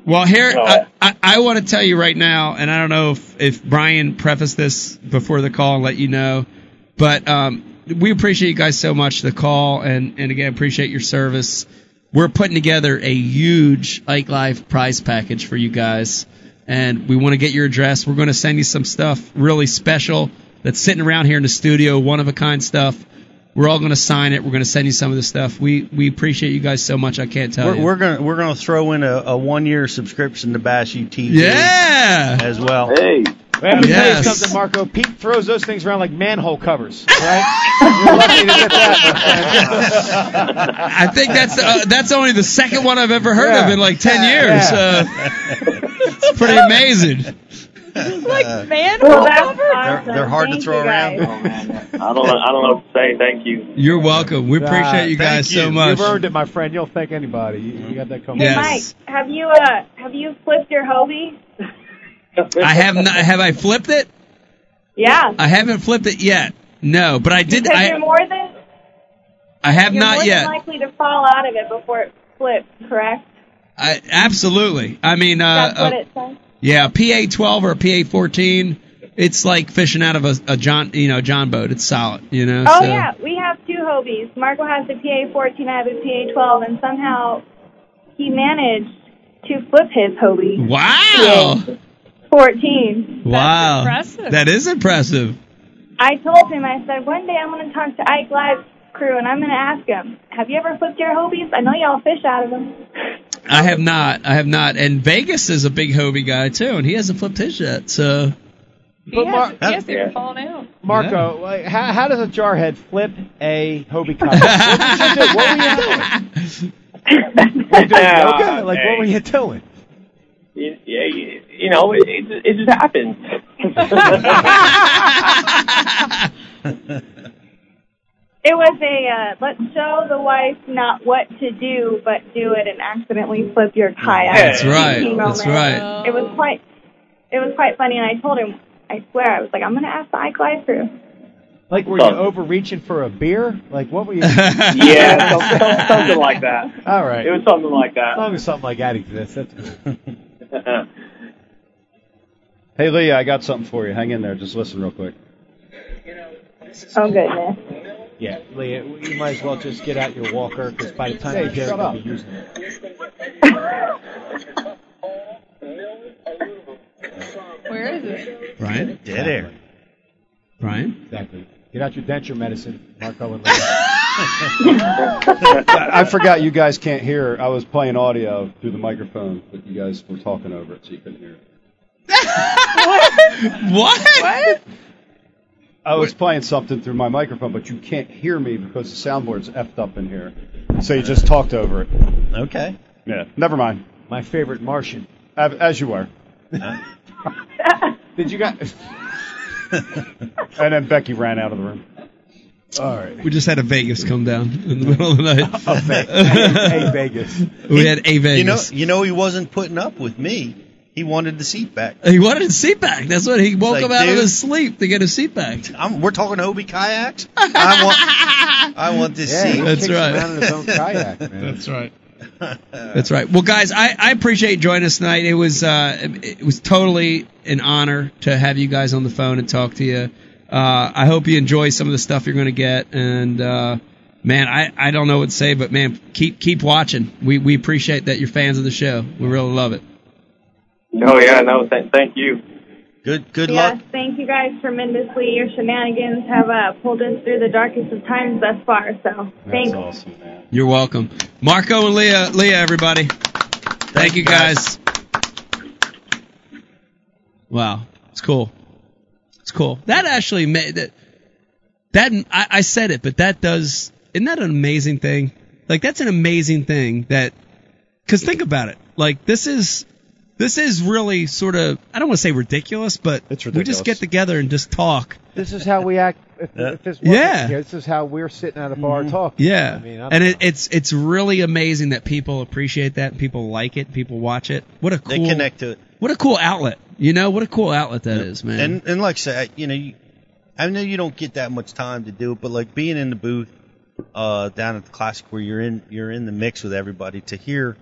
Speaker 2: Well, here I, I, I want to tell you right now, and I don't know if, if Brian prefaced this before the call and let you know, but um, we appreciate you guys so much the call, and and again appreciate your service. We're putting together a huge Ike Live prize package for you guys, and we want to get your address. We're going to send you some stuff really special that's sitting around here in the studio, one of a kind stuff. We're all going to sign it. We're going to send you some of the stuff. We we appreciate you guys so much. I can't tell
Speaker 3: We're,
Speaker 2: you.
Speaker 3: we're gonna we're gonna throw in a, a one year subscription to Bash UTV
Speaker 2: Yeah.
Speaker 3: E as well.
Speaker 12: Hey.
Speaker 6: Whatever
Speaker 2: Yes.
Speaker 6: comes to Marco, Pete throws those things around like manhole covers. Right? You're lucky to get that. my friend.
Speaker 2: I think that's uh, that's only the second one I've ever heard of in like ten years. Uh, it's pretty amazing.
Speaker 8: Like man,
Speaker 13: Well,
Speaker 8: all
Speaker 13: that's
Speaker 8: over?
Speaker 13: awesome.
Speaker 2: they're hard to Thank throw you guys.
Speaker 12: Oh, I don't know, I don't know what to say. Thank you.
Speaker 2: You're welcome. We appreciate you
Speaker 6: Ah, Thank
Speaker 2: guys so
Speaker 6: you.
Speaker 2: much.
Speaker 6: You've earned it, my friend. You'll thank anybody. You, you got that coming.
Speaker 13: Hey, Mike, have you uh have you flipped your Hobie?
Speaker 2: I have not, have I flipped it?
Speaker 13: Yeah.
Speaker 2: I haven't flipped it yet. No, but I did.
Speaker 13: Because
Speaker 2: I
Speaker 13: you're more than
Speaker 2: I have
Speaker 13: you're more
Speaker 2: not yet.
Speaker 13: than likely to fall out of it before it flips, correct?
Speaker 2: I absolutely. I mean, uh,
Speaker 13: That's
Speaker 2: uh,
Speaker 13: what it says.
Speaker 2: yeah, PA twelve or PA fourteen. It's like fishing out of a, a John, you know, John boat. It's solid, you know.
Speaker 13: Oh
Speaker 2: so.
Speaker 13: yeah, we have two Hobies. Marco has the PA fourteen, I have a PA twelve, and somehow he managed to flip his Hobie
Speaker 2: Wow.
Speaker 13: fourteen.
Speaker 2: wow.
Speaker 13: impressive.
Speaker 2: That is impressive.
Speaker 13: I told him, I said, one day I'm going to talk to Ike Live's crew and I'm going to ask him, have you ever flipped your Hobies? I know y'all fish out of them.
Speaker 2: I have not. I have not. And Vegas is a big Hobie guy too, and he hasn't flipped his yet. So
Speaker 6: But Mar-
Speaker 8: yes, they were falling out.
Speaker 6: Marco, like, how, how does a jarhead flip a Hobie cup? what, did you do? what were you doing? Were you doing
Speaker 12: Oh,
Speaker 6: yoga? Like, what were you doing?
Speaker 12: You, yeah, you, you know, it, it, it just happens.
Speaker 13: It was a, uh, let's show the wife not what to do, but do it and accidentally flip your kayak.
Speaker 2: That's right.
Speaker 13: Thinking
Speaker 2: That's
Speaker 13: moment.
Speaker 2: right.
Speaker 13: It was quite, it was quite funny and I told him, I swear, I was like, I'm going to ask the Ike Live crew.
Speaker 6: Like, were you overreaching for a beer? Like, what were you?
Speaker 12: yeah, some- some- something like that.
Speaker 6: All right.
Speaker 12: It was something like
Speaker 6: As
Speaker 12: that.
Speaker 6: long as something like that exists, that's cool.
Speaker 4: Hey, Leah, I got something for you. Hang in there. Just listen real quick.
Speaker 13: Oh, goodness.
Speaker 6: Yeah, Leah, you might as well just get out your walker because by the time
Speaker 13: Hey,
Speaker 6: you get it,
Speaker 13: shut
Speaker 6: you'll
Speaker 13: up.
Speaker 6: be using it.
Speaker 8: Where is it?
Speaker 2: Brian?
Speaker 6: Dead air.
Speaker 2: Brian?
Speaker 6: Exactly. Get out your denture medicine, Marco and Leah.
Speaker 4: I I forgot you guys can't hear. I was playing audio through the microphone, but you guys were talking over it, so you couldn't hear it.
Speaker 2: What? What?
Speaker 4: I was playing something through my microphone, but you can't hear me because the soundboard's effed up in here. So you just talked over it.
Speaker 3: Okay.
Speaker 4: Yeah. Never mind.
Speaker 6: My favorite Martian.
Speaker 4: As, as you were.
Speaker 6: Did you guys?
Speaker 4: And then Becky ran out of the room.
Speaker 6: All right.
Speaker 2: We just had a Vegas come down in the middle of the night.
Speaker 6: Hey, Vegas.
Speaker 2: we had a
Speaker 3: You know,
Speaker 2: Vegas.
Speaker 3: you know, he wasn't putting up with me. He wanted the seat back.
Speaker 2: he wanted his seat back. That's what he woke
Speaker 3: Like,
Speaker 2: up out
Speaker 3: dude.
Speaker 2: of his sleep to get his seat back.
Speaker 3: I'm, we're talking Hobie kayaks. I want, I want this
Speaker 6: Yeah,
Speaker 3: seat.
Speaker 6: he
Speaker 2: That's
Speaker 6: kicks
Speaker 2: right.
Speaker 6: around in his own kayak, man.
Speaker 2: That's right. That's right. Well, guys, I, I appreciate joining us tonight. It was uh, it was totally an honor to have you guys on the phone and talk to you. Uh, I hope you enjoy some of the stuff you're going to get. And uh, man, I, I don't know what to say, but man, keep keep watching. We we appreciate that you're fans of the show. We really love it.
Speaker 12: No, Oh, yeah, no, th- thank you.
Speaker 3: Good, good
Speaker 13: yes, thank you guys tremendously. Your shenanigans have uh, pulled us through the darkest of times thus far, so thanks.
Speaker 2: You're welcome, Marco and Leah. Leah, everybody, thank, you guys. Wow, it's cool. It's cool. That actually made that. That I, I said it, but that does isn't that an amazing thing? Like that's an amazing thing that. Cause think about it. Like this is this is really sort of I don't want to say ridiculous, but we
Speaker 6: ridiculous.
Speaker 2: just get together and just talk.
Speaker 6: This is how we act. If, if this wasn't
Speaker 2: Yeah. Mm-hmm.
Speaker 6: here, this is how we're sitting at a bar talking.
Speaker 2: Yeah,
Speaker 6: I mean, I'm,
Speaker 2: and it, it's it's really amazing that people appreciate that, and people like it, people watch it. What a cool
Speaker 3: They connect to it.
Speaker 2: What a cool outlet. You know what a cool outlet that is, man.
Speaker 3: And and like I said, you know, you, I know you don't get that much time to do it, but like being in the booth uh, down at the classic where you're in you're in the mix with everybody to hear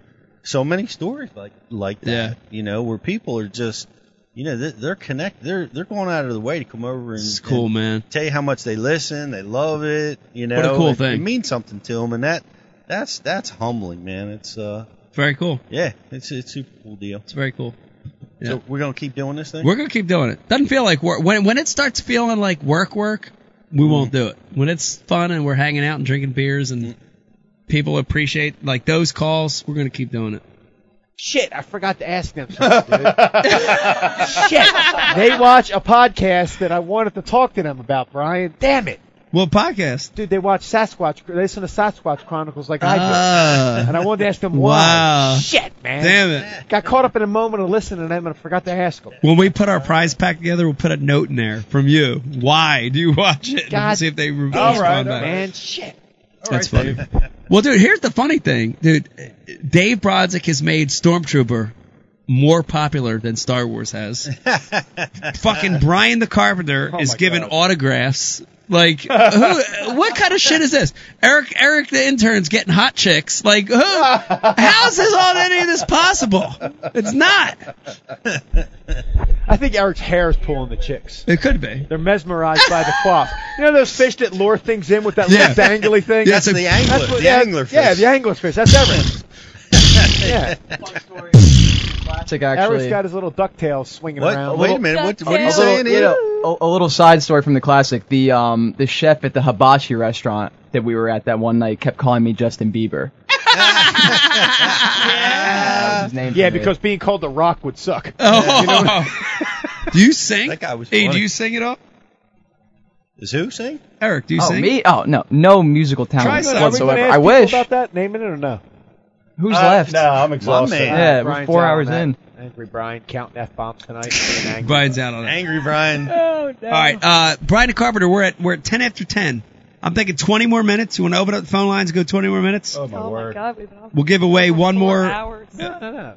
Speaker 3: so many stories like like that,
Speaker 2: Yeah.
Speaker 3: you know, where people are just you know they're, they're connected, they're they're going out of the way to come over and,
Speaker 2: it's cool,
Speaker 3: and
Speaker 2: man.
Speaker 3: tell you how much they listen, they love it, you know,
Speaker 2: What a cool
Speaker 3: it,
Speaker 2: thing.
Speaker 3: It means something to them, and that that's that's humbling, man. It's uh
Speaker 2: Very cool.
Speaker 3: yeah, it's it's a super cool deal.
Speaker 2: It's very cool. Yeah.
Speaker 3: So we're gonna keep doing this thing.
Speaker 2: We're gonna keep doing it. Doesn't feel like work. When when it starts feeling like work, work, we
Speaker 3: Mm-hmm.
Speaker 2: won't do it. When it's fun and we're hanging out and drinking beers and people appreciate like those calls, we're gonna keep doing it.
Speaker 6: Shit, I forgot to ask them something, dude. Shit. They watch a podcast that I wanted to talk to them about, Brian. Damn it.
Speaker 2: What podcast?
Speaker 6: Dude, they watch Sasquatch. They listen to Sasquatch Chronicles like I
Speaker 2: Ah.
Speaker 6: do. And I wanted to ask them
Speaker 2: Wow.
Speaker 6: why. Shit, man.
Speaker 2: Damn it.
Speaker 6: Got caught up in a moment of listening to them and I forgot to ask them.
Speaker 2: When we put our prize pack together, we'll put a note in there from you. Why do you watch it?
Speaker 6: God
Speaker 2: and see if they re-
Speaker 6: damn
Speaker 2: respond
Speaker 6: it,
Speaker 2: back.
Speaker 6: man. Shit.
Speaker 2: That's funny. well, dude, here's the funny thing, dude. Dave Brodzik has made Stormtrooper more popular than Star Wars has. Fucking Brian the Carpenter
Speaker 3: Oh
Speaker 2: is giving autographs. Like, who, what kind of shit is this? Eric, Eric the intern's getting hot chicks. Like, who, how's this all any of this possible? It's not.
Speaker 6: I think Eric's hair is pulling the chicks.
Speaker 2: It could be.
Speaker 6: They're mesmerized by the quaff. You know those fish that lure things in with that
Speaker 2: Yeah.
Speaker 6: little dangly thing?
Speaker 2: That's That's a- the angler-
Speaker 6: That's what-
Speaker 2: the
Speaker 6: yeah,
Speaker 2: angler
Speaker 6: Yeah,
Speaker 2: fish.
Speaker 6: the angler fish. That's Eric. yeah.
Speaker 11: Classic, actually.
Speaker 6: Eric's got his little ducktails swinging
Speaker 3: What?
Speaker 6: around.
Speaker 3: Oh, wait a minute, what- what are you
Speaker 11: A little,
Speaker 3: saying
Speaker 11: you
Speaker 3: here?
Speaker 11: know, a, a little side story from the classic. The um, the chef at the hibachi restaurant that we were at that one night kept calling me Justin Bieber. That was his name for
Speaker 6: Yeah,
Speaker 11: me.
Speaker 6: because being called the Rock would suck.
Speaker 2: Oh.
Speaker 6: You know what-
Speaker 2: do you sing? That
Speaker 3: guy was
Speaker 2: hey, do
Speaker 3: funny.
Speaker 2: you sing at all?
Speaker 3: Is who sing?
Speaker 2: Eric, do you
Speaker 11: oh
Speaker 2: sing?
Speaker 11: me? Oh no, no musical
Speaker 6: Try
Speaker 11: talent
Speaker 6: some. Are we gonna
Speaker 11: whatsoever.
Speaker 6: ask
Speaker 11: I
Speaker 6: people
Speaker 11: wish.
Speaker 6: about that naming it or no?
Speaker 11: Who's
Speaker 2: Uh,
Speaker 6: Uh,
Speaker 11: left? Yeah, we're
Speaker 6: Brian's
Speaker 11: four
Speaker 6: out on
Speaker 11: hours
Speaker 6: that.
Speaker 11: in.
Speaker 6: Angry Brian counting f bombs tonight. Being angry.
Speaker 2: Brian's out on it.
Speaker 3: Angry Brian.
Speaker 6: Oh,
Speaker 2: All right, uh, Brian and Carpenter, we're at we're at ten after ten. I'm thinking 20 more minutes. You want to open up the phone lines? Go 20 more minutes. Oh my word!
Speaker 8: God, we've been on
Speaker 2: We'll give away one more.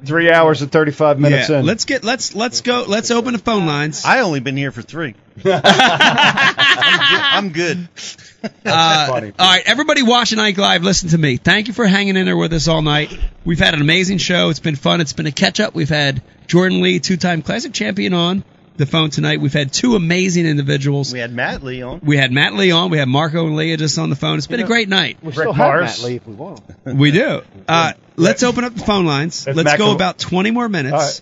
Speaker 4: Three hours and thirty-five minutes
Speaker 2: yeah,
Speaker 4: in.
Speaker 2: let's get let's let's go let's open the phone lines.
Speaker 3: I only been here for three. I'm good.
Speaker 2: Uh, all right, everybody watching Ike Live, listen to me. Thank you for hanging in there with us all night. We've had an amazing show. It's been fun. It's been a catch up. We've had Jordan Lee, two time classic champion, on the phone tonight. We've had two amazing individuals.
Speaker 3: We had Matt Lee on.
Speaker 2: We had Matt Lee on. We had Marco and Leah just on the phone. It's been
Speaker 3: You
Speaker 2: a
Speaker 3: know,
Speaker 2: great night.
Speaker 6: We still have Matt Lee if we want him.
Speaker 2: We do. Uh, let's open up the phone lines.
Speaker 6: If
Speaker 2: let's
Speaker 6: Mac
Speaker 2: go
Speaker 6: can-
Speaker 2: about 20 more minutes.
Speaker 6: All right.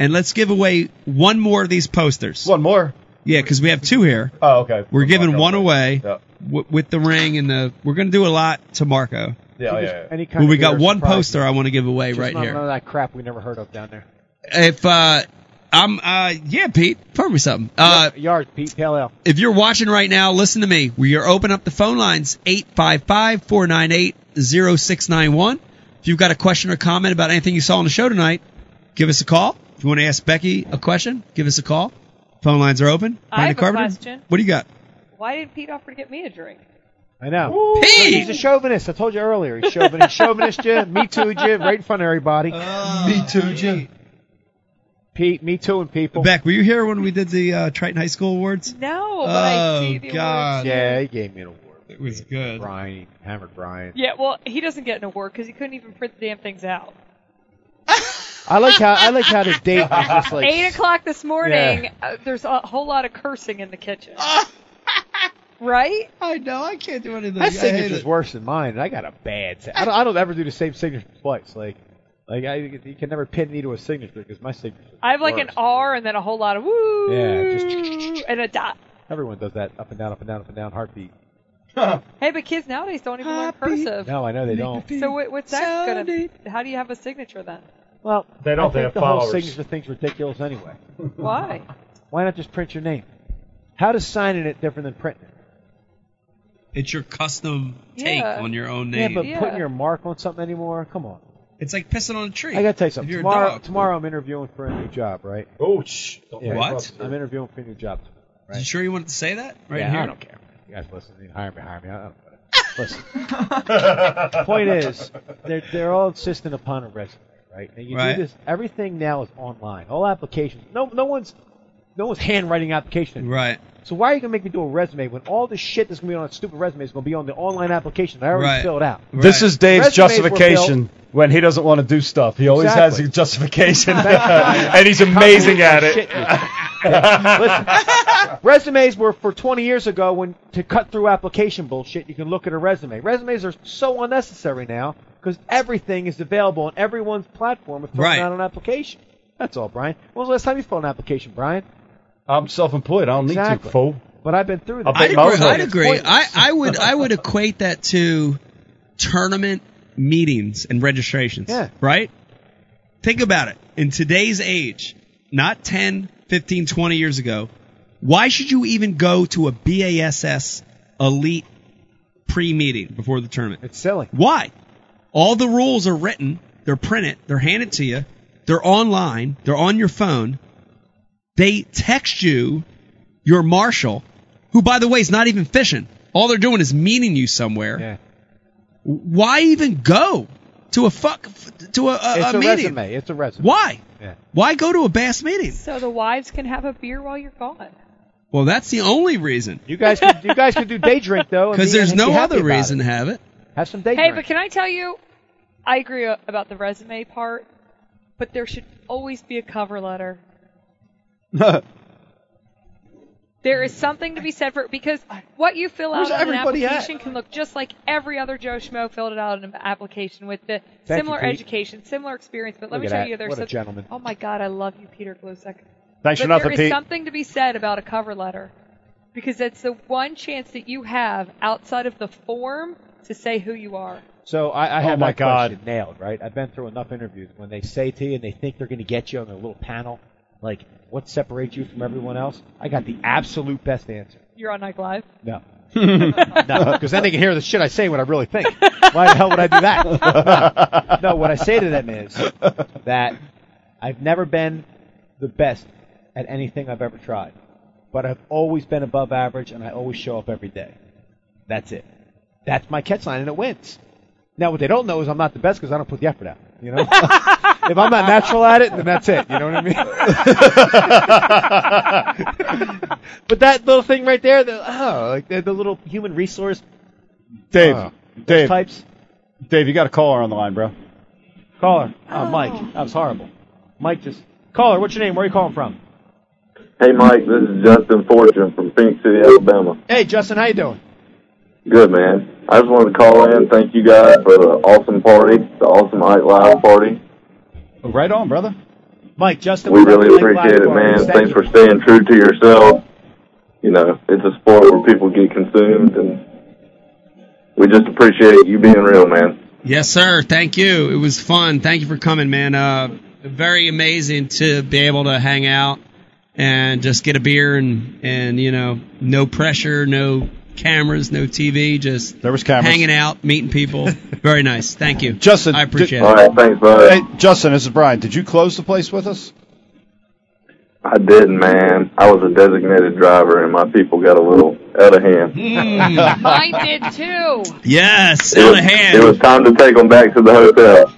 Speaker 2: And let's give away one more of these posters. One
Speaker 4: more?
Speaker 2: Yeah, because we have two here.
Speaker 4: Oh, okay.
Speaker 2: We're giving one away w- with the ring and the. We're going to do a lot to Marco.
Speaker 4: Yeah, yeah, yeah.
Speaker 6: Any kind
Speaker 2: Well,
Speaker 6: of
Speaker 2: we got
Speaker 6: weird
Speaker 2: one
Speaker 6: surprise.
Speaker 2: poster I want to give away
Speaker 6: Just
Speaker 2: right
Speaker 6: not
Speaker 2: here.
Speaker 6: None of that crap we never heard of down there.
Speaker 2: If uh, I'm uh, yeah, Pete, throw me something. Uh,
Speaker 6: Yard, Pete, pale ale.
Speaker 2: If you're watching right now, listen to me. We are open up the phone lines 855-498-0691. If you've got a question or comment about anything you saw on the show tonight, give us a call. If you want to ask Becky a question, give us a call. Phone lines are open.
Speaker 8: I have
Speaker 2: Brandon
Speaker 8: a question.
Speaker 2: What do you got?
Speaker 8: Why did Pete offer to get me a drink?
Speaker 6: I know.
Speaker 2: Pete!
Speaker 6: He's a chauvinist. I told you earlier. He's chauvinist. chauvinist you, me too you, right in front of everybody.
Speaker 2: Oh.
Speaker 6: me too you. Pete, me too and people.
Speaker 2: Beck, were you here when we did the uh, Triton High School Awards?
Speaker 8: No, but I
Speaker 2: oh
Speaker 8: see the
Speaker 2: God!
Speaker 8: award.
Speaker 6: Yeah, he gave me an award.
Speaker 2: It was good.
Speaker 6: Brian, hammered Brian.
Speaker 8: Yeah, well, he doesn't get an award because he couldn't even print the damn things out.
Speaker 6: I like how I like how the date was just like
Speaker 8: Eight o'clock this morning. Uh, there's a whole lot of cursing in the kitchen. right?
Speaker 2: I know. I can't do anything.
Speaker 6: That signature's worse than mine, and I got a bad. si- I don't, I don't ever do the same signature twice. Like, like I, you can never pin me to a signature because my signature.
Speaker 8: I have like an R and then a whole lot of woo
Speaker 6: Yeah,
Speaker 8: and a dot.
Speaker 6: Everyone does that up and down, up and down, up and down, heartbeat.
Speaker 8: Hey, but kids nowadays don't even learn cursive.
Speaker 6: No, I know they don't.
Speaker 8: So what, what's that gonna? How do you have a signature then?
Speaker 6: Well,
Speaker 4: They don't,
Speaker 6: I
Speaker 4: they
Speaker 6: think
Speaker 4: have
Speaker 6: the
Speaker 4: followers.
Speaker 6: whole signature thing's ridiculous anyway.
Speaker 8: Why?
Speaker 6: Why not just print your name? How does signing it different than printing it?
Speaker 2: It's your custom take
Speaker 6: Yeah.
Speaker 2: on your own name.
Speaker 6: Yeah, but putting your mark on something anymore? Come on.
Speaker 2: it's like pissing on a tree.
Speaker 6: I gotta tell you
Speaker 2: If
Speaker 6: something.
Speaker 2: you're a
Speaker 6: Tomorrow,
Speaker 2: dog.
Speaker 6: tomorrow I'm interviewing for a new job, right?
Speaker 4: Oh, shh.
Speaker 2: What?
Speaker 6: I'm interviewing for a new job. Right?
Speaker 2: You sure you wanted to say that? Right
Speaker 6: yeah,
Speaker 2: here.
Speaker 6: I don't care. You guys listen. You hire me, hire me. I don't care. Listen. Point is, they're they're all insistent upon a resume, right? And you
Speaker 2: Right.
Speaker 6: do this. Everything now is online. All applications. No, no one's no one's handwriting application. anymore.
Speaker 2: Right.
Speaker 6: So why are you gonna make me do a resume when all the shit that's gonna be on that stupid resume is gonna be on the online application that I already
Speaker 4: Right.
Speaker 6: filled out?
Speaker 4: This is Dave's
Speaker 6: Resumes were built-
Speaker 4: justification when he doesn't want to do stuff. He always
Speaker 6: Exactly.
Speaker 4: has a justification, and he's amazing at it.
Speaker 6: Listen, resumes were for 20 years ago when to cut through application bullshit. You can look at a resume. Resumes are so unnecessary now because everything is available on everyone's platform of filling
Speaker 4: Right.
Speaker 6: out an application. That's all, Brian. When was the last time you filled an application, Brian?
Speaker 4: I'm self-employed. I don't need to,
Speaker 6: Exactly.
Speaker 4: fool.
Speaker 6: But I've been through that.
Speaker 2: I'd agree. I'd agree. I, I would I would equate that to tournament meetings and registrations.
Speaker 6: Yeah.
Speaker 2: Right. Think about it. In today's age, not 10, 15, 20 years ago, why should you even go to a BASS elite pre meeting before the tournament? It's
Speaker 6: silly.
Speaker 2: Why? All the rules are written, they're printed, they're handed to you, they're online, they're on your phone. They text you your marshal, who, by the way, is not even fishing. All they're doing is meeting you somewhere. Why even go to a fuck to a, a,
Speaker 6: it's a,
Speaker 2: a meeting?
Speaker 6: resume. It's a resume.
Speaker 2: Why?
Speaker 6: Yeah.
Speaker 2: Why go to a bass meeting?
Speaker 8: So the wives can have a beer while you're gone.
Speaker 2: Well, that's the only reason.
Speaker 6: You guys, could, you guys could do day drink though, and
Speaker 2: Because
Speaker 6: be-
Speaker 2: there's
Speaker 6: and be
Speaker 2: no
Speaker 6: happy
Speaker 2: other
Speaker 6: about it.
Speaker 2: reason to have it.
Speaker 6: Have some day
Speaker 8: Hey,
Speaker 6: drink.
Speaker 8: but can I tell you? I agree a- about the resume part, but there should always be a cover letter. There is something to be said for it because what you fill
Speaker 14: Where's
Speaker 8: out on an
Speaker 14: everybody at?
Speaker 8: application can look just like every other Joe Schmo filled it out in an application with the
Speaker 6: Thank
Speaker 8: similar
Speaker 6: you, Pete.
Speaker 8: education, similar experience. But
Speaker 6: Look
Speaker 8: let me
Speaker 6: at
Speaker 8: tell
Speaker 6: that.
Speaker 8: you, there's
Speaker 6: What a
Speaker 8: such-
Speaker 6: gentleman.
Speaker 8: Oh my God, I love you, Peter Glusek.
Speaker 4: Thanks
Speaker 8: but
Speaker 4: for nothing,
Speaker 8: There is
Speaker 4: Pete.
Speaker 8: something to be said about a cover letter because that's the one chance that you have outside of the form to say who you are.
Speaker 6: So I, I
Speaker 4: Oh
Speaker 6: have
Speaker 4: my
Speaker 6: my
Speaker 4: God.
Speaker 6: question nailed, right? I've been through enough interviews when they say to you and they think they're going to get you on their little panel, like what separates you from everyone else. I got the absolute best answer.
Speaker 8: You're on Night Live.
Speaker 6: No. no, because then they can hear the shit I say what I really think. Why the hell would I do that? No, what I say to them is that I've never been the best at anything I've ever tried, but I've always been above average and I always show up every day. That's it. That's my catch line and it wins. Now, what they don't know is I'm not the best because I don't put the effort out. You know, if I'm not natural at it, then that's it. You know what I mean? but that little thing right there, the, oh, like the, the little human resource
Speaker 4: Dave,
Speaker 6: Oh.
Speaker 4: Dave,
Speaker 6: types.
Speaker 4: Dave, you got a caller on the line, bro.
Speaker 6: Caller, oh, Mike, that was horrible. Mike just caller, what's your name? Where are you calling from?
Speaker 15: Hey, Mike, this is Justin Fortune from Pink City, Alabama.
Speaker 6: Hey, Justin, how you doing?
Speaker 15: Good, man. I just wanted to call in. Thank you guys for the awesome party, the awesome night live party.
Speaker 6: Oh,
Speaker 4: Right on, brother.
Speaker 6: Mike, Justin,
Speaker 15: We
Speaker 6: was at
Speaker 15: really
Speaker 6: the Lake
Speaker 15: appreciate
Speaker 6: Live
Speaker 15: it,
Speaker 6: Bar.
Speaker 15: man.
Speaker 6: Thank
Speaker 15: Thanks
Speaker 6: you.
Speaker 15: for staying true to yourself. You know, it's a sport where people get consumed, and we just appreciate you being real, man.
Speaker 2: Yes, sir. Thank you. It was fun. Thank you for coming, man. Uh, very amazing to be able to hang out and just get a beer and and you know no pressure, no cameras, no TV, just
Speaker 4: there was cameras.
Speaker 2: hanging out, meeting people. very nice. Thank you,
Speaker 4: Justin.
Speaker 2: I appreciate
Speaker 4: did-
Speaker 2: it.
Speaker 15: thanks,
Speaker 4: Hey, Justin, this is Brian. Did you close the place with us?
Speaker 15: I didn't, man. I was a designated driver, and my people got a little out of hand.
Speaker 8: Mine did too.
Speaker 2: Yes,
Speaker 15: out of hand. It was time to take them back to the hotel.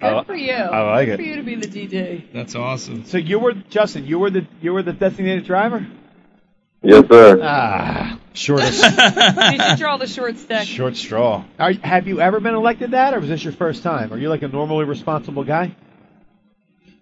Speaker 8: Good for you.
Speaker 15: I like
Speaker 8: Good
Speaker 15: it.
Speaker 8: for you to be the DJ.
Speaker 2: That's awesome.
Speaker 6: So you were Justin, you were the you were the designated driver.
Speaker 15: Yes, sir.
Speaker 6: Ah,
Speaker 4: shortest
Speaker 8: Did you draw the short stick?
Speaker 4: short straw.
Speaker 6: Are, have you ever been elected that, or was this your first time? Are you like a normally responsible guy?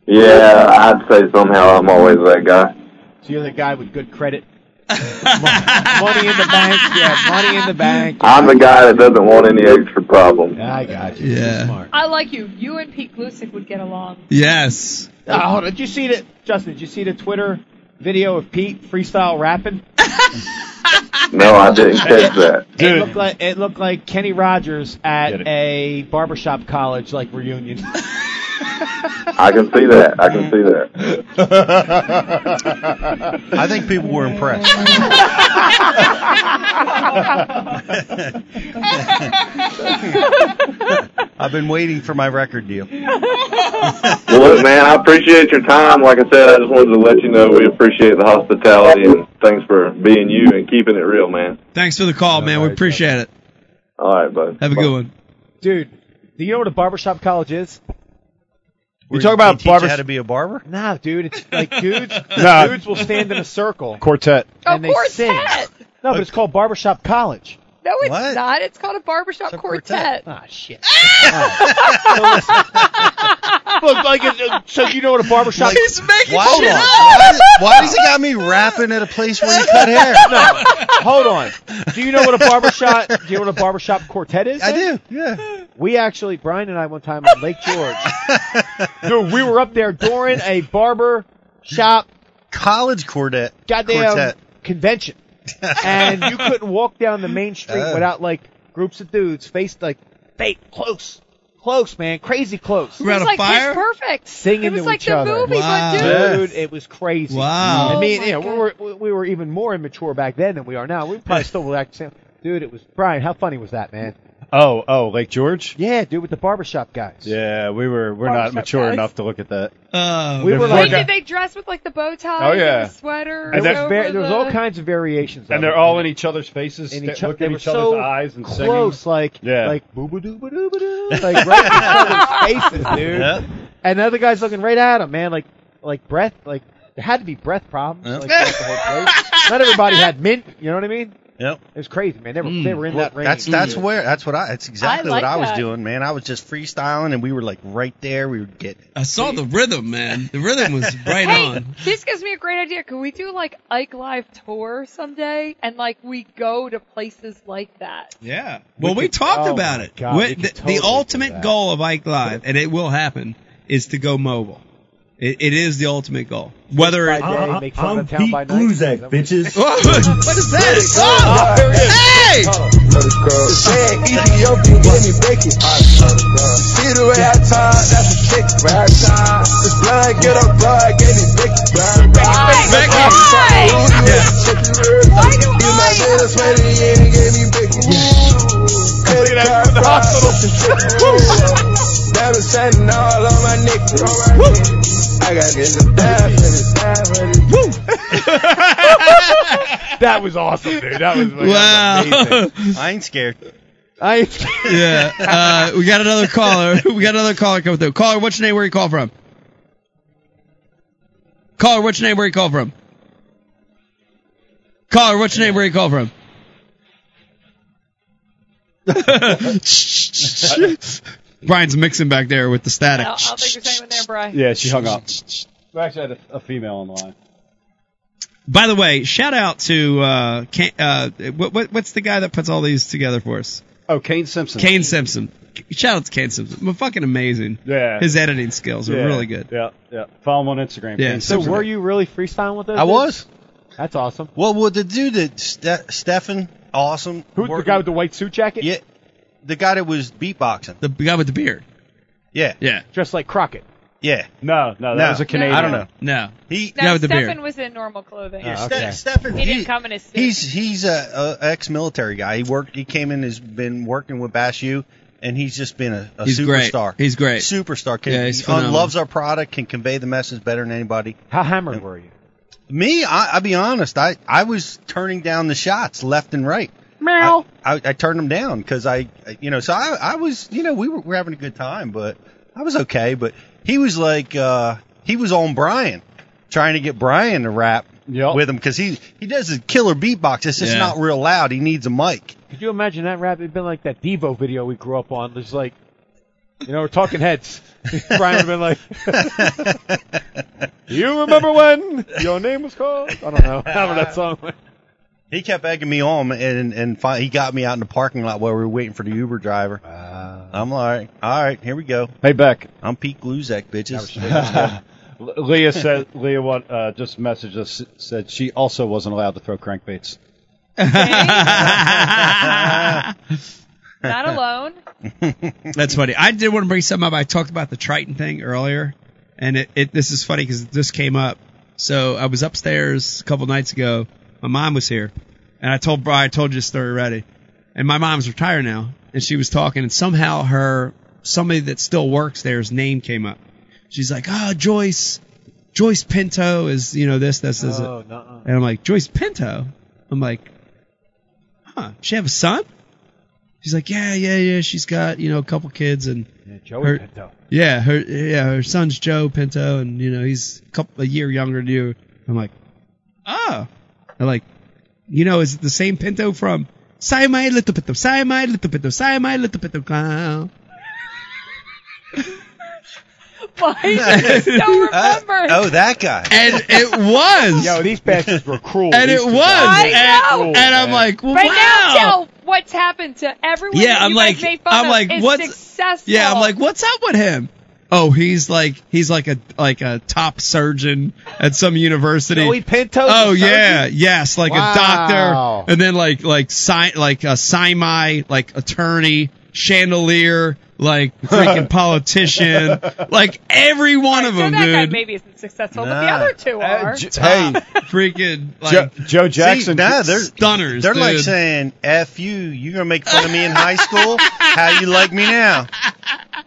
Speaker 15: Yeah, I'd say somehow I'm always that guy.
Speaker 6: So you're the guy with good credit, Mo- money in the bank. Yeah, money in the bank.
Speaker 15: I'm the guy that doesn't want any extra problems.
Speaker 6: I got you.
Speaker 2: Yeah.
Speaker 8: I like you. You and Pete Glusick would get along.
Speaker 2: Yes.
Speaker 6: Oh, hold on. Did you see the Justin? Did you see the Twitter video of Pete freestyle rapping?
Speaker 15: No, I didn't catch that.
Speaker 6: It looked like it looked like Kenny Rogers at a barbershop college like reunion.
Speaker 15: I can see that. I can see that.
Speaker 3: I think people were impressed. I've been waiting for my record deal.
Speaker 15: Well, look, man, I appreciate your time. Like I said, I just wanted to let you know we appreciate the hospitality and thanks for being you and keeping it real, man.
Speaker 2: Thanks for the call, man. We appreciate it.
Speaker 15: All right, bud.
Speaker 2: Have a good one.
Speaker 6: Dude, do you know what a barbershop college is?
Speaker 4: You talk about
Speaker 3: teach you
Speaker 4: barbers.
Speaker 3: how to be a barber?
Speaker 6: Nah, dude, it's like dudes.
Speaker 4: Nah.
Speaker 6: Dudes will stand in a circle
Speaker 4: Quartet.
Speaker 6: and they sing. No, but it's called barbershop college.
Speaker 8: No, it's
Speaker 6: What?
Speaker 8: not. It's called a barbershop quartet.
Speaker 6: Ah, shit. Look, like, it- so you know what a barbershop?
Speaker 2: He's making
Speaker 3: Hold on. Why does, why does he got me rapping at a place where you cut hair?
Speaker 6: No, hold on. Do you know what a barbershop? Do you know what a barbershop quartet is?
Speaker 3: I
Speaker 6: then?
Speaker 3: do. Yeah.
Speaker 6: We actually, Brian and I, one time on Lake George, dude, we were up there during a barber shop
Speaker 3: College quartet.
Speaker 6: goddamn
Speaker 3: Quartet.
Speaker 6: convention, and you couldn't walk down the main street
Speaker 3: Oh.
Speaker 6: without like groups of dudes face like face close, close, man. Crazy close.
Speaker 8: It was like pitch perfect.
Speaker 6: Singing
Speaker 8: it was
Speaker 6: to
Speaker 8: like
Speaker 6: each
Speaker 8: the
Speaker 6: other.
Speaker 8: movie, but dude.
Speaker 6: dude, it was crazy.
Speaker 2: Wow.
Speaker 6: I mean,
Speaker 8: Oh
Speaker 6: you know,
Speaker 8: my
Speaker 6: we were we- we were even more immature back then than we are now. We probably still would act the same. Dude, it was Brian. How funny was that, man?
Speaker 4: Oh, oh, Lake George.
Speaker 6: Yeah, dude, with the barbershop guys.
Speaker 4: Yeah, we were we're
Speaker 6: Barbershop
Speaker 4: not Oh, mature
Speaker 6: guys.
Speaker 4: enough to look at that.
Speaker 2: Uh,
Speaker 6: We were
Speaker 8: Wait,
Speaker 6: like,
Speaker 8: did they dress with like the bow tie?
Speaker 4: Oh, yeah.
Speaker 8: And the sweater.
Speaker 4: And
Speaker 8: over
Speaker 4: that-
Speaker 6: there there was all
Speaker 8: the-
Speaker 6: kinds of variations.
Speaker 4: and
Speaker 6: of
Speaker 4: they're
Speaker 6: it.
Speaker 4: all in each other's faces,
Speaker 6: in
Speaker 4: sta-
Speaker 6: each other.
Speaker 4: looking
Speaker 6: They
Speaker 4: at
Speaker 6: were
Speaker 4: each other's
Speaker 6: so
Speaker 4: eyes and singing.
Speaker 6: close, like
Speaker 4: Yeah.
Speaker 6: like boo boo doo boo doo boo doo, like right in each other's faces, dude.
Speaker 4: Yeah.
Speaker 6: And the other guy's looking right at him, man. Like like breath, like there had to be breath problems. Like, throughout the whole place. Not everybody had mint. You know what I mean?
Speaker 3: Yep. Mm.
Speaker 6: It was crazy, man. They were they were in
Speaker 3: Well,
Speaker 6: that range.
Speaker 3: That's that's where that's what I that's exactly
Speaker 6: like
Speaker 3: what I was
Speaker 6: that.
Speaker 3: doing, man. I was just freestyling, and we were like right there. We were getting.
Speaker 2: I saw the rhythm, man. The rhythm was right
Speaker 8: hey,
Speaker 2: on.
Speaker 8: this gives me a great idea. Could we do like Ike Live tour someday, and like we go to places like that?
Speaker 2: Yeah.
Speaker 6: We
Speaker 2: Well, we,
Speaker 6: could-
Speaker 2: talked
Speaker 6: oh
Speaker 2: about
Speaker 6: my
Speaker 2: it.
Speaker 6: God,
Speaker 2: We-
Speaker 6: we could
Speaker 2: the, the
Speaker 6: totally do
Speaker 2: ultimate
Speaker 6: that.
Speaker 2: goal of Ike Live, and it will happen, is to go mobile. It, it is the ultimate goal. Whether it,
Speaker 6: by day, make fun of the town by night.
Speaker 2: bitches. what is that? Oh, hey!
Speaker 14: Ethiopian, give me bacon. See the way I time, that's a kick, right? I time. This blood, get up, blood, give me bacon, blood. my little sweaty, yeah, give me bacon. Credit card, fraud, some shit. Diamond shining all on my neck. I got this dime for this, dime for this.
Speaker 6: that was awesome, dude. That was
Speaker 2: Wow.
Speaker 3: I ain't scared.
Speaker 6: I ain't scared.
Speaker 2: yeah. Uh, we got another caller. We got another caller coming through. Caller, what's your name? Where you call from? Caller, what's your name? Where you call from? Caller, what's your name? Where you call from? Brian's mixing back there with the
Speaker 8: I
Speaker 2: static.
Speaker 8: don't, I don't think there's anyone there, Bri.
Speaker 4: Yeah, she hung up. We actually had a, a female on the line.
Speaker 2: By the way, shout out to uh, Kane, uh, what, what, what's the guy that puts all these together for us?
Speaker 4: Oh, Kane Simpson.
Speaker 2: Kane Simpson. Shout out to Kane Simpson. Well, fucking amazing.
Speaker 4: Yeah.
Speaker 2: His editing skills are
Speaker 4: Yeah,
Speaker 2: really good.
Speaker 4: Yeah, yeah. Follow him on Instagram.
Speaker 2: Yeah,
Speaker 4: Kane
Speaker 6: So
Speaker 4: Simpson.
Speaker 6: were you really freestyling with those?
Speaker 3: I
Speaker 6: dudes?
Speaker 3: was.
Speaker 6: That's awesome.
Speaker 3: Well, well, the dude that Ste- Stefan, awesome.
Speaker 6: Who the guy with the white suit jacket?
Speaker 3: Yeah, the guy that was beatboxing.
Speaker 2: The guy with the beard.
Speaker 3: Yeah,
Speaker 2: Yeah.
Speaker 6: Dressed like Crockett.
Speaker 3: yeah.
Speaker 4: No, no, that
Speaker 3: No.
Speaker 4: was a Canadian.
Speaker 3: I don't know.
Speaker 2: No.
Speaker 3: He
Speaker 8: No,
Speaker 2: Yeah, with the
Speaker 8: Stefan
Speaker 2: beard.
Speaker 8: was in normal clothing.
Speaker 6: Oh,
Speaker 3: Yeah, Ste- Stefan,
Speaker 8: He
Speaker 3: he-
Speaker 8: didn't come in his suit.
Speaker 3: He's he's a, a ex-military guy. He worked. He came in. Has been working with Bashu, and he's just been a, a
Speaker 2: He's great.
Speaker 3: superstar.
Speaker 2: He's great.
Speaker 3: Superstar. Can,
Speaker 2: Yeah, he's
Speaker 3: he
Speaker 2: phenomenal.
Speaker 3: loves our product. Can convey the message better than anybody.
Speaker 6: How hammered were you?
Speaker 3: Me, I, I'll be honest. I I was turning down the shots left and right.
Speaker 6: Meow.
Speaker 3: I, I turned them down because I, I- you know, so I, I was, you know, we were, we were having a good time, but I was okay. But he was like, uh, he was on Brian, trying to get Brian to rap with him because he, he does a killer beatbox. It's just
Speaker 6: Yeah.
Speaker 3: not real loud. He needs a mic.
Speaker 6: Could you imagine that rap? It'd been like that Devo video we grew up on. There's like, you know, we're talking heads. Brian would have been like, you remember when your name was called? I don't know. However that song went.
Speaker 3: He kept egging me on, and and fi- he got me out in the parking lot while we were waiting for the Uber driver. I'm like, all right, here we go.
Speaker 4: Hey Beck.
Speaker 3: I'm Pete Gluzak, bitches.
Speaker 4: Leah said Leah what uh, just messaged us said she also wasn't allowed to throw crankbaits.
Speaker 8: not alone.
Speaker 2: That's funny. I did want to bring something up. I talked about the Triton thing earlier, and it, it this is funny because this came up. So I was upstairs a couple nights ago. My mom was here, and I told Brian, I told you this story already. And my mom's retired now, and she was talking, and somehow her somebody that still works there's name came up. She's like, "Ah, Joyce, Joyce Pinto is you know this, this, this."
Speaker 6: Oh, nuh-uh.
Speaker 2: And I'm like, Joyce Pinto. I'm like, huh? She have a son? She's like, yeah, yeah, yeah. She's got you know a couple kids and
Speaker 6: Joey
Speaker 2: her-
Speaker 6: Pinto.
Speaker 2: Yeah, her yeah her son's Joe Pinto, and you know he's a couple a year younger than you. I'm like, oh, I'm like, you know, is it the same Pinto from Say My Little Pinto, Say My Little Pinto, Say My Little Pinto Clown?
Speaker 8: Why do you still
Speaker 6: uh,
Speaker 8: remember?
Speaker 3: oh, that guy.
Speaker 2: And it was.
Speaker 6: Yo, these bastards were cruel.
Speaker 2: And
Speaker 6: These
Speaker 2: it
Speaker 6: two
Speaker 2: was.
Speaker 6: guys were
Speaker 2: And-
Speaker 6: cruel,
Speaker 2: and I'm
Speaker 6: man.
Speaker 2: like, well,
Speaker 8: Right
Speaker 2: wow.
Speaker 8: now, tell what's happened to everyone.
Speaker 2: Yeah,
Speaker 8: that
Speaker 2: I'm
Speaker 8: you
Speaker 2: like,
Speaker 8: guys made fun
Speaker 2: I'm
Speaker 8: of
Speaker 2: like,
Speaker 8: is
Speaker 2: what's
Speaker 8: successful.
Speaker 2: yeah,
Speaker 6: Oh.
Speaker 2: I'm like, what's up with him? Oh, he's like he's like a like a top surgeon at some university.
Speaker 6: Joey Pinto's
Speaker 2: Oh
Speaker 6: a surgeon?
Speaker 2: yeah, yes, like
Speaker 6: Wow.
Speaker 2: a doctor, and then like like sci- like a semi like attorney. chandelier, like freaking politician, like every one of them,
Speaker 8: that guy
Speaker 2: dude.
Speaker 8: maybe isn't successful, but the
Speaker 2: Nah.
Speaker 8: other two are.
Speaker 2: Hey, freaking like
Speaker 4: Joe
Speaker 3: See, nah, they're
Speaker 2: stunners.
Speaker 3: They're like
Speaker 2: dude.
Speaker 3: saying, "F you, you gonna make fun of me in high school? How you like me now?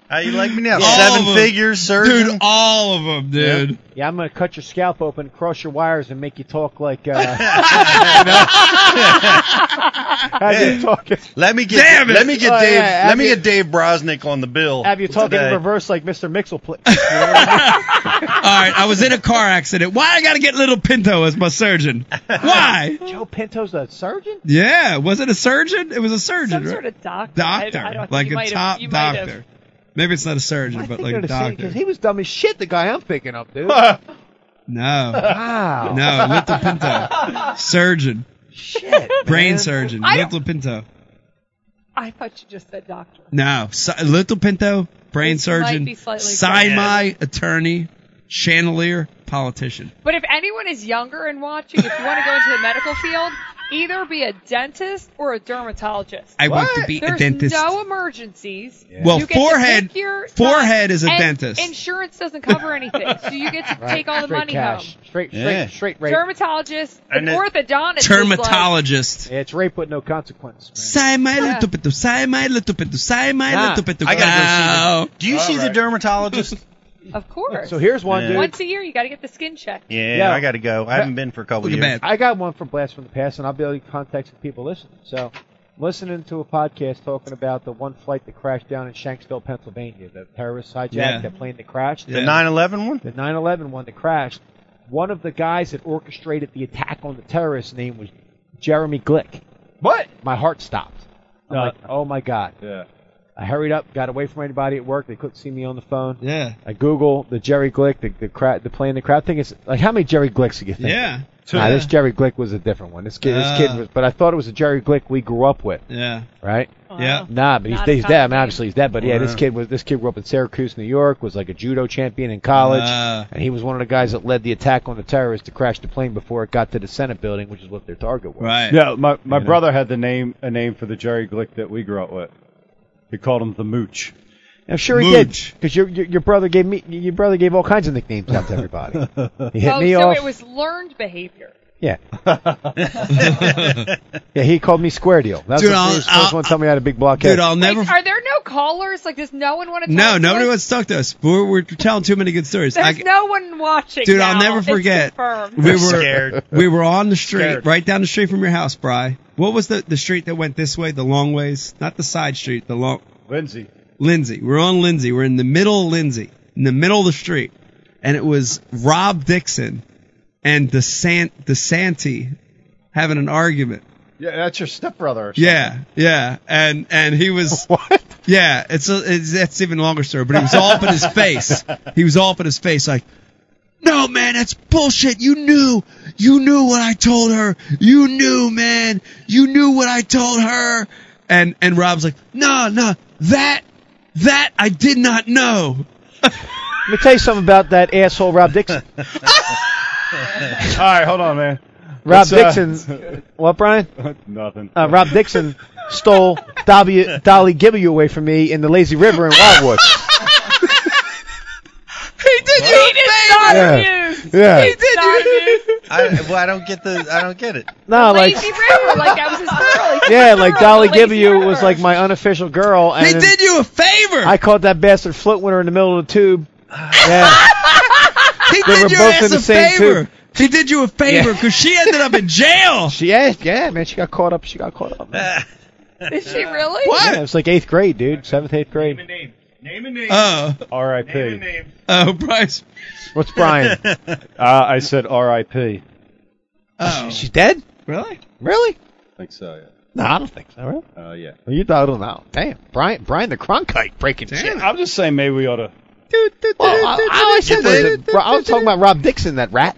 Speaker 3: How you like me now?
Speaker 6: All
Speaker 3: Seven
Speaker 6: of 'em.
Speaker 3: figures, surgeon.
Speaker 2: all of them,
Speaker 3: dude.
Speaker 6: Yeah. Yeah, I'm gonna cut your scalp open, cross your wires, and make you talk like. Uh, How you talking?
Speaker 3: Let me get
Speaker 6: Damn it.
Speaker 3: let me get
Speaker 6: Oh,
Speaker 3: Dave
Speaker 6: yeah,
Speaker 3: let me
Speaker 6: have
Speaker 3: get Dave Brosnick on the bill.
Speaker 6: Have you talking
Speaker 3: today.
Speaker 6: in reverse like Mr. Mixel? Pl-
Speaker 2: All right, I was in a car accident. Why I got to get little Pinto as my surgeon? Why?
Speaker 6: Joe Pinto's a surgeon.
Speaker 2: Yeah, was it a surgeon? It was a surgeon,
Speaker 8: Some
Speaker 2: right?
Speaker 8: sort of doctor. I- I
Speaker 2: doctor,
Speaker 8: don't-
Speaker 2: like
Speaker 8: you
Speaker 2: a
Speaker 8: might have-
Speaker 2: top
Speaker 8: you might have-
Speaker 2: doctor. Maybe it's not a surgeon, but like a doctor.
Speaker 6: Because he was dumb as shit. The guy I'm thinking of, dude.
Speaker 2: No,
Speaker 6: wow.
Speaker 2: no, little Pinto, surgeon,
Speaker 6: Shit.
Speaker 2: brain
Speaker 6: man.
Speaker 2: surgeon,
Speaker 8: I don't-
Speaker 2: little Pinto.
Speaker 8: I thought you just said doctor.
Speaker 2: No, si- little Pinto, brain surgeon,
Speaker 8: be slightly
Speaker 2: sign
Speaker 8: close.
Speaker 2: my attorney, chandelier, politician.
Speaker 8: But if anyone is younger and watching, if you want to go into the medical field, either be a dentist or a dermatologist.
Speaker 2: I want to What? be a
Speaker 8: There's
Speaker 2: dentist.
Speaker 8: no emergencies.
Speaker 2: Well,
Speaker 8: You get to
Speaker 2: forehead-
Speaker 8: pick your
Speaker 2: forehead
Speaker 8: time,
Speaker 2: is a
Speaker 8: and
Speaker 2: dentist.
Speaker 8: Insurance doesn't cover anything, so you get to
Speaker 6: Right.
Speaker 8: take all the
Speaker 6: Straight
Speaker 8: money
Speaker 6: cash.
Speaker 8: home.
Speaker 6: Straight, straight,
Speaker 2: Yeah.
Speaker 6: straight rape.
Speaker 8: Dermatologist, an
Speaker 2: And it-
Speaker 8: orthodontist, is like,
Speaker 2: Dermatologist.
Speaker 6: Yeah, it's rape with no consequence.
Speaker 2: Sign my
Speaker 8: Yeah.
Speaker 2: little Pinto, sign my little Pinto, sign my
Speaker 6: Nah.
Speaker 2: little Pinto.
Speaker 6: I gotta
Speaker 2: Wow.
Speaker 3: Do you see the dermatologist?
Speaker 8: of course.
Speaker 6: So here's one, dude.
Speaker 8: Once a year, you got to get the skin check.
Speaker 3: yeah,
Speaker 6: Yeah.
Speaker 3: I got to go. I haven't been for a couple years.
Speaker 6: I got one from Blast from the Past, and I'll be able to contact some people listening. So, listening to a podcast talking about the one flight that crashed down in Shanksville, Pennsylvania, the terrorists hijacked
Speaker 3: Yeah.
Speaker 6: that plane that crashed.
Speaker 3: The 9/11 one.
Speaker 6: The 9/11 one that crashed. One of the guys that orchestrated the attack on the terrorist's name was Jeremy Glick.
Speaker 4: What?
Speaker 6: My heart stopped. I'm
Speaker 2: Uh,
Speaker 6: like, oh my god.
Speaker 4: Yeah.
Speaker 6: I hurried up, got away from anybody at work. They couldn't see me on the phone.
Speaker 2: Yeah.
Speaker 6: I Google the Jerry Glick, the the, cra- the plane, the crowd thing. Is like how many Jerry Glicks do you think?
Speaker 2: Yeah.
Speaker 6: Nah, this Jerry Glick was a different one. This kid,
Speaker 2: Ah.
Speaker 6: this kid was, but I thought it was a Jerry Glick we grew up with,
Speaker 2: Yeah.
Speaker 6: right?
Speaker 2: Yeah.
Speaker 6: Nah, but he's,
Speaker 2: Not a
Speaker 6: he's dead. I mean, obviously he's dead, but yeah, this
Speaker 2: Wow.
Speaker 6: kid was this kid grew up in Syracuse, New York, was like a judo champion in college,
Speaker 2: Ah.
Speaker 6: and he was one of the guys that led the attack on the terrorists to crash the plane before it got to the Senate building, which is what their target was.
Speaker 2: Right.
Speaker 4: Yeah, my my
Speaker 6: know?
Speaker 4: brother had the name a name for the Jerry Glick that we grew up with. He called him the Mooch.
Speaker 6: Now, sure he did, because your, your your brother gave me your brother gave all kinds of nicknames out to everybody. he hit
Speaker 8: oh,
Speaker 6: me
Speaker 8: so
Speaker 6: off.
Speaker 8: it was learned behavior.
Speaker 6: Yeah. yeah, he called me Square Deal. That's
Speaker 2: Dude,
Speaker 6: the
Speaker 2: I'll-
Speaker 6: first, first one to tell me I had a big blockhead.
Speaker 2: Dude, I'll never.
Speaker 8: Are there no callers? Like, does no one want to?
Speaker 2: No,
Speaker 8: talk
Speaker 2: nobody
Speaker 8: To us?
Speaker 2: wants to talk to us. We're, we're telling too many good stories. I-
Speaker 8: There's no one watching.
Speaker 2: Dude,
Speaker 8: now.
Speaker 2: I'll never
Speaker 8: It's
Speaker 2: forget.
Speaker 8: confirmed.
Speaker 2: We were We were on the street,
Speaker 8: Scared.
Speaker 2: right down the street from your house, Bry. What was the the street that went this way, the long ways, not the side street, the long
Speaker 4: Lindsay.
Speaker 2: Lindsay. We're on Lindsay. We're in the middle of Lindsay, in the middle of the street, and it was Rob Dixon and the Sant the Santee having an argument.
Speaker 4: Yeah, that's your stepbrother.
Speaker 2: Yeah, yeah, and and he was what? Yeah, it's a it's, that's even longer story, but he was all up in his face. He was all up in his face, like, no man, that's bullshit. You knew, you knew what I told her. You knew, man, you knew what I told her. And and Rob's like, no, no, that that I did not know.
Speaker 6: Let me tell you something about that asshole Rob Dixon.
Speaker 4: All right, hold on, man.
Speaker 6: Rob
Speaker 4: Let's, uh,
Speaker 6: Dixon, what, Brian?
Speaker 4: Nothing.
Speaker 6: Uh, Rob Dixon stole Dolly, Dolly Gibby away from me in the Lazy River in Wildwood.
Speaker 2: He did
Speaker 8: you a favor.
Speaker 6: Yeah.
Speaker 8: Abused.
Speaker 6: Yeah.
Speaker 8: He did you.
Speaker 3: I, well, I don't get the. I don't get it.
Speaker 6: No, like
Speaker 8: Lazy river, like I was his girl. He's
Speaker 6: yeah,
Speaker 8: his
Speaker 6: like
Speaker 8: girl,
Speaker 6: Dolly
Speaker 8: the lazy
Speaker 6: Gibby
Speaker 8: river.
Speaker 6: was like my unofficial girl. And
Speaker 2: He did you a favor.
Speaker 6: I caught that bastard float winner in the middle of the tube. Yeah.
Speaker 2: He
Speaker 6: They
Speaker 2: did your
Speaker 6: were both
Speaker 2: ass
Speaker 6: in the
Speaker 2: a
Speaker 6: same
Speaker 2: favor.
Speaker 6: tube.
Speaker 2: He did you a favor because she ended up in jail. Uh,
Speaker 6: She yeah, yeah, man, she got caught up. She got caught up. man.
Speaker 8: Is she really?
Speaker 6: Yeah, it was like eighth grade, dude. Seventh, eighth grade.
Speaker 3: Name, name and name.
Speaker 2: Oh.
Speaker 4: R.I.P.
Speaker 2: Oh, Bryce.
Speaker 6: What's Brian?
Speaker 4: uh, I said R.I.P.
Speaker 2: Oh.
Speaker 6: She's dead?
Speaker 2: Really?
Speaker 6: Really?
Speaker 4: think so. Yeah.
Speaker 6: No, I don't think so. Really?
Speaker 4: Uh, yeah.
Speaker 6: Well, you thought I don't know. Damn, Brian, Brian the Cronkite breaking shit.
Speaker 4: I'm just saying maybe we ought to.
Speaker 6: Well, I, I always said was that- I was talking about Rob Dixon, that rat.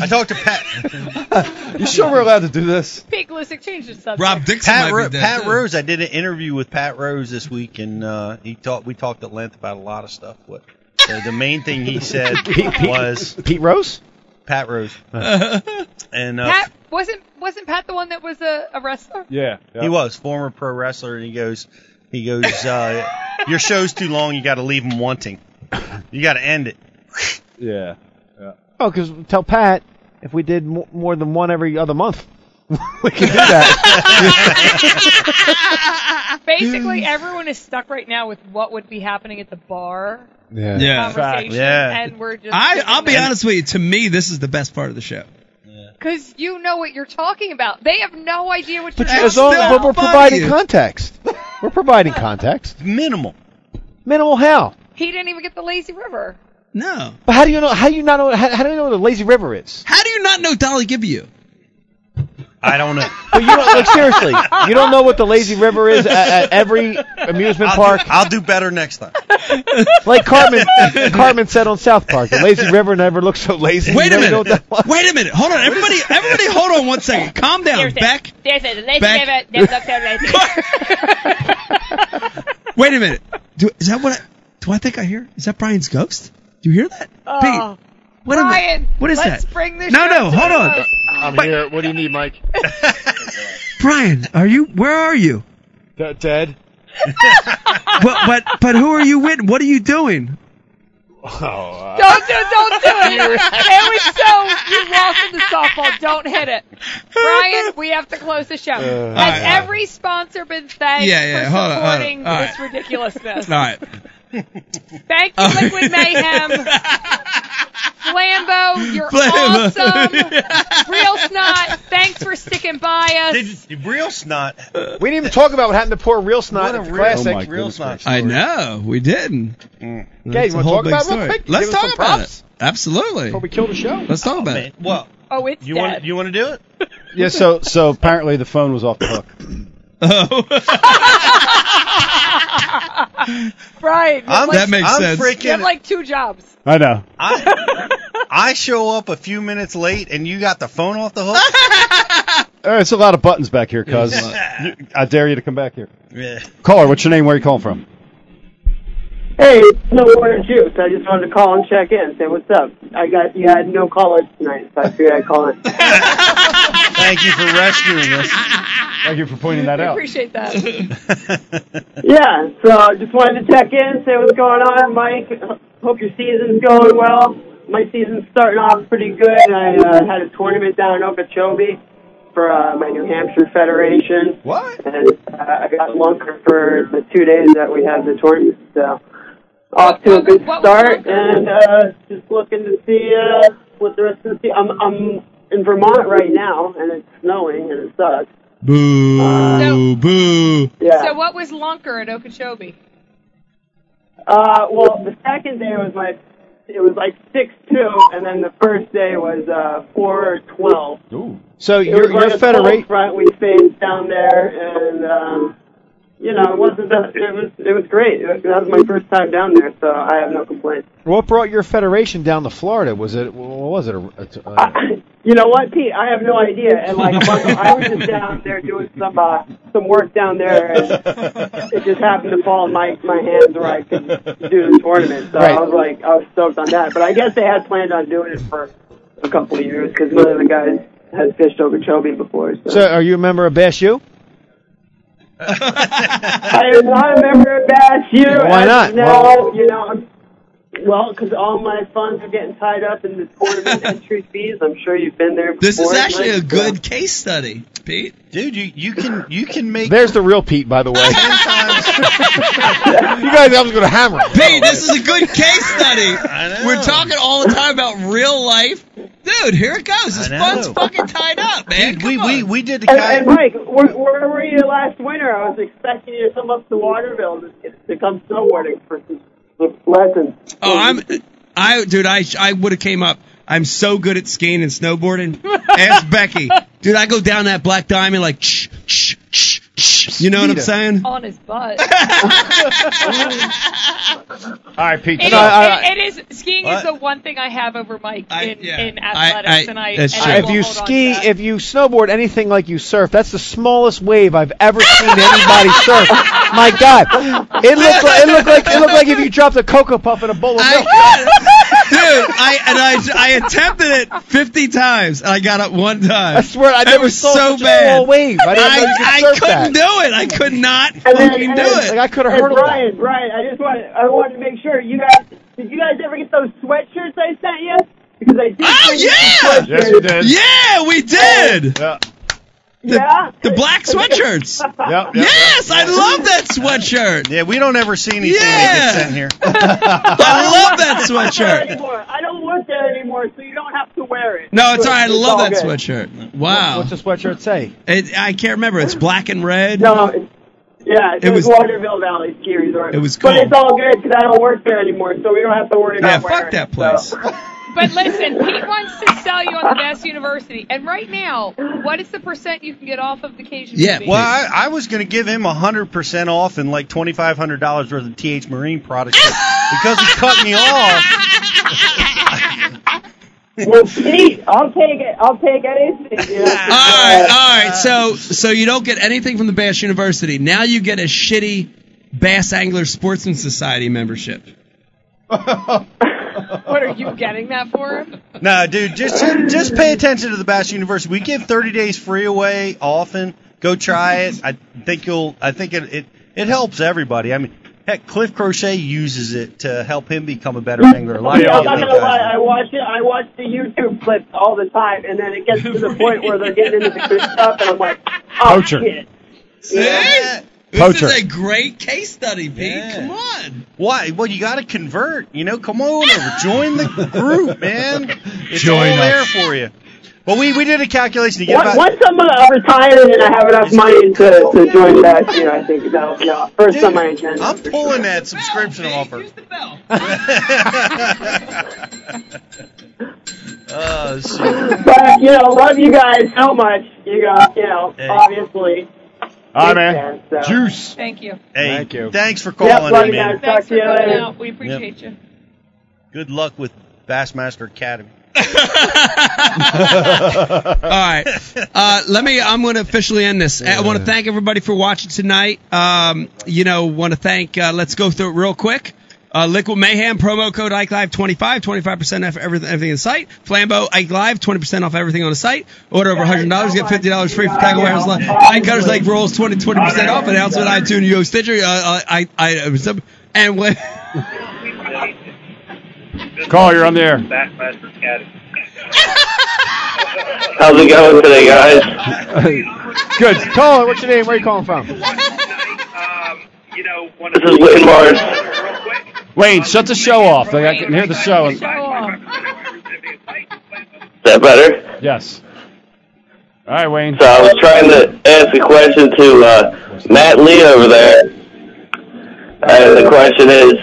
Speaker 3: I talked to Pat.
Speaker 4: You sure we're allowed to do this?
Speaker 8: Pete Glusick changed the subject.
Speaker 2: Rob Dixon
Speaker 3: Pat,
Speaker 2: might
Speaker 3: Ro-
Speaker 2: be dead,
Speaker 3: Pat
Speaker 2: too.
Speaker 3: Rose. I did an interview with Pat Rose this week, and uh, he talked. We talked at length about a lot of stuff. What so the main thing he said was
Speaker 6: Pete Rose.
Speaker 3: Pat Rose, and uh,
Speaker 8: Pat wasn't wasn't Pat the one that was a, a wrestler?
Speaker 4: Yeah,
Speaker 3: he was former pro wrestler, and he goes, He goes, uh, "Your show's too long. You got to leave them wanting. You got to end it."
Speaker 4: Yeah.
Speaker 6: Oh, because tell Pat if we did mo- more than one every other month, we could do that.
Speaker 2: Ah,
Speaker 8: Basically, everyone is stuck right now with what would be happening at the bar.
Speaker 2: Yeah.
Speaker 8: Conversation,
Speaker 2: Yeah.
Speaker 8: and we're just
Speaker 2: I, I'll be honest with you. To me, this is the best part of the show.
Speaker 8: because you know what you're talking about. They have no idea what you're
Speaker 6: As
Speaker 8: talking
Speaker 6: long-
Speaker 8: about.
Speaker 6: but we're providing context. We're providing context.
Speaker 3: Minimal.
Speaker 6: Minimal how?
Speaker 8: He didn't even get the lazy river.
Speaker 2: No.
Speaker 6: But how do you know? How do you not know? How, how do you know what a lazy river is?
Speaker 2: How do you not know Dolly Gibbeu?
Speaker 3: I don't know.
Speaker 6: But you don't, like seriously, you don't know what the lazy river is at, at every amusement park.
Speaker 3: I'll do better next time.
Speaker 6: Like Cartman, Cartman said on South Park, the lazy river never looks so lazy.
Speaker 2: Wait a
Speaker 6: You never know
Speaker 2: minute.
Speaker 6: what that was.
Speaker 2: Wait a minute. Hold on. Everybody, everybody, hold on one second. Calm down. Beck.
Speaker 8: Seriously, the lazy
Speaker 2: Back-
Speaker 8: river. That's not so lazy.
Speaker 2: Wait a minute. Do, is that what? I, do I think I hear? Is that Brian's ghost? Do you hear that?
Speaker 8: Oh,
Speaker 2: Pete, what, am I-
Speaker 8: Brian,
Speaker 2: what is
Speaker 8: let's
Speaker 2: that?
Speaker 8: bring this
Speaker 2: no,
Speaker 8: show
Speaker 2: no.
Speaker 8: to
Speaker 2: Hold
Speaker 8: a
Speaker 2: on.
Speaker 8: close.
Speaker 16: I'm here. What do you need, Mike?
Speaker 2: Brian, are you? Where are you?
Speaker 16: dead.
Speaker 2: but but but who are you with? What are you doing?
Speaker 6: Oh.
Speaker 8: Don't do, don't do it. it was so you lost in the softball. Don't hit it, Brian. We have to close the show.
Speaker 2: Uh,
Speaker 8: Has
Speaker 2: all right.
Speaker 8: every sponsor been thanked
Speaker 2: Yeah, yeah,
Speaker 8: for
Speaker 2: hold on, hold on,
Speaker 8: supporting
Speaker 2: all
Speaker 8: this
Speaker 2: right.
Speaker 8: ridiculousness?
Speaker 2: All right.
Speaker 8: Thank you, Liquid Mayhem. Flambo, you're
Speaker 3: Flambo.
Speaker 8: awesome. Real snot, thanks for sticking by us.
Speaker 3: Real snot.
Speaker 6: We didn't even talk about what happened to poor real snot
Speaker 3: What a
Speaker 6: at the
Speaker 3: real-
Speaker 6: classic.
Speaker 3: oh my Real goodness snot.
Speaker 2: I know we didn't.
Speaker 6: Okay,
Speaker 2: That's
Speaker 6: you
Speaker 2: a
Speaker 6: want to
Speaker 2: whole
Speaker 6: talk
Speaker 2: big
Speaker 6: about it real
Speaker 2: story.
Speaker 6: quick? Give
Speaker 2: Let's
Speaker 6: us some
Speaker 2: talk about
Speaker 6: props?
Speaker 2: it. Absolutely.
Speaker 6: Before we kill the show.
Speaker 2: Let's talk about it.
Speaker 3: Well,
Speaker 8: oh, it's
Speaker 3: you want you want to do it?
Speaker 4: Yeah. So so apparently the phone was off the hook.
Speaker 2: Oh.
Speaker 8: Brian, you have
Speaker 3: I'm-
Speaker 8: like,
Speaker 3: that makes I'm sense. freaking-
Speaker 8: You have like two jobs.
Speaker 4: I know.
Speaker 3: I I show up a few minutes late and you got the phone off the hook.
Speaker 4: All right, it's a lot of buttons back here, cuz.
Speaker 3: There's a lot.
Speaker 4: You- I dare you to come back here.
Speaker 3: Yeah.
Speaker 4: Caller, what's your name? Where are you calling from?
Speaker 17: Hey, no Warren Jukes. I just wanted to call and check in, say what's up. I got you had no callers tonight, so I figured I'd call in.
Speaker 3: Thank you for rescuing us.
Speaker 4: Thank you for pointing that
Speaker 8: I
Speaker 4: out.
Speaker 8: appreciate that.
Speaker 17: yeah, so I just wanted to check in, say what's going on, Mike. H- Hope your season's going well. My season's starting off pretty good. I uh, had a tournament down in Okeechobee for uh, my New Hampshire Federation.
Speaker 4: What?
Speaker 17: And uh, I got lunker for the two days that we had the tournament. So off to a good start, and uh, just looking to see uh, what the rest of the season. I'm I'm in Vermont right now, and it's snowing and it sucks.
Speaker 2: Boo,
Speaker 8: So-
Speaker 2: boo.
Speaker 17: Yeah.
Speaker 8: So what was Lunker at Okeechobee?
Speaker 17: Uh, well, the second day was like it was like six two, and then the first day was uh four twelve.
Speaker 6: So
Speaker 17: It was
Speaker 6: your your
Speaker 17: like a cold
Speaker 6: federation.
Speaker 17: front we faced down there, and um, you know it wasn't that it was it was great. It was, that was my first time down there, so I have no complaints.
Speaker 6: What brought your federation down to Florida? Was it? What was it? A, a,
Speaker 17: You know what, Pete? I have no idea. And like a month, I was just down there doing some uh, some work down there, and it just happened to fall in my my hands where I could do the tournament. So I was like, I was stoked on that. But I guess they had planned on doing it for a couple of years because one of the guys had fished Okeechobee before. So,
Speaker 6: so are you a member of Bash U?
Speaker 17: I am not a member of Bash U.
Speaker 6: Why not?
Speaker 17: No, you know. I'm, well, because all my funds are getting tied up in the tournament entry fees. I'm sure you've been there. Before,
Speaker 2: This is actually a
Speaker 17: Mike, so-
Speaker 2: good case study, Pete.
Speaker 3: Dude, you, you can you can make
Speaker 6: There's the real Pete, by the way. you guys, I was going to hammer him.
Speaker 2: Pete, this is a good case study. We're talking all the time about real life. Dude, here it goes. This fun's fucking tied up, man.
Speaker 3: Dude, we, we we did the
Speaker 17: And,
Speaker 3: guy.
Speaker 17: and Mike, where, where were you last winter? I was expecting you to come up to Waterville to, to come snowboarding for some lessons.
Speaker 2: Oh, I'm, I, dude, I, I would have came up. I'm so good at skiing and snowboarding. Ask Becky, dude. I go down that black diamond like, shh, shh, shh, shh. You know what I'm saying?
Speaker 8: On his butt.
Speaker 4: All right, Pete.
Speaker 8: It is,
Speaker 4: so-
Speaker 8: it- it is skiing
Speaker 4: What?
Speaker 8: is the one thing I have over Mike in, in
Speaker 6: I-
Speaker 8: athletics, and I, and I
Speaker 6: if
Speaker 8: will
Speaker 6: you
Speaker 8: hold on
Speaker 6: ski,
Speaker 8: to that.
Speaker 6: if you snowboard anything like you surf, that's the smallest wave I've ever seen anybody surf. My God, it looked like it looked like it looked like if you dropped a cocoa puff in a bowl of milk.
Speaker 2: I and I I attempted it 50 times and I got up one time. I
Speaker 7: swear I
Speaker 2: never
Speaker 7: saw
Speaker 2: so
Speaker 7: such a
Speaker 2: bad.
Speaker 7: small wave. I didn't know you could
Speaker 2: I,
Speaker 7: surf
Speaker 2: couldn't
Speaker 7: that.
Speaker 2: do it. I could not
Speaker 17: And then,
Speaker 2: fucking
Speaker 17: and
Speaker 2: do it.
Speaker 17: then- and Brian, Brian, I just want I wanted to make sure you guys did you guys ever get those sweatshirts I sent you? Because I did.
Speaker 2: Oh
Speaker 17: send you
Speaker 2: yeah!
Speaker 17: some sweatshirts.
Speaker 2: Yeah, we did.
Speaker 17: The, yeah.
Speaker 2: The black sweatshirts. yes, I love that sweatshirt.
Speaker 3: Yeah, we don't ever see anything
Speaker 2: Yeah.
Speaker 3: that gets sent here.
Speaker 2: I love that sweatshirt.
Speaker 17: Anymore. I don't work there anymore, so you don't have to wear it.
Speaker 2: No, it's all right. I love
Speaker 17: all
Speaker 2: that
Speaker 17: good.
Speaker 2: sweatshirt. Wow. What's
Speaker 6: the sweatshirt say?
Speaker 2: It, I can't remember. It's black and red.
Speaker 17: No, Yeah, it,
Speaker 2: It was-
Speaker 17: was Waterville Valley ski resort.
Speaker 2: It was
Speaker 17: But
Speaker 2: cool.
Speaker 17: it's all good because I don't work there anymore, so we don't have to worry
Speaker 2: Yeah,
Speaker 17: about wearing
Speaker 2: fuck that place.
Speaker 8: But listen, Pete wants to sell you on the best university. And right now, what is the percent you can get off of the Cajun
Speaker 3: Yeah,
Speaker 8: movie?
Speaker 3: well, I, I was going to give him hundred percent off and like twenty five hundred dollars worth of TH Marine products because he cut me off.
Speaker 17: Well, Pete, I'll take it. I'll take anything. You know?
Speaker 2: All right, all right. So, so you don't get anything from the Bass University. Now you get a shitty Bass Angler Sportsman Society membership.
Speaker 8: What are you getting that for him?
Speaker 3: No, dude, just just pay attention to the Bass University. We give thirty days free away often. Go try it. I think you'll. I think it it, it helps everybody. I mean, heck, Cliff Crochet uses it to help him become a better angler. A lot of
Speaker 17: Yeah,
Speaker 3: the
Speaker 17: I'm not
Speaker 3: other
Speaker 17: gonna lie.
Speaker 3: guys-
Speaker 17: I watch it. I watch the YouTube clips all the time, and then it gets to the point where they're getting into the good stuff, and I'm like, oh
Speaker 4: Poacher.
Speaker 17: shit.
Speaker 2: See? This
Speaker 4: Poacher.
Speaker 2: is a great case study, Pete. Come on.
Speaker 3: Why? Well, you got to convert. You know, come on over, join the group, man. It's
Speaker 14: Join
Speaker 3: all there
Speaker 14: us.
Speaker 3: for you. Well, we, we did a calculation to get
Speaker 17: Once
Speaker 3: about
Speaker 17: once I'm uh, retired and I have enough money to, to join that, you know, I think that'll be all. First on my agenda.
Speaker 3: I'm pulling that subscription offer. oh shit!
Speaker 17: But you know, love you guys so much. You got, you know, obviously.
Speaker 4: All right,
Speaker 17: man.
Speaker 4: Juice.
Speaker 8: Thank you.
Speaker 3: Hey,
Speaker 4: Thank you.
Speaker 3: Thanks for
Speaker 17: Yep,
Speaker 3: calling,
Speaker 17: love
Speaker 3: me,
Speaker 17: you guys.
Speaker 3: man.
Speaker 17: Talk
Speaker 8: Thanks
Speaker 17: to
Speaker 8: for
Speaker 17: you
Speaker 8: coming
Speaker 17: later.
Speaker 8: out. We appreciate you.
Speaker 3: Good luck with Bassmaster Academy.
Speaker 2: All right. Uh, let me. I'm going to officially end this. I want to thank everybody for watching tonight. Um, you know, want to thank. Uh, let's go through it real quick. Uh, Liquid Mayhem promo code Ike Live 25, 25 percent off everything, everything on the site. Flambeau Ike Live 20 percent off everything on the site. Order over 100 dollars, get 50 dollars free for tackle warehouse. line. Ike Cutters Lake rolls 20 20 percent off. Announcement iTunes, Yo Stitcher, uh, uh, I, I, uh, sub- and when.
Speaker 4: Call, you're on the air.
Speaker 12: Backmaster Academy.
Speaker 15: How's it going today, guys?
Speaker 6: Good. Caller, what's your name? Where are you calling from?
Speaker 15: This is Wayne Barnes.
Speaker 4: Wayne, shut the show off. Like, I can hear the show. and-
Speaker 15: Is that better?
Speaker 4: yes. All right, Wayne.
Speaker 15: So I was trying to ask a question to uh, Matt Lee over there, and the question is,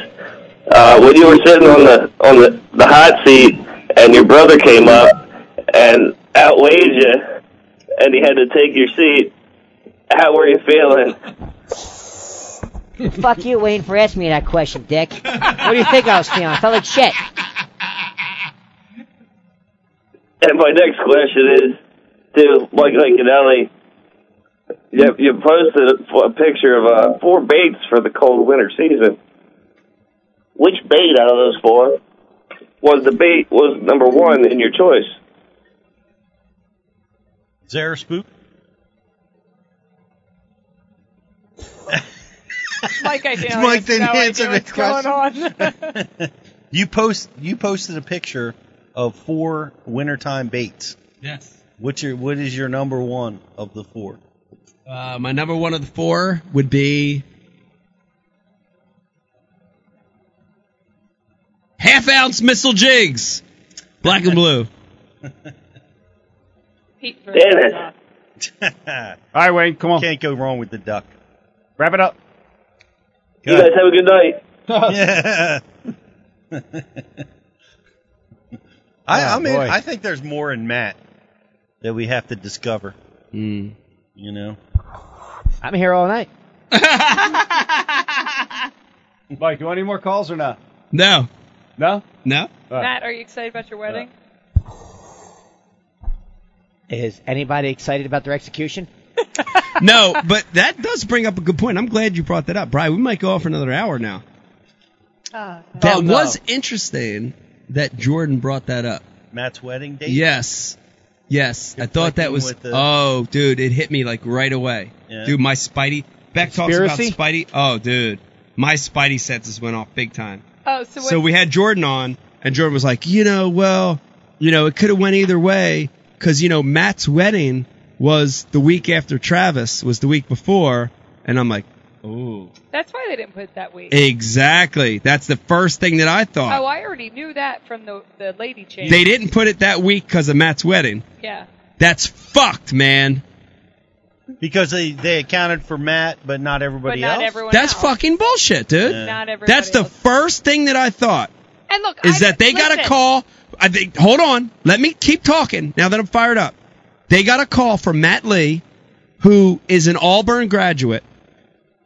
Speaker 15: uh, when you were sitting on the on the, the hot seat, and your brother came up and outweighed you, and he had to take your seat. How were you feeling?
Speaker 18: Fuck you, Wayne, for asking me that question, dick. What do you think I was feeling? I felt like shit.
Speaker 15: And my next question is to Mike Lincolnelli. You, you posted a- a picture of uh, four baits for the cold winter season. Which bait out of those four was the bait was number one in your choice?
Speaker 3: Zara Spook.
Speaker 8: Mike, I feel
Speaker 3: Mike didn't
Speaker 8: no
Speaker 3: answer
Speaker 8: idea
Speaker 3: the
Speaker 8: what's going on.
Speaker 3: You post you posted a picture of four wintertime baits.
Speaker 2: Yes.
Speaker 3: What's your what is your number one of the four?
Speaker 2: Uh, my number one of the four would be half ounce missile jigs, black and blue.
Speaker 8: Pete for
Speaker 15: Damn
Speaker 3: All
Speaker 4: right, Wayne, come on.
Speaker 3: Can't go wrong with the duck.
Speaker 4: Wrap it up.
Speaker 15: You guys have a good night.
Speaker 3: yeah. I,
Speaker 2: Ah,
Speaker 15: Oh,
Speaker 3: I mean,
Speaker 15: boy.
Speaker 3: I think there's more in Matt that we have to discover.
Speaker 2: Hmm.
Speaker 3: You know,
Speaker 6: I'm here all night.
Speaker 4: Mike, you want any more calls or not?
Speaker 2: No.
Speaker 4: No?
Speaker 2: No.
Speaker 8: Matt, are you excited about your wedding?
Speaker 18: Is anybody excited about their execution?
Speaker 2: no, but that does bring up a good point. I'm glad you brought that up, Brian. We might go off for another hour now. That
Speaker 18: no.
Speaker 2: was interesting that Jordan brought that up.
Speaker 3: Matt's wedding date.
Speaker 2: Yes. Yes. I thought that
Speaker 3: Conflicting
Speaker 2: was
Speaker 3: with the-
Speaker 2: Oh, dude, it hit me like right away.
Speaker 3: Yeah.
Speaker 2: Dude, my Spidey Beck
Speaker 3: Conspiracy?
Speaker 2: talks about Spidey. Oh, dude. My Spidey senses went off big time.
Speaker 8: Oh, so,
Speaker 2: So we had Jordan on, and Jordan was like, you know, well, you know, it could have went either way because you know Matt's wedding was the week after Travis was the week before, and I'm like, oh,
Speaker 8: that's why they didn't put it that week.
Speaker 2: exactly. That's the first thing that I thought.
Speaker 8: Oh, I already knew that from the the lady change.
Speaker 2: They didn't put it that week because of Matt's wedding.
Speaker 8: Yeah.
Speaker 2: That's fucked, man.
Speaker 3: Because they, they accounted for Matt, but not everybody
Speaker 8: But not
Speaker 3: else.
Speaker 8: everyone
Speaker 2: That's fucking bullshit, dude.
Speaker 3: Yeah.
Speaker 8: Not everybody
Speaker 2: That's the first thing that I thought.
Speaker 8: And look,
Speaker 2: is
Speaker 8: I-
Speaker 2: that they got a
Speaker 8: listen.
Speaker 2: call. I think. Hold on. Let me keep talking. Now that I'm fired up, they got a call from Matt Lee, who is an Auburn graduate.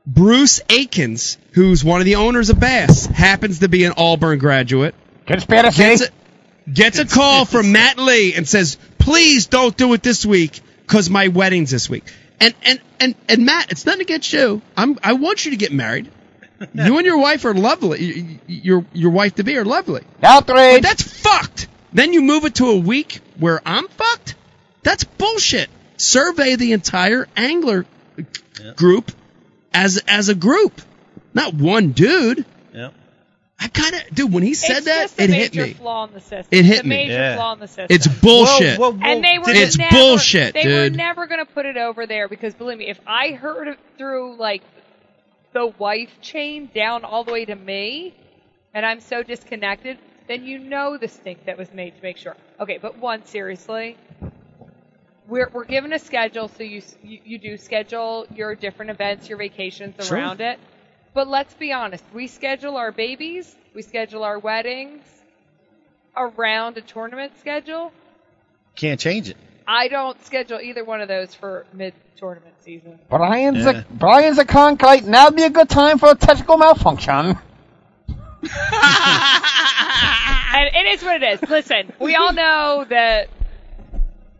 Speaker 2: Bruce Akins, who's one of the owners of Bass, happens to be an Auburn graduate. Conspiracy. Gets a, gets a call from Matt Lee and says, "Please don't do it this week because my wedding's this week." And and and and Matt, it's nothing against you. I'm I want you to get married. You and your wife are lovely. Y- y- Your your wife to be are lovely. Outrage. But that's fucked. Then you move it to a week where I'm fucked. That's bullshit. Survey the entire angler g- group as as a group, not one dude.
Speaker 3: Yep.
Speaker 2: I kind of dude when he said
Speaker 8: it's
Speaker 2: that
Speaker 8: just a
Speaker 2: it hit
Speaker 8: major
Speaker 2: me.
Speaker 8: flaw in the system.
Speaker 2: It hit
Speaker 8: It's a
Speaker 2: me.
Speaker 8: Major
Speaker 2: Yeah.
Speaker 8: flaw in the system.
Speaker 2: It's bullshit. Whoa, whoa, whoa.
Speaker 8: And they were
Speaker 2: It's
Speaker 8: never,
Speaker 2: bullshit,
Speaker 8: They
Speaker 2: dude.
Speaker 8: were never going to put it over there because believe me, if I heard it through like the wife chain down all the way to me, and I'm so disconnected, then you know the stink that was made to make sure. Okay, but one seriously. We're, we're given a schedule, so you, s- you you do schedule your different events, your vacations
Speaker 19: Sure.
Speaker 8: around it. But let's be honest, we schedule our babies, we schedule our weddings around a tournament schedule.
Speaker 3: Can't change it.
Speaker 8: I don't schedule either one of those for mid tournament season.
Speaker 20: Brian's
Speaker 3: Yeah.
Speaker 20: a Brian's a concrete. Now'd be a good time for a technical malfunction.
Speaker 8: And it is what it is. Listen, we all know that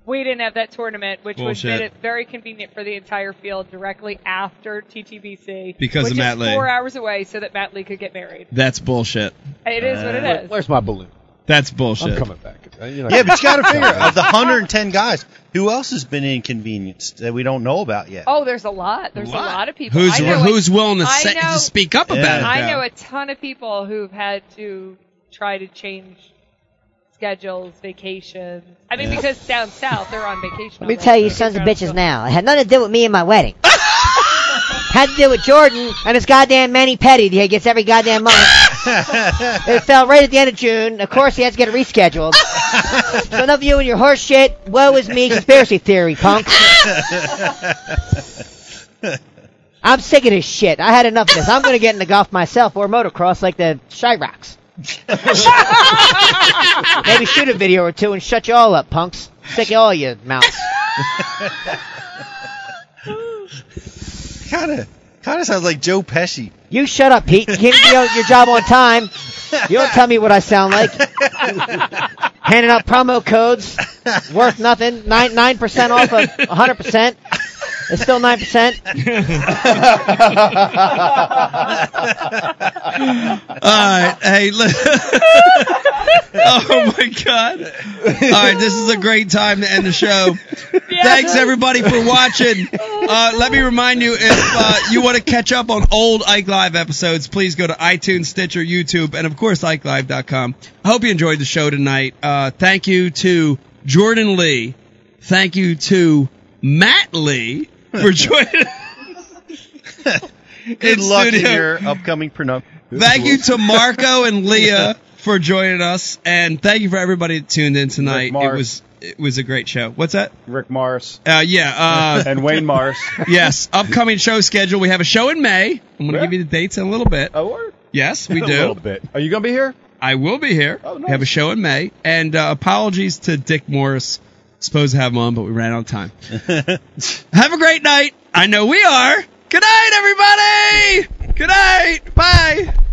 Speaker 8: we didn't have that tournament, which was
Speaker 2: Bullshit.
Speaker 8: made it very convenient for the entire field directly after TTBC.
Speaker 2: Because of
Speaker 8: which
Speaker 2: Matt
Speaker 8: is
Speaker 2: Lee.
Speaker 8: Four hours away so that Matt Lee could get married.
Speaker 2: That's bullshit.
Speaker 8: It is what it is.
Speaker 6: Where's my balloon?
Speaker 2: That's bullshit.
Speaker 6: I'm coming back. Uh, you know-
Speaker 3: Yeah, but you got to figure of the 110 guys, who else has been inconvenienced that we don't know about yet?
Speaker 8: Oh, there's a lot. There's
Speaker 3: Lot.
Speaker 8: a lot of people.
Speaker 3: Who's
Speaker 8: I know
Speaker 3: who's willing to
Speaker 8: I
Speaker 3: say- to
Speaker 8: know-
Speaker 3: speak up about it,
Speaker 8: I
Speaker 3: though?
Speaker 8: know a ton of people who've had to try to change schedules, vacations. I mean,
Speaker 18: Yeah.
Speaker 8: because down south they're on vacation.
Speaker 18: Let me
Speaker 8: all
Speaker 18: tell
Speaker 8: day.
Speaker 18: you, sons of bitches, now. It had nothing to do with me and my wedding. had to do with Jordan and his goddamn Manny Petty that he gets every goddamn month. it fell right at the end of June. Of course, he had to get it rescheduled. so enough of you and your horse shit. Woe is me, conspiracy theory, punk. I'm sick of this shit. I had enough of this. I'm going to get into golf myself or motocross like the Shyrocks. Maybe shoot a video or two and shut you all up, punks. Sick of all you mouths.
Speaker 8: Oh.
Speaker 3: Kind of, kind of sounds like Joe Pesci.
Speaker 18: You shut up, Pete. You can't do your- your job on time. You don't tell me what I sound like. Handing out promo codes worth nothing. Nine nine percent off of hundred percent. It's still nine percent.
Speaker 2: All right, hey, li- oh my god! All right, this is a great time to end the show. Thanks everybody for watching. Uh, let me remind you, if uh, you want to catch up on old Ike Live episodes, please go to iTunes, Stitcher, YouTube, and of course IkeLive.com. I hope you enjoyed the show tonight. Uh, thank you to Jordan Lee. Thank you to Matt Lee for joining.
Speaker 3: Good
Speaker 2: In
Speaker 3: luck
Speaker 2: studio.
Speaker 3: in your upcoming prenup.
Speaker 2: Thank you to Marco and Leah for joining us, and thank you for everybody that tuned in tonight. It was it was a great show. What's that?
Speaker 4: Rick Morris.
Speaker 2: Uh, yeah. Uh,
Speaker 4: and Wayne Morris.
Speaker 2: yes. Upcoming show schedule. We have a show in May. I'm going to give you the dates in a little bit.
Speaker 4: Oh, word.
Speaker 2: Yes, we
Speaker 4: A
Speaker 2: do.
Speaker 4: little bit. Are you going to be here?
Speaker 2: I will be here.
Speaker 4: Oh,
Speaker 2: We have a show in May. And uh, apologies to Dick Morris. Supposed to have him on, but we ran out of time. have a great night. I know we are. Good night, everybody. Good night. Bye.